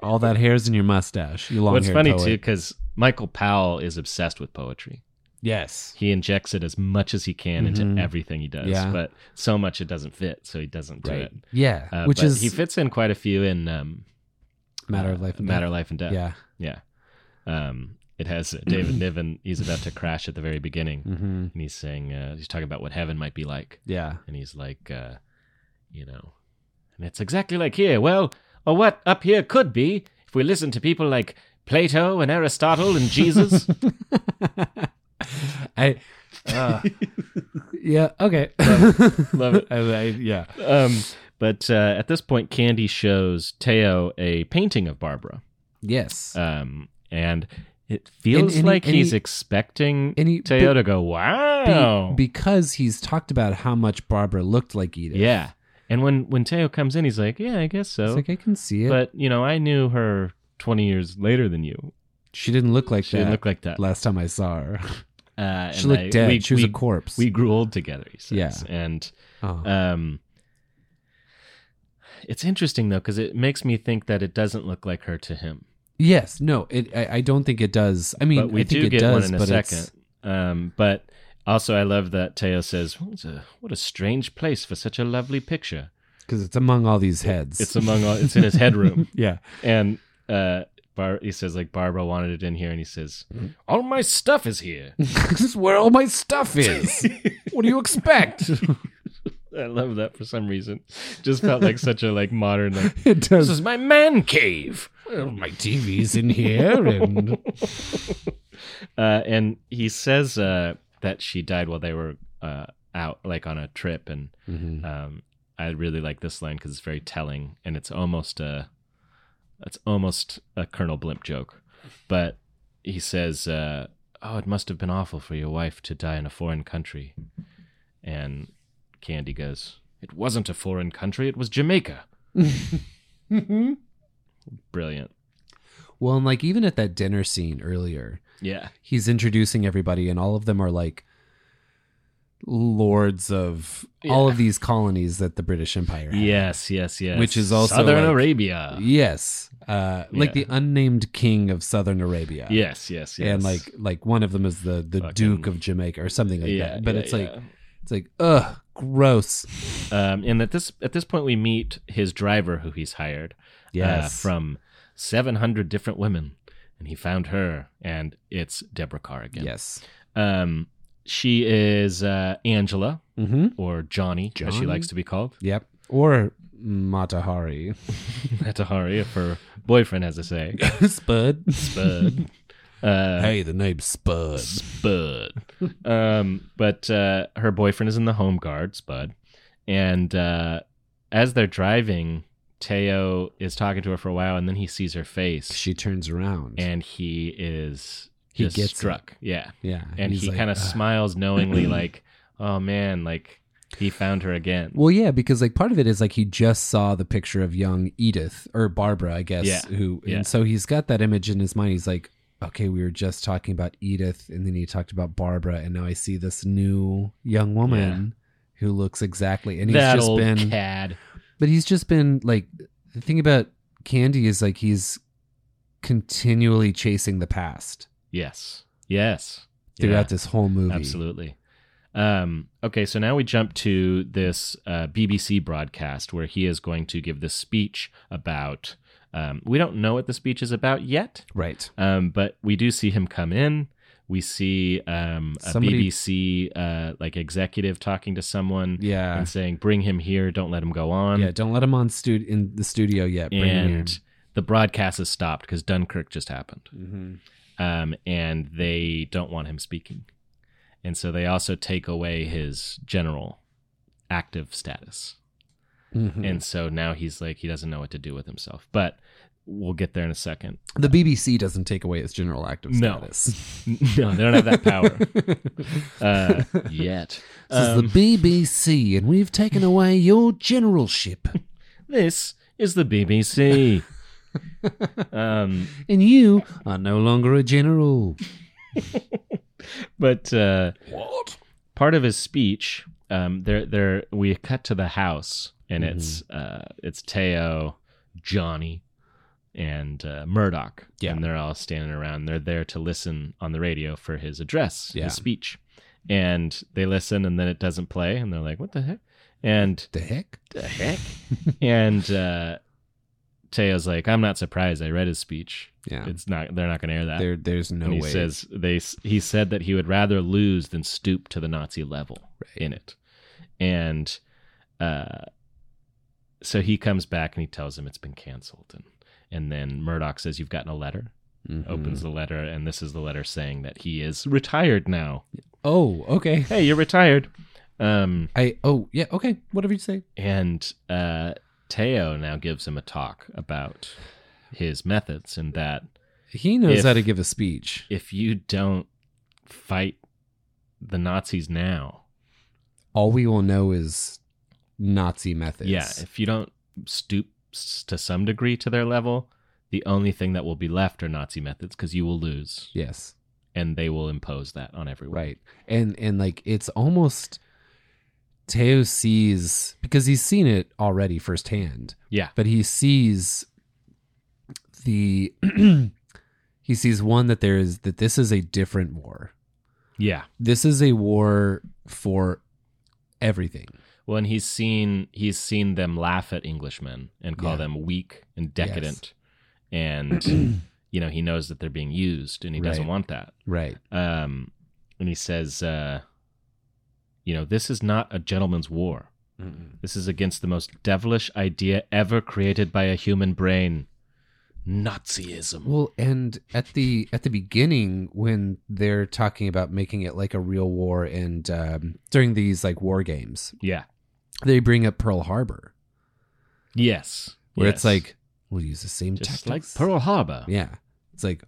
Speaker 3: All that hair's in your mustache. You long
Speaker 1: What's funny
Speaker 3: poet.
Speaker 1: too, because Michael Powell is obsessed with poetry.
Speaker 3: Yes.
Speaker 1: he injects it as much as he can
Speaker 3: Mhm.
Speaker 1: into everything he does,
Speaker 3: Yeah.
Speaker 1: but so much it doesn't fit, so he doesn't do
Speaker 3: Right.
Speaker 1: it.
Speaker 3: Yeah.
Speaker 1: Uh,
Speaker 3: Which
Speaker 1: but
Speaker 3: is
Speaker 1: he fits in quite a few in um,
Speaker 3: matter of
Speaker 1: uh,
Speaker 3: life and
Speaker 1: matter
Speaker 3: death.
Speaker 1: of life and death.
Speaker 3: Yeah.
Speaker 1: yeah. Um, it has David Niven. He's about to crash at the very beginning,
Speaker 3: Mm-hmm.
Speaker 1: and he's saying uh, he's talking about what heaven might be like,
Speaker 3: Yeah.
Speaker 1: and he's like, uh, you know, and it's exactly like here. Well, or what up here could be if we listen to people like Plato and Aristotle and Jesus.
Speaker 3: I. uh, yeah. Okay.
Speaker 1: Love it.
Speaker 3: I, I, yeah.
Speaker 1: um, but uh, at this point, Candy shows Teo a painting of Barbara,
Speaker 3: Yes.
Speaker 1: um, and it feels
Speaker 3: and he-
Speaker 1: like
Speaker 3: and
Speaker 1: he's
Speaker 3: he-
Speaker 1: expecting
Speaker 3: and he-
Speaker 1: Teo
Speaker 3: be-
Speaker 1: to go,
Speaker 3: Be-
Speaker 1: "Wow,
Speaker 3: because he's talked about how much Barbara looked like Edith.
Speaker 1: yeah." And when when Teo comes in, he's like, "Yeah, I guess so."
Speaker 3: It's like I can see it,
Speaker 1: But you know, I knew her twenty years later than you.
Speaker 3: she didn't look like
Speaker 1: She
Speaker 3: that.
Speaker 1: didn't look like that. Uh,
Speaker 3: last time I saw her.
Speaker 1: and
Speaker 3: she looked
Speaker 1: I-
Speaker 3: dead.
Speaker 1: we-
Speaker 3: she was
Speaker 1: we-
Speaker 3: a corpse.
Speaker 1: We grew old together. He says.
Speaker 3: Yeah.
Speaker 1: and
Speaker 3: Oh.
Speaker 1: um. It's interesting though, because it makes me think that it doesn't look like her to him.
Speaker 3: Yes, no, it. I, I don't think it does. I mean,
Speaker 1: but we
Speaker 3: I think
Speaker 1: do
Speaker 3: it
Speaker 1: get
Speaker 3: does,
Speaker 1: one in a
Speaker 3: but it's-
Speaker 1: second. Um, but also, I love that Teo says, "What a, what a strange place for such a lovely picture."
Speaker 3: because it's among all these heads.
Speaker 1: It's among all. It's in his headroom,
Speaker 3: yeah,
Speaker 1: and uh, Bar- he says like Barbara wanted it in here, and he says, "All my stuff is here."
Speaker 3: this is where all my stuff is. what do you expect?
Speaker 1: I love that for some reason. Just felt like such a like modern. Like,
Speaker 3: it
Speaker 1: this
Speaker 3: does.
Speaker 1: is my man cave.
Speaker 3: Well, my TV's in here, and
Speaker 1: Uh, and he says uh, that she died while they were uh, out, like on a trip, and
Speaker 3: Mm-hmm.
Speaker 1: um, I really like this line because it's very telling, and it's almost a, it's almost a Colonel Blimp joke, but he says, uh, "Oh, it must have been awful for your wife to die in a foreign country," and Candy goes, "It wasn't a foreign country; it was Jamaica." Brilliant.
Speaker 3: well, and like even at that dinner scene earlier,
Speaker 1: Yeah.
Speaker 3: he's introducing everybody, and all of them are like lords of all of these colonies that the British Empire. Had.
Speaker 1: Yes. Yes. Yes.
Speaker 3: Which is also
Speaker 1: Southern
Speaker 3: like-
Speaker 1: Arabia.
Speaker 3: Yes, uh, like
Speaker 1: Yeah.
Speaker 3: the unnamed king of Southern Arabia.
Speaker 1: Yes, yes, yes.
Speaker 3: and like like one of them is the the
Speaker 1: Fucking-
Speaker 3: Duke of Jamaica or something like
Speaker 1: Yeah,
Speaker 3: that. But
Speaker 1: yeah,
Speaker 3: it's like it's like ugh, gross.
Speaker 1: um, and at this at this point we meet his driver who he's hired uh,
Speaker 3: Yes.
Speaker 1: from 700 different women and he found her, and it's Deborah Carr again.
Speaker 3: Yes.
Speaker 1: Um, she is uh, Angela
Speaker 3: Mm-hmm.
Speaker 1: or Johnny, as she
Speaker 3: Johnny?
Speaker 1: likes to be called.
Speaker 3: Yep. Or Matahari.
Speaker 1: Matahari, if her boyfriend has a say.
Speaker 3: Spud.
Speaker 1: Spud. Uh,
Speaker 3: Hey, the name's Spud.
Speaker 1: Spud. um, but uh, her boyfriend is in the home guard, Spud. And uh, as they're driving, Teo is talking to her for a while, and then he sees her face,
Speaker 3: She turns around.
Speaker 1: and he is
Speaker 3: He
Speaker 1: just
Speaker 3: gets it.
Speaker 1: struck. Yeah,
Speaker 3: yeah.
Speaker 1: and
Speaker 3: he's
Speaker 1: he
Speaker 3: like, "Ah."
Speaker 1: kind of
Speaker 3: "Ugh."
Speaker 1: smiles knowingly, like, "Oh man, like he found her again."
Speaker 3: Well, yeah, because like part of it is like he just saw the picture of young Edith or Barbara, I guess,
Speaker 1: Yeah.
Speaker 3: who
Speaker 1: Yeah.
Speaker 3: and so he's got that image in his mind. He's like, okay, we were just talking about Edith and then he talked about Barbara and now I see this new young woman who looks exactly and he's
Speaker 1: that
Speaker 3: just
Speaker 1: old
Speaker 3: been
Speaker 1: cad.
Speaker 3: but he's just been like the thing about Candy is like he's continually chasing the past
Speaker 1: Yes. Yes.
Speaker 3: throughout
Speaker 1: Yeah.
Speaker 3: this whole movie.
Speaker 1: Absolutely. Um, okay, so now we jump to this uh, BBC broadcast where he is going to give this speech about. Um, we don't know what the speech is about yet,
Speaker 3: Right.
Speaker 1: um, but we do see him come in. We see um, a
Speaker 3: Somebody-
Speaker 1: BBC uh, like executive talking to someone
Speaker 3: Yeah.
Speaker 1: and saying, "Bring him here! Don't let him go on."
Speaker 3: yeah, don't let him on stu- in the studio yet. Bring him
Speaker 1: and the broadcast is stopped because Dunkirk just happened
Speaker 3: here. Mhm.
Speaker 1: um, and they don't want him speaking. And so they also take away his general active status.
Speaker 3: Mhm.
Speaker 1: And so now he's like, he doesn't know what to do with himself. But we'll get there in a second.
Speaker 3: The BBC doesn't take away its general active
Speaker 1: No.
Speaker 3: status.
Speaker 1: No, they don't have that power uh, yet.
Speaker 3: This
Speaker 1: Um,
Speaker 3: is the BBC, and we've taken away your generalship,
Speaker 1: this is the BBC. um,
Speaker 3: and you are no longer a general.
Speaker 1: but uh, what part of his speech um there there we cut to the house and
Speaker 3: Mm-hmm.
Speaker 1: it's uh it's teo johnny and uh, murdoch
Speaker 3: Yeah.
Speaker 1: and they're all standing around they're there to listen on the radio for his address
Speaker 3: Yeah.
Speaker 1: his speech and they listen and then it doesn't play and they're like what the heck and
Speaker 3: The heck?
Speaker 1: the heck and uh teo's like i'm not surprised i read his speech
Speaker 3: Yeah.
Speaker 1: it's not they're not gonna air that
Speaker 3: There, there's no
Speaker 1: and he
Speaker 3: way.
Speaker 1: says they he said that he would rather lose than stoop to the Nazi level in it, and uh, so he comes back and he tells him it's been canceled, and and then Murdoch says you've gotten a letter,
Speaker 3: Mhm.
Speaker 1: opens the letter, and this is the letter saying that he is retired now.
Speaker 3: Oh, okay.
Speaker 1: Hey, you're retired. Um,
Speaker 3: I. Oh, yeah. Okay. Whatever you say.
Speaker 1: and uh, Teo now gives him a talk about his methods and that
Speaker 3: He knows
Speaker 1: If-
Speaker 3: how to give a speech.
Speaker 1: if you don't fight the Nazis now.
Speaker 3: All we will know is Nazi methods.
Speaker 1: Yeah, if you don't stoop s- to some degree to their level, the only thing that will be left are Nazi methods because you will lose,
Speaker 3: Yes.
Speaker 1: and they will impose that on everyone.
Speaker 3: Right. And and like it's almost Teo sees because he's seen it already firsthand.
Speaker 1: Yeah.
Speaker 3: But he sees the he sees one that there is that this is a different war.
Speaker 1: Yeah.
Speaker 3: This is a war for everything.
Speaker 1: Well, and he's seen he's seen them laugh at Englishmen and call
Speaker 3: Yeah.
Speaker 1: them weak and decadent, and you know he knows that they're being used, and he doesn't
Speaker 3: Right.
Speaker 1: want that.
Speaker 3: Right.
Speaker 1: Um, and he says, uh, you know, this is not a gentleman's war. This is against the most devilish idea ever created by a human brain Nazism.
Speaker 3: Well, and at the at the beginning when they're talking about making it like a real war and um, during these like war games,
Speaker 1: Yeah.
Speaker 3: they bring up Pearl Harbor.
Speaker 1: Yes.
Speaker 3: where
Speaker 1: Yes.
Speaker 3: it's like we'll use the same
Speaker 1: just like
Speaker 3: tactics.
Speaker 1: Pearl Harbor.
Speaker 3: Yeah, it's like,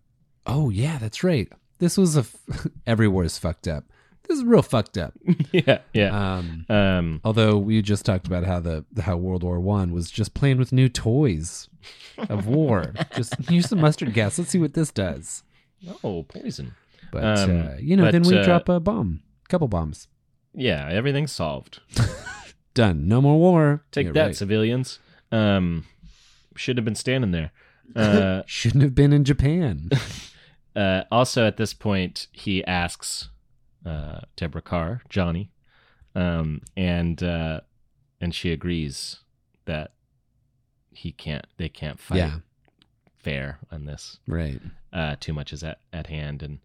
Speaker 3: oh yeah, that's right. This was a f- every war is fucked up. This is real fucked up.
Speaker 1: yeah. Yeah.
Speaker 3: Um,
Speaker 1: um,
Speaker 3: although we just talked about how the how World War One was just playing with new toys of war. just use the mustard gas. Let's see what this does.
Speaker 1: oh, poison.
Speaker 3: But
Speaker 1: Um,
Speaker 3: uh, you know,
Speaker 1: but,
Speaker 3: then we
Speaker 1: uh,
Speaker 3: drop a bomb, couple bombs.
Speaker 1: Yeah, everything's solved.
Speaker 3: Done. No more war.
Speaker 1: Take
Speaker 3: Yeah,
Speaker 1: that,
Speaker 3: right.
Speaker 1: civilians. Um, should have been standing there. Uh,
Speaker 3: Shouldn't have been in Japan.
Speaker 1: uh, also, at this point, he asks uh, Deborah Carr, Johnny, um, and uh, and she agrees that he can't. They can't fight
Speaker 3: Yeah.
Speaker 1: fair on this.
Speaker 3: Right.
Speaker 1: Uh, too much is at, at hand, and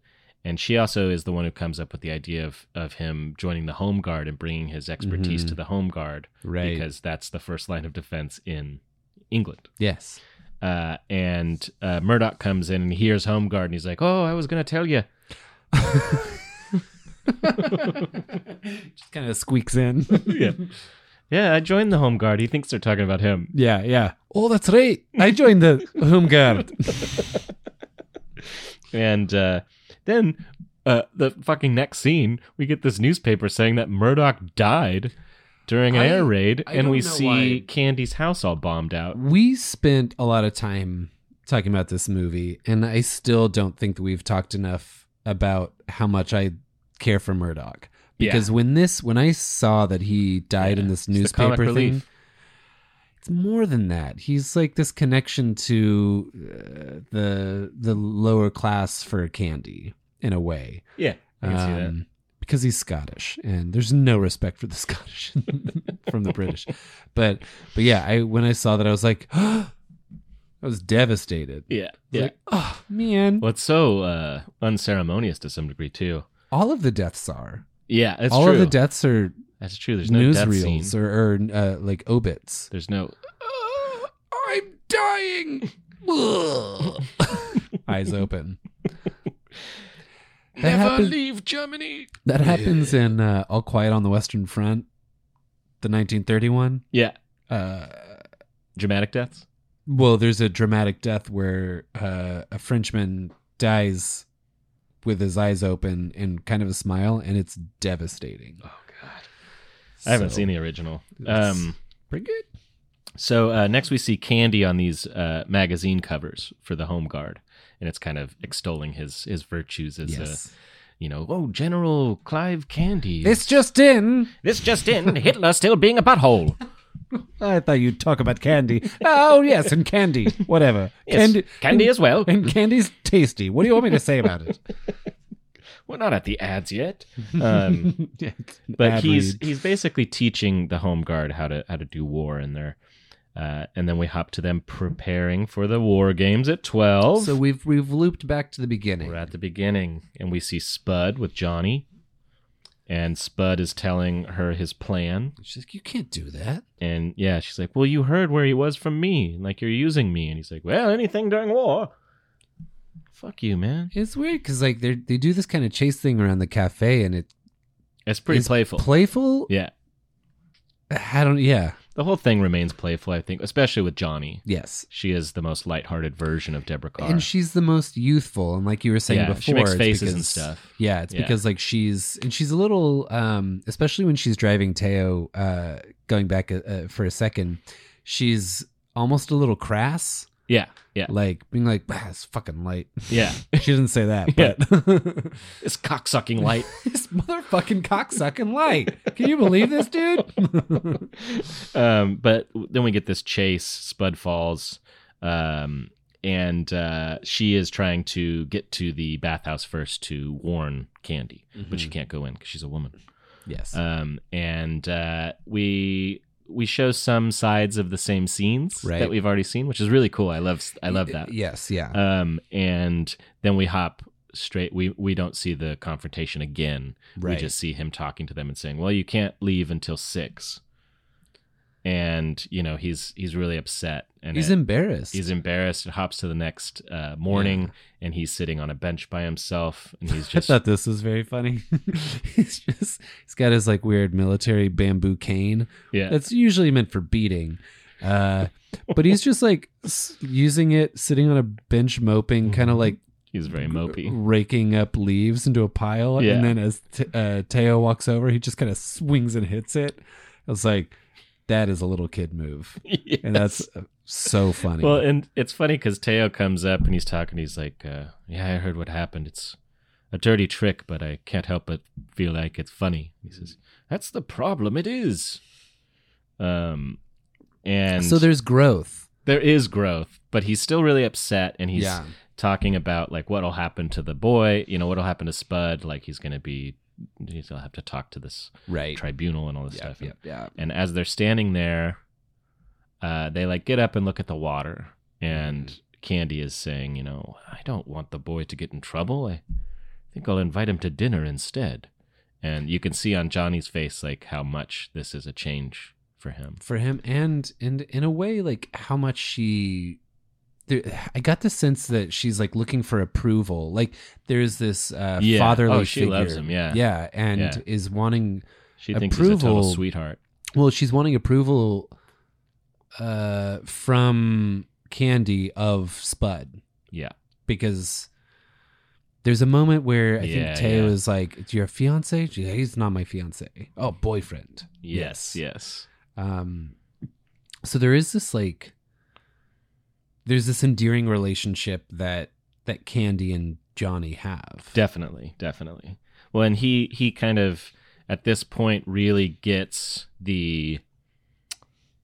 Speaker 1: and she also is the one who comes up with the idea of of him joining the home guard and bringing his expertise to the home guard,
Speaker 3: Mm-hmm. Right.
Speaker 1: Because that's the first line of defense in England.
Speaker 3: Yes.
Speaker 1: Uh, and uh, Murdoch comes in and hears home guard, and he's like, "Oh, I was gonna tell you."
Speaker 3: Just kind of squeaks in.
Speaker 1: yeah. Yeah, I joined the home guard. He thinks they're talking about him.
Speaker 3: yeah, yeah. Oh, that's right. I joined the home guard.
Speaker 1: And uh, then uh, the fucking next scene, we get this newspaper saying that Murdoch died during an
Speaker 3: I-
Speaker 1: air raid,
Speaker 3: I
Speaker 1: and
Speaker 3: don't
Speaker 1: we
Speaker 3: know
Speaker 1: see
Speaker 3: why.
Speaker 1: Candy's house all bombed out.
Speaker 3: We spent a lot of time talking about this movie, and I still don't think that we've talked enough about how much I care for Murdoch. Because when this, when I saw that he died in this
Speaker 1: it's the comic
Speaker 3: newspaper thing,
Speaker 1: relief.
Speaker 3: it's more than that. He's like this connection to uh, the the lower class for candy in a way.
Speaker 1: Yeah, I can see that.
Speaker 3: Um, Because he's Scottish, and there's no respect for the Scottish from the British. But but yeah, I when I saw that, I was like, I was devastated.
Speaker 1: Yeah,
Speaker 3: I was
Speaker 1: yeah.
Speaker 3: Like, oh man,
Speaker 1: Well, it's so uh, unceremonious to some degree too.
Speaker 3: all of the deaths are.
Speaker 1: Yeah, that's
Speaker 3: all
Speaker 1: true.
Speaker 3: of the deaths are
Speaker 1: that's true. There's no death scene.
Speaker 3: newsreels or, or uh, like obits.
Speaker 1: There's no.
Speaker 3: Uh, I'm dying. Eyes open. That happens.
Speaker 6: leave Germany.
Speaker 3: That happens in uh, All Quiet on the Western Front, the 1931.
Speaker 1: Yeah,
Speaker 3: Uh,
Speaker 1: dramatic deaths.
Speaker 3: well, there's a dramatic death where uh, a Frenchman dies with his eyes open and kind of a smile, and it's devastating. Oh God,
Speaker 1: I haven't seen the original. Um,
Speaker 3: Pretty good.
Speaker 1: So uh, next we see Candy on these uh, magazine covers for the Home Guard, and it's kind of extolling his his virtues as
Speaker 3: Yes.
Speaker 1: a you know oh General Clive Candy.
Speaker 3: This just in.
Speaker 1: this just in: Hitler still being a butthole.
Speaker 3: I thought you'd talk about candy. oh yes, and candy, whatever.
Speaker 1: Yes, candy,
Speaker 3: and-
Speaker 1: as well.
Speaker 3: And candy's tasty. What do you want me to say about it?
Speaker 1: We're not at the ads yet. Um, but
Speaker 3: Bad
Speaker 1: he's
Speaker 3: read.
Speaker 1: he's basically teaching the home guard how to how to do war in there. Uh, and then we hop to them preparing for the war games at twelve.
Speaker 3: So we've we've looped back to the beginning.
Speaker 1: We're at the beginning, and we see Spud with Johnny, and Spud is telling her his plan.
Speaker 3: She's like, you can't do that.
Speaker 1: And yeah, she's like, "Well, you heard where he was from me, and, like you're using me." And he's like, "Well, anything during war." Fuck you, man.
Speaker 3: It's weird because like they they do this kind of chase thing around the cafe, and it's
Speaker 1: It's pretty playful.
Speaker 3: Playful?
Speaker 1: yeah,
Speaker 3: I don't. Yeah.
Speaker 1: the whole thing remains playful. I think, especially with Johnny.
Speaker 3: Yes.
Speaker 1: She is the most lighthearted version of Deborah Carr.
Speaker 3: And she's the most youthful, and like you were saying
Speaker 1: Yeah,
Speaker 3: before,
Speaker 1: she makes
Speaker 3: it's
Speaker 1: faces and
Speaker 3: because-
Speaker 1: stuff.
Speaker 3: Yeah, it's
Speaker 1: Yeah.
Speaker 3: because like she's and she's a little, um, especially when she's driving Teo. Uh, going back a, uh for a second, she's almost a little crass,
Speaker 1: yeah, yeah,
Speaker 3: like being like, "Bah, "It's fucking light."
Speaker 1: yeah.
Speaker 3: She didn't say that, but
Speaker 1: It's cocksucking light.
Speaker 3: this motherfucking cocksucking light. Can you believe this, dude?
Speaker 1: um, but then we get this chase. Spud falls, um, and uh, she is trying to get to the bathhouse first to warn Candy, but she can't go in because she's a woman.
Speaker 3: yes.
Speaker 1: Um, and uh, we we show some sides of the same scenes
Speaker 3: Right.
Speaker 1: that we've already seen, which is really cool. I love I love that.
Speaker 3: Yes. Yeah.
Speaker 1: Um, and then we hop straight. We we don't see the confrontation again. We
Speaker 3: Right.
Speaker 1: just see him talking to them and saying, "Well, you can't leave until six. And you know he's he's really upset and
Speaker 3: he's
Speaker 1: it-
Speaker 3: embarrassed.
Speaker 1: he's embarrassed. It hops to the next uh, morning and he's sitting on a bench by himself and he's
Speaker 3: I
Speaker 1: just
Speaker 3: thought this was very funny. he's just he's got his like weird military bamboo cane
Speaker 1: yeah
Speaker 3: that's usually meant for beating. Uh but he's just like s- using it sitting on a bench moping kind
Speaker 1: Mm-hmm.
Speaker 3: of like
Speaker 1: he's very mopey.
Speaker 3: raking up leaves into a pile
Speaker 1: Yeah.
Speaker 3: and then as t- uh, Teo walks over he just kind of swings and hits it. I was like that is a little kid move. And that's uh, so funny.
Speaker 1: Well, and it's funny because Teo comes up and he's talking. He's like, uh, "Yeah, I heard what happened. It's a dirty trick, but I can't help but feel like it's funny." He says, "That's the problem. It is." Um, and
Speaker 3: so there's growth.
Speaker 1: there is growth, but he's still really upset, and he's
Speaker 3: Yeah.
Speaker 1: talking about like what'll happen to the boy. You know, what'll happen to Spud? Like he's gonna be, he's gonna have to talk to this
Speaker 3: Right.
Speaker 1: tribunal and all this
Speaker 3: Yeah,
Speaker 1: stuff.
Speaker 3: yeah,
Speaker 1: And-
Speaker 3: yeah.
Speaker 1: and as they're standing there, uh, they like get up and look at the water, and Candy is saying, you know, I don't want the boy to get in trouble. I think I'll invite him to dinner instead. And you can see on Johnny's face like how much this is a change for him.
Speaker 3: for him and and in a way like how much she there, i got the sense that she's like looking for approval like there's this uh
Speaker 1: Yeah.
Speaker 3: fatherly
Speaker 1: Oh, she
Speaker 3: figure.
Speaker 1: loves him, yeah.
Speaker 3: yeah and
Speaker 1: Yeah.
Speaker 3: is wanting
Speaker 1: She thinks he's a total
Speaker 3: Approval.
Speaker 1: sweetheart.
Speaker 3: well she's wanting approval uh from candy of spud
Speaker 1: Yeah.
Speaker 3: because there's a moment where i
Speaker 1: Yeah,
Speaker 3: think teo
Speaker 1: yeah.
Speaker 3: is like it's your fiance She's like, he's not my fiance oh boyfriend
Speaker 1: Yes. Yes.
Speaker 3: Um, so there is this like, there's this endearing relationship that that Candy and Johnny have.
Speaker 1: Definitely, definitely. Well, and he he kind of at this point really gets the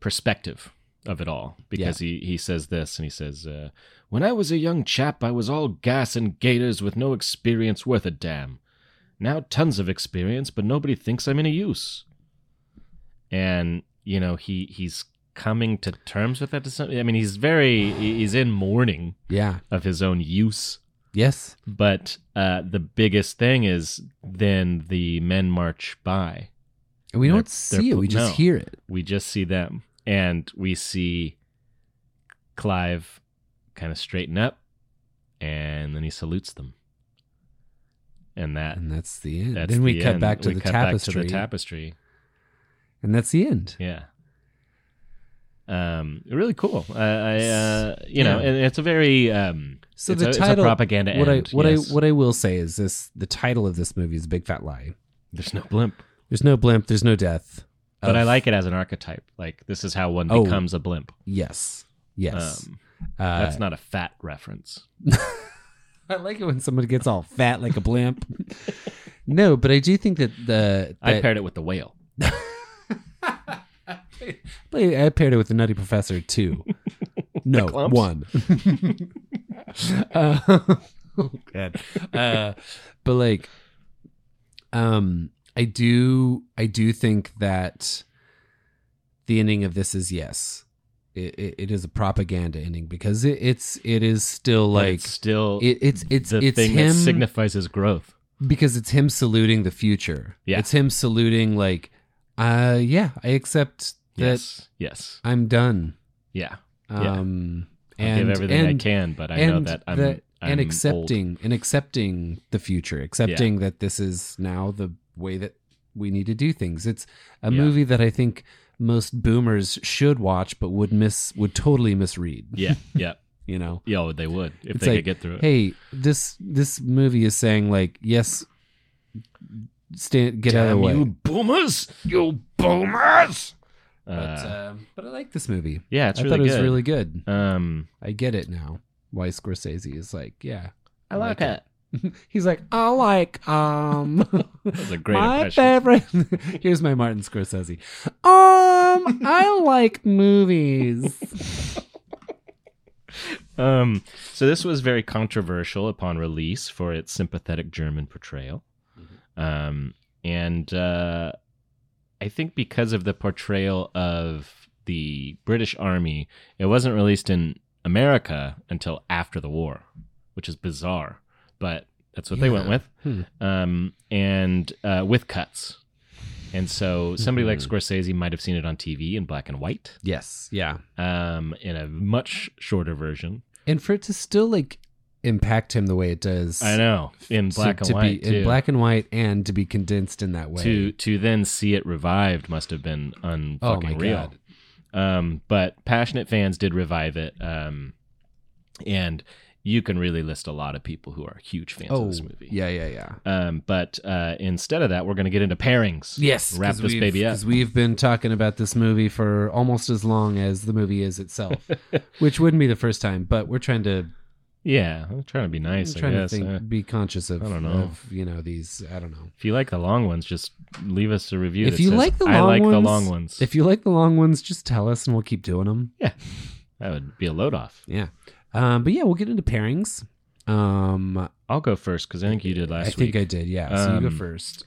Speaker 1: perspective of it all because he he says this and he says, uh, "When I was a young chap, I was all gas and gaiters with no experience worth a damn. Now tons of experience, but nobody thinks I'm any use." And you know he he's coming to terms with that to some. I mean, he's very he's in mourning
Speaker 3: yeah.
Speaker 1: of his own use
Speaker 3: Yes.
Speaker 1: but uh, the biggest thing is then the men march by.
Speaker 3: And we
Speaker 1: They're-
Speaker 3: don't
Speaker 1: they're
Speaker 3: see it.
Speaker 1: pl-
Speaker 3: We just
Speaker 1: no.
Speaker 3: hear it.
Speaker 1: We just see them, and we see Clive kind of straighten up, and then he salutes them, and that.
Speaker 3: And that's the end.
Speaker 1: That's
Speaker 3: then we
Speaker 1: the
Speaker 3: cut
Speaker 1: end.
Speaker 3: back to
Speaker 1: We
Speaker 3: the
Speaker 1: cut
Speaker 3: tapestry.
Speaker 1: Back to the tapestry.
Speaker 3: and that's the end.
Speaker 1: Yeah. Um, really cool. Uh, I, uh, you know,
Speaker 3: Yeah.
Speaker 1: and it's a very um,
Speaker 3: So
Speaker 1: it's
Speaker 3: the
Speaker 1: a, it's a
Speaker 3: title
Speaker 1: propaganda.
Speaker 3: What
Speaker 1: end,
Speaker 3: I what
Speaker 1: yes.
Speaker 3: I what I will say is this: the title of this movie is "Big Fat Lie."
Speaker 1: there's no blimp.
Speaker 3: There's no blimp. There's no death.
Speaker 1: But I
Speaker 3: Of-
Speaker 1: like it as an archetype. Like this is how one
Speaker 3: Oh.
Speaker 1: becomes a blimp.
Speaker 3: Yes. Yes.
Speaker 1: Um,
Speaker 3: uh,
Speaker 1: that's not a fat reference.
Speaker 3: I like it when someone gets all fat like a blimp. no, but I do think that the
Speaker 1: I
Speaker 3: that-
Speaker 1: paired it with the whale.
Speaker 3: But I paired it with the Nutty Professor too. no, one. uh, oh, God. Uh, but like, um, I do, I do think that the ending of this is yes, it, it, it is a propaganda ending because it, it's, it is still
Speaker 1: But
Speaker 3: like.
Speaker 1: it's still
Speaker 3: it, it's it's
Speaker 1: the
Speaker 3: it's
Speaker 1: thing
Speaker 3: him
Speaker 1: that signifies his growth.
Speaker 3: because it's him saluting the future.
Speaker 1: Yeah.
Speaker 3: It's him saluting like, uh, yeah, I accept that
Speaker 1: Yes, yes,
Speaker 3: I'm done.
Speaker 1: yeah. Yeah.
Speaker 3: Um,
Speaker 1: I
Speaker 3: and
Speaker 1: give everything
Speaker 3: and-
Speaker 1: I can, but I
Speaker 3: and
Speaker 1: know that I'm,
Speaker 3: the-
Speaker 1: I'm old.
Speaker 3: and accepting and accepting the future, accepting that this is now the way that we need to do things. It's a
Speaker 1: Yeah.
Speaker 3: movie that I think most boomers should watch, but would miss, would totally misread.
Speaker 1: Yeah, yeah,
Speaker 3: You know,
Speaker 1: yeah. well, they would if
Speaker 3: It's
Speaker 1: they
Speaker 3: like,
Speaker 1: could get through it.
Speaker 3: hey, this this movie is saying like, yes, stand, get out of the way.
Speaker 1: you boomers! You boomers! Uh,
Speaker 3: But um, but I like this movie.
Speaker 1: yeah, it's
Speaker 3: I
Speaker 1: really
Speaker 3: thought it
Speaker 1: good.
Speaker 3: was really good.
Speaker 1: um,
Speaker 3: I get it now. Why Scorsese is like, yeah,
Speaker 1: I like it.
Speaker 3: He's like, I like um
Speaker 1: was a great
Speaker 3: my
Speaker 1: impression.
Speaker 3: favorite. Here's my Martin Scorsese. Um, I like movies.
Speaker 1: Um, so this was very controversial upon release for its sympathetic German portrayal, um, and uh, I think because of the portrayal of the British Army, it wasn't released in America until after the war, which is bizarre, but that's what they went with, um, and uh, with cuts. And so somebody like Scorsese might have seen it on TV in black and white,
Speaker 3: yes, yeah.
Speaker 1: um, in a much shorter version.
Speaker 3: And for it to still like impact him the way it does.
Speaker 1: I know in
Speaker 3: to-
Speaker 1: black
Speaker 3: to
Speaker 1: and white
Speaker 3: be,
Speaker 1: too.
Speaker 3: in black and white, and to be condensed in that way.
Speaker 1: to to then see it revived must have been un
Speaker 3: Oh,
Speaker 1: fucking
Speaker 3: my
Speaker 1: real.
Speaker 3: God.
Speaker 1: Um, but passionate fans did revive it, um, and you can really list a lot of people who are huge fans
Speaker 3: oh,
Speaker 1: of this movie.
Speaker 3: yeah, yeah, yeah.
Speaker 1: Um, but uh, instead of that, we're going to get into pairings.
Speaker 3: Yes,
Speaker 1: Wrap
Speaker 3: 'cause
Speaker 1: this
Speaker 3: we've-
Speaker 1: baby up.
Speaker 3: 'cause we've been talking about this movie for almost as long as the movie is itself, which wouldn't be the first time. But we're trying to
Speaker 1: yeah, I'm trying to be nice.
Speaker 3: I'm
Speaker 1: I
Speaker 3: trying
Speaker 1: guess.
Speaker 3: to think,
Speaker 1: Uh,
Speaker 3: be conscious of,
Speaker 1: I don't know.
Speaker 3: of, you know these. I don't know.
Speaker 1: if you like the long ones, just leave us a review.
Speaker 3: if
Speaker 1: that
Speaker 3: you
Speaker 1: says,
Speaker 3: like the long
Speaker 1: I like
Speaker 3: ones,
Speaker 1: the long ones.
Speaker 3: If you like the long ones, just tell us and we'll keep doing them.
Speaker 1: yeah, that would be a load off.
Speaker 3: Yeah. Um, but yeah, we'll get into pairings. Um,
Speaker 1: I'll go first because I think you did last
Speaker 3: I
Speaker 1: week.
Speaker 3: think I did. Yeah. So you go
Speaker 1: Um,
Speaker 3: first.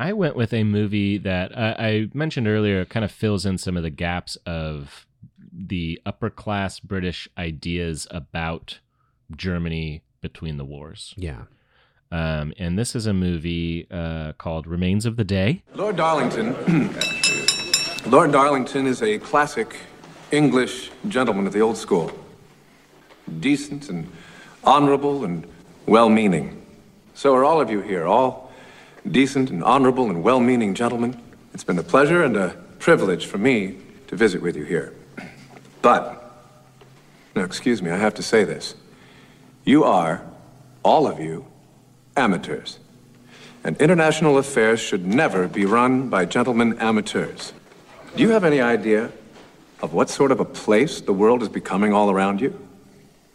Speaker 1: I went with a movie that I, I mentioned earlier, kind of fills in some of the gaps of the upper class British ideas about Germany between the wars.
Speaker 3: Yeah.
Speaker 1: Um, and this is a movie uh, called Remains of the Day.
Speaker 8: Lord Darlington. Lord Darlington is a classic English gentleman of the old school. Decent and honorable and well meaning. So are all of you here, all decent and honorable and well meaning gentlemen. It's been a pleasure and a privilege for me to visit with you here. But, now excuse me, I have to say this. You are, all of you, amateurs. And international affairs should never be run by gentlemen amateurs. Do you have any idea of what sort of a place the world is becoming all around you?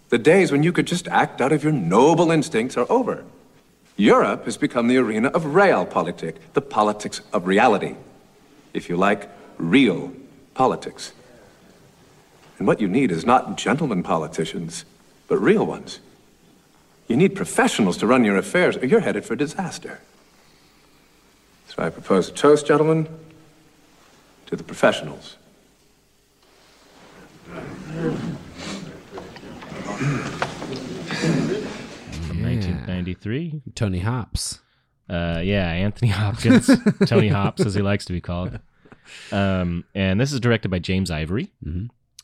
Speaker 8: The days when you could just act out of your noble instincts are over. Europe has become the arena of realpolitik, the politics of reality. If you like, real politics. And what you need is not gentlemen politicians, but real ones. You need professionals to run your affairs, or you're headed for disaster. So I propose a toast, gentlemen, to the professionals.
Speaker 1: From 1993.
Speaker 3: Tony Hops.
Speaker 1: Uh, yeah, Anthony Hopkins, Tony Hops, as he likes to be called. Um, and this is directed by James Ivory.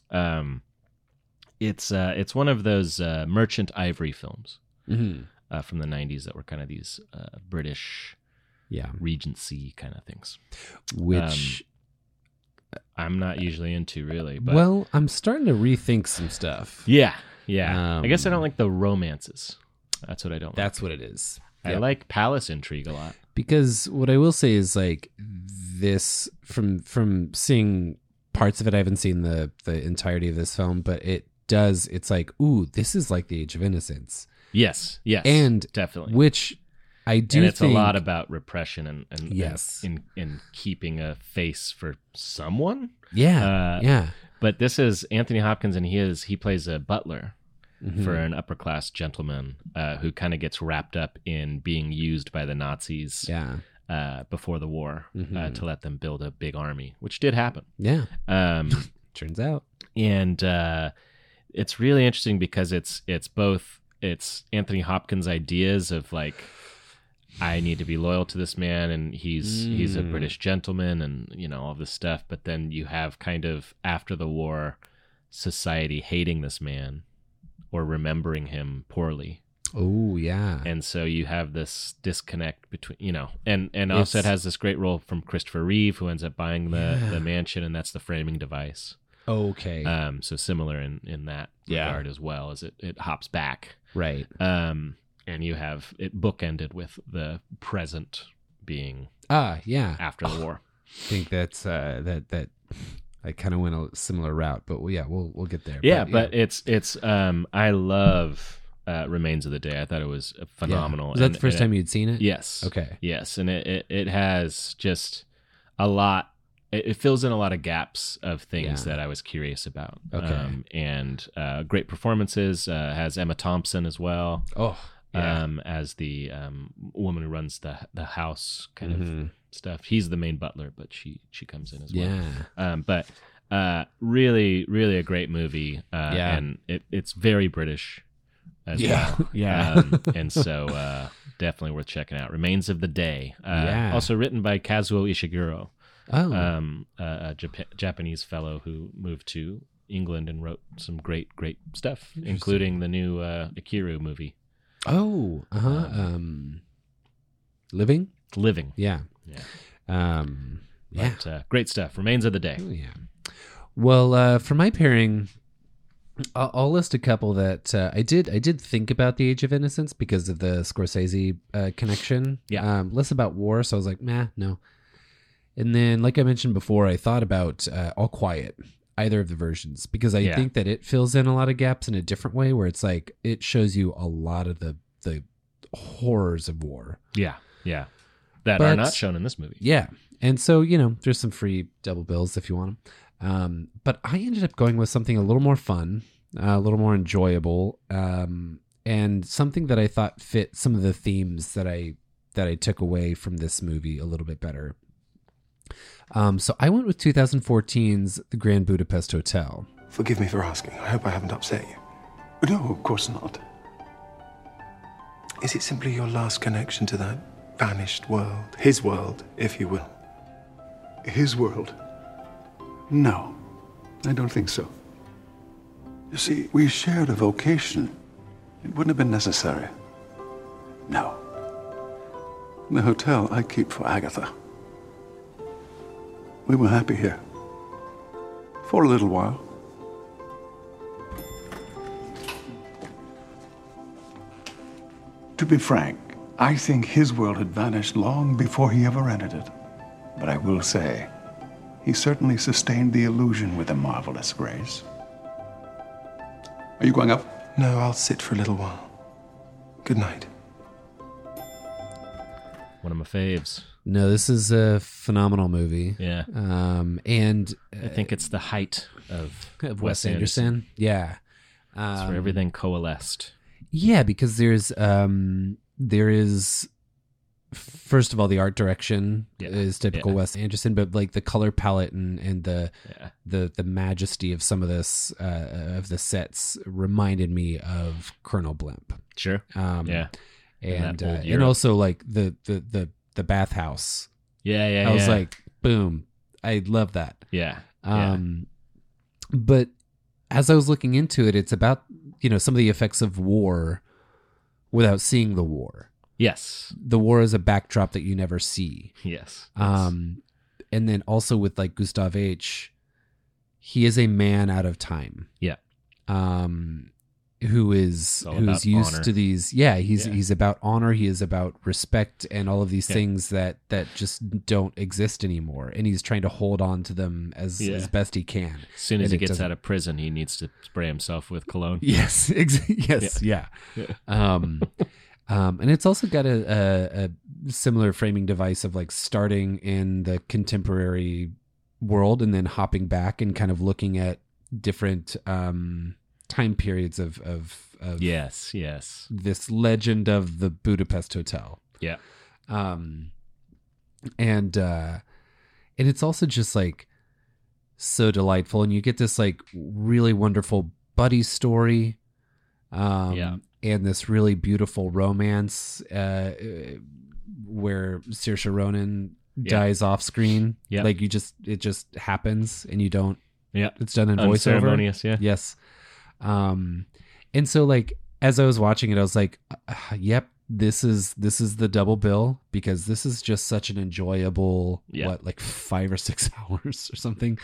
Speaker 1: Um, it's uh, it's one of those uh, Merchant Ivory films
Speaker 3: Mm-hmm.
Speaker 1: uh, from the '90s that were kind of these uh, British
Speaker 3: Yeah.
Speaker 1: Regency kind of things.
Speaker 3: Which,
Speaker 1: I'm not usually into really, Um, but
Speaker 3: well, I'm starting to rethink some stuff.
Speaker 1: yeah, yeah. I guess I
Speaker 3: Um,
Speaker 1: don't like the romances. That's what I don't.
Speaker 3: That's what it is.
Speaker 1: like. I
Speaker 3: yeah.
Speaker 1: like palace intrigue a lot.
Speaker 3: because what I will say is like this from from seeing parts of it. I haven't seen the the entirety of this film, but it does. It's like ooh, this is like the Age of Innocence,
Speaker 1: Yes, yes,
Speaker 3: and
Speaker 1: definitely.
Speaker 3: which I do.
Speaker 1: and it's
Speaker 3: think,
Speaker 1: a lot about repression and, and and-
Speaker 3: Yes.
Speaker 1: in in keeping a face for someone.
Speaker 3: yeah,
Speaker 1: uh,
Speaker 3: yeah,
Speaker 1: But this is Anthony Hopkins, and he is he plays a butler
Speaker 3: Mm-hmm.
Speaker 1: for an upper class gentleman uh, who kind of gets wrapped up in being used by the Nazis
Speaker 3: yeah,
Speaker 1: uh, before the war uh, to let them build a big army, which did happen.
Speaker 3: yeah.
Speaker 1: Um,
Speaker 3: Turns out,
Speaker 1: and uh, it's really interesting because it's it's both it's Anthony Hopkins' ideas of like I need to be loyal to this man, and he's he's a British gentleman, and you know all this stuff. But then you have kind of after the war, society hating this man or remembering him poorly,
Speaker 3: oh yeah,
Speaker 1: and so you have this disconnect between you know, and and also it
Speaker 3: It's-
Speaker 1: has this great role from Christopher Reeve who ends up buying the the mansion, and that's the framing device.
Speaker 3: okay,
Speaker 1: Um, so similar in in that
Speaker 3: Yeah.
Speaker 1: regard as well as it it hops back.
Speaker 3: right.
Speaker 1: Um, and you have it bookended with the present being
Speaker 3: Ah, yeah.
Speaker 1: after the war.
Speaker 3: I think that's uh, that that I kind of went a similar route, but well, yeah, we'll we'll get there.
Speaker 1: Yeah, but it's it's um I love uh, Remains of the Day. I thought it was
Speaker 3: Yeah.
Speaker 1: phenomenal.
Speaker 3: Was that
Speaker 1: And- uh,
Speaker 3: the first
Speaker 1: and
Speaker 3: time
Speaker 1: it-
Speaker 3: you'd seen it?
Speaker 1: Yes.
Speaker 3: Okay.
Speaker 1: Yes, and it it, it has just a lot. It, it fills in a lot of gaps of things
Speaker 3: Yeah.
Speaker 1: that I was curious about. Um,
Speaker 3: Okay.
Speaker 1: and uh, great performances. Uh, has Emma Thompson as well.
Speaker 3: Oh, yeah.
Speaker 1: um, as the um, woman who runs the the house kind of
Speaker 3: Mhm.
Speaker 1: stuff. He's the main butler, but she she comes in as well.
Speaker 3: yeah.
Speaker 1: Um, but uh, really, really a great movie. Uh,
Speaker 3: Yeah.
Speaker 1: and it, it's very British as
Speaker 3: Yeah.
Speaker 1: well.
Speaker 3: Yeah.
Speaker 1: um, and so uh, definitely worth checking out. Remains of the Day. Uh,
Speaker 3: Yeah.
Speaker 1: Also written by Kazuo Ishiguro,
Speaker 3: Oh,
Speaker 1: um, a, a Jap- Japanese fellow who moved to. England and wrote some great, great stuff, including the new uh, Akiru movie,
Speaker 3: Oh, uh huh. Um, living.
Speaker 1: Living.
Speaker 3: Yeah.
Speaker 1: Yeah.
Speaker 3: Um. Yeah.
Speaker 1: But, uh, great stuff. Remains of the day.
Speaker 3: Oh, yeah. Well, uh, for my pairing, I'll, I'll list a couple that uh, I did. I did think about the Age of Innocence because of the Scorsese uh, connection.
Speaker 1: Yeah.
Speaker 3: Um, less about war, so I was like, nah, no. And then, like I mentioned before, I thought about uh, All Quiet, either of the versions, because I
Speaker 1: Yeah.
Speaker 3: think that it fills in a lot of gaps in a different way, where it's like it shows you a lot of the the horrors of war.
Speaker 1: Yeah, yeah. That are
Speaker 3: But-
Speaker 1: not shown in this movie.
Speaker 3: Yeah. And so, you know, there's some free double bills if you want them. Um, but I ended up going with something a little more fun, uh, a little more enjoyable, um, and something that I thought fit some of the themes that I that I took away from this movie a little bit better. Um, so I went with 2014's The Grand Budapest Hotel.
Speaker 9: Forgive me for asking. I hope I haven't upset you. No, of course not. Is it simply your last connection to that vanished world? His world, if you will.
Speaker 10: His world? No, I don't think so. You see, we shared a vocation. It wouldn't have been necessary. No. The hotel I keep for Agatha. We were happy here. For a little while. To be frank, I think his world had vanished long before he ever entered it. But I will say, he certainly sustained the illusion with a marvelous grace. Are you going up?
Speaker 9: No, I'll sit for a little while. Good night.
Speaker 1: One of my faves.
Speaker 3: No, this is a phenomenal movie.
Speaker 1: Yeah.
Speaker 3: Um, and
Speaker 1: I think it's the height of,
Speaker 3: uh, Wes Um, Anderson. Yeah.
Speaker 1: It's where everything coalesced.
Speaker 3: Yeah, because there's um there is first of all the art direction
Speaker 1: Yeah,
Speaker 3: is typical
Speaker 1: yeah.
Speaker 3: Wes Anderson, but like the color palette and and the
Speaker 1: Yeah.
Speaker 3: the the majesty of some of this uh, of the sets reminded me of Colonel Blimp.
Speaker 1: Sure.
Speaker 3: Um,
Speaker 1: yeah. And
Speaker 3: and
Speaker 1: that
Speaker 3: uh,
Speaker 1: old
Speaker 3: and
Speaker 1: Europe.
Speaker 3: also like the the the the bathhouse.
Speaker 1: Yeah. Yeah.
Speaker 3: I was
Speaker 1: yeah.
Speaker 3: like, boom, I love that.
Speaker 1: yeah. yeah.
Speaker 3: Um, But as I was looking into it, it's about you know some of the effects of war without seeing the war.
Speaker 1: Yes.
Speaker 3: The war is a backdrop that you never see.
Speaker 1: Yes.
Speaker 3: Um, and then also with like Gustav H, he is a man out of time.
Speaker 1: Yeah.
Speaker 3: Um, who is
Speaker 1: It's all
Speaker 3: who
Speaker 1: about
Speaker 3: is used
Speaker 1: honor.
Speaker 3: to these? Yeah, he's
Speaker 1: Yeah.
Speaker 3: he's about honor. He is about respect and all of these
Speaker 1: Yeah.
Speaker 3: things that that just don't exist anymore. And he's trying to hold on to them as
Speaker 1: Yeah.
Speaker 3: as best he can.
Speaker 1: as soon as
Speaker 3: and
Speaker 1: he
Speaker 3: it
Speaker 1: gets
Speaker 3: doesn't-
Speaker 1: out of prison, he needs to spray himself with cologne.
Speaker 3: Yes, ex- yes, yeah. Um, um, and it's also got a, a, a similar framing device of like starting in the contemporary world and then hopping back and kind of looking at different um, time periods of of, of
Speaker 1: Yes. Yes.
Speaker 3: this legend of the Budapest Hotel.
Speaker 1: Yeah.
Speaker 3: Um, and uh, and it's also just like so delightful, and you get this like really wonderful buddy story. Um,
Speaker 1: Yeah.
Speaker 3: And this really beautiful romance uh, uh, where Saoirse Ronan
Speaker 1: Yeah.
Speaker 3: dies off screen.
Speaker 1: Yeah.
Speaker 3: Like you just, it just happens and you don't,
Speaker 1: Yeah.
Speaker 3: it's done in voiceover.
Speaker 1: Unceremonious. Yeah.
Speaker 3: Yes. Um, and so like as I was watching it, I was like, uh, "Yep, this is this is the double bill because this is just such an enjoyable
Speaker 1: Yeah.
Speaker 3: what like five or six hours or something."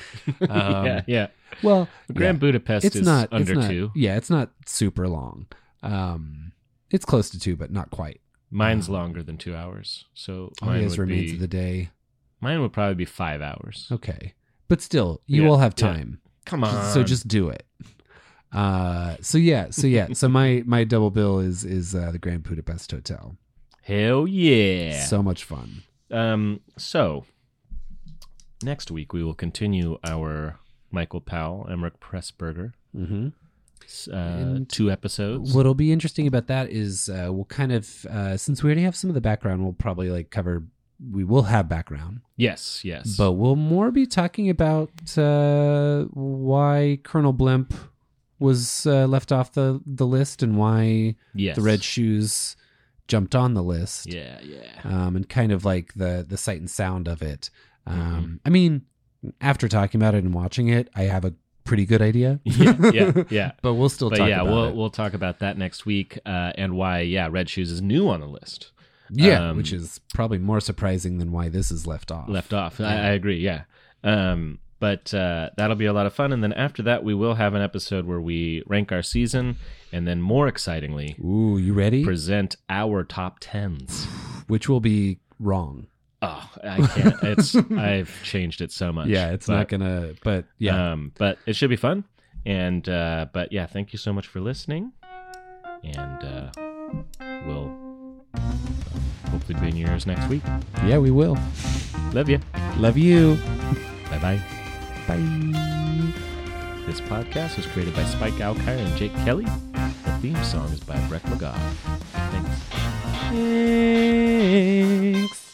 Speaker 3: Um,
Speaker 1: yeah. Yeah.
Speaker 3: Well,
Speaker 1: Grand
Speaker 3: yeah.
Speaker 1: Budapest
Speaker 3: it's
Speaker 1: is
Speaker 3: not
Speaker 1: under
Speaker 3: it's not,
Speaker 1: two.
Speaker 3: Yeah, it's not super long. Um, it's close to two, but not quite.
Speaker 1: Mine's
Speaker 3: Um,
Speaker 1: longer than two hours. So
Speaker 3: Oh,
Speaker 1: mine
Speaker 3: yes,
Speaker 1: would
Speaker 3: remains
Speaker 1: be,
Speaker 3: of the day.
Speaker 1: mine would probably be five hours.
Speaker 3: Okay, but still, you
Speaker 1: Yeah,
Speaker 3: will have
Speaker 1: yeah.
Speaker 3: time.
Speaker 1: Come on.
Speaker 3: So just do it. Uh, so yeah, so yeah, so my my double bill is is uh, the Grand Budapest Hotel.
Speaker 1: hell yeah.
Speaker 3: So much fun.
Speaker 1: Um, so next week we will continue our Michael Powell, Emmerich Pressburger,
Speaker 3: Mm-hmm.
Speaker 1: s- uh, two episodes.
Speaker 3: What'll be interesting about that is uh, we'll kind of uh, since we already have some of the background, we'll probably like cover. We will have background,
Speaker 1: yes, yes,
Speaker 3: but we'll more be talking about uh, why Colonel Blimp was uh, left off the the list and why
Speaker 1: yes,
Speaker 3: the Red Shoes jumped on the list.
Speaker 1: Yeah, yeah,
Speaker 3: um, and kind of like the the sight and sound of it. Um,
Speaker 1: Mm-hmm.
Speaker 3: I mean, after talking about it and watching it, I have a pretty good idea.
Speaker 1: yeah, yeah, yeah.
Speaker 3: but we'll still
Speaker 1: But
Speaker 3: talk
Speaker 1: yeah,
Speaker 3: about
Speaker 1: we'll
Speaker 3: it.
Speaker 1: we'll talk about that next week, uh, and why yeah, Red Shoes is new on the list,
Speaker 3: yeah,
Speaker 1: um,
Speaker 3: which is probably more surprising than why this is left off.
Speaker 1: left off. I, I agree. Yeah, um, but uh, that'll be a lot of fun, and then after that we will have an episode where we rank our season, and then more excitingly,
Speaker 3: Ooh, you ready?
Speaker 1: present our top tens.
Speaker 3: which will be wrong.
Speaker 1: Oh, I can't. It's I've changed it so much.
Speaker 3: Yeah, it's not gonna. But yeah,
Speaker 1: Um, but it should be fun. And uh, but yeah, thank you so much for listening. And uh, we'll hopefully be in your ears next week.
Speaker 3: yeah, we will.
Speaker 1: Love you.
Speaker 3: Love you.
Speaker 1: Bye bye.
Speaker 3: Bye.
Speaker 1: This podcast was created by Spike Alkire and Jake Kelly. The theme song is by Breck McGough. Thanks.
Speaker 3: Thanks.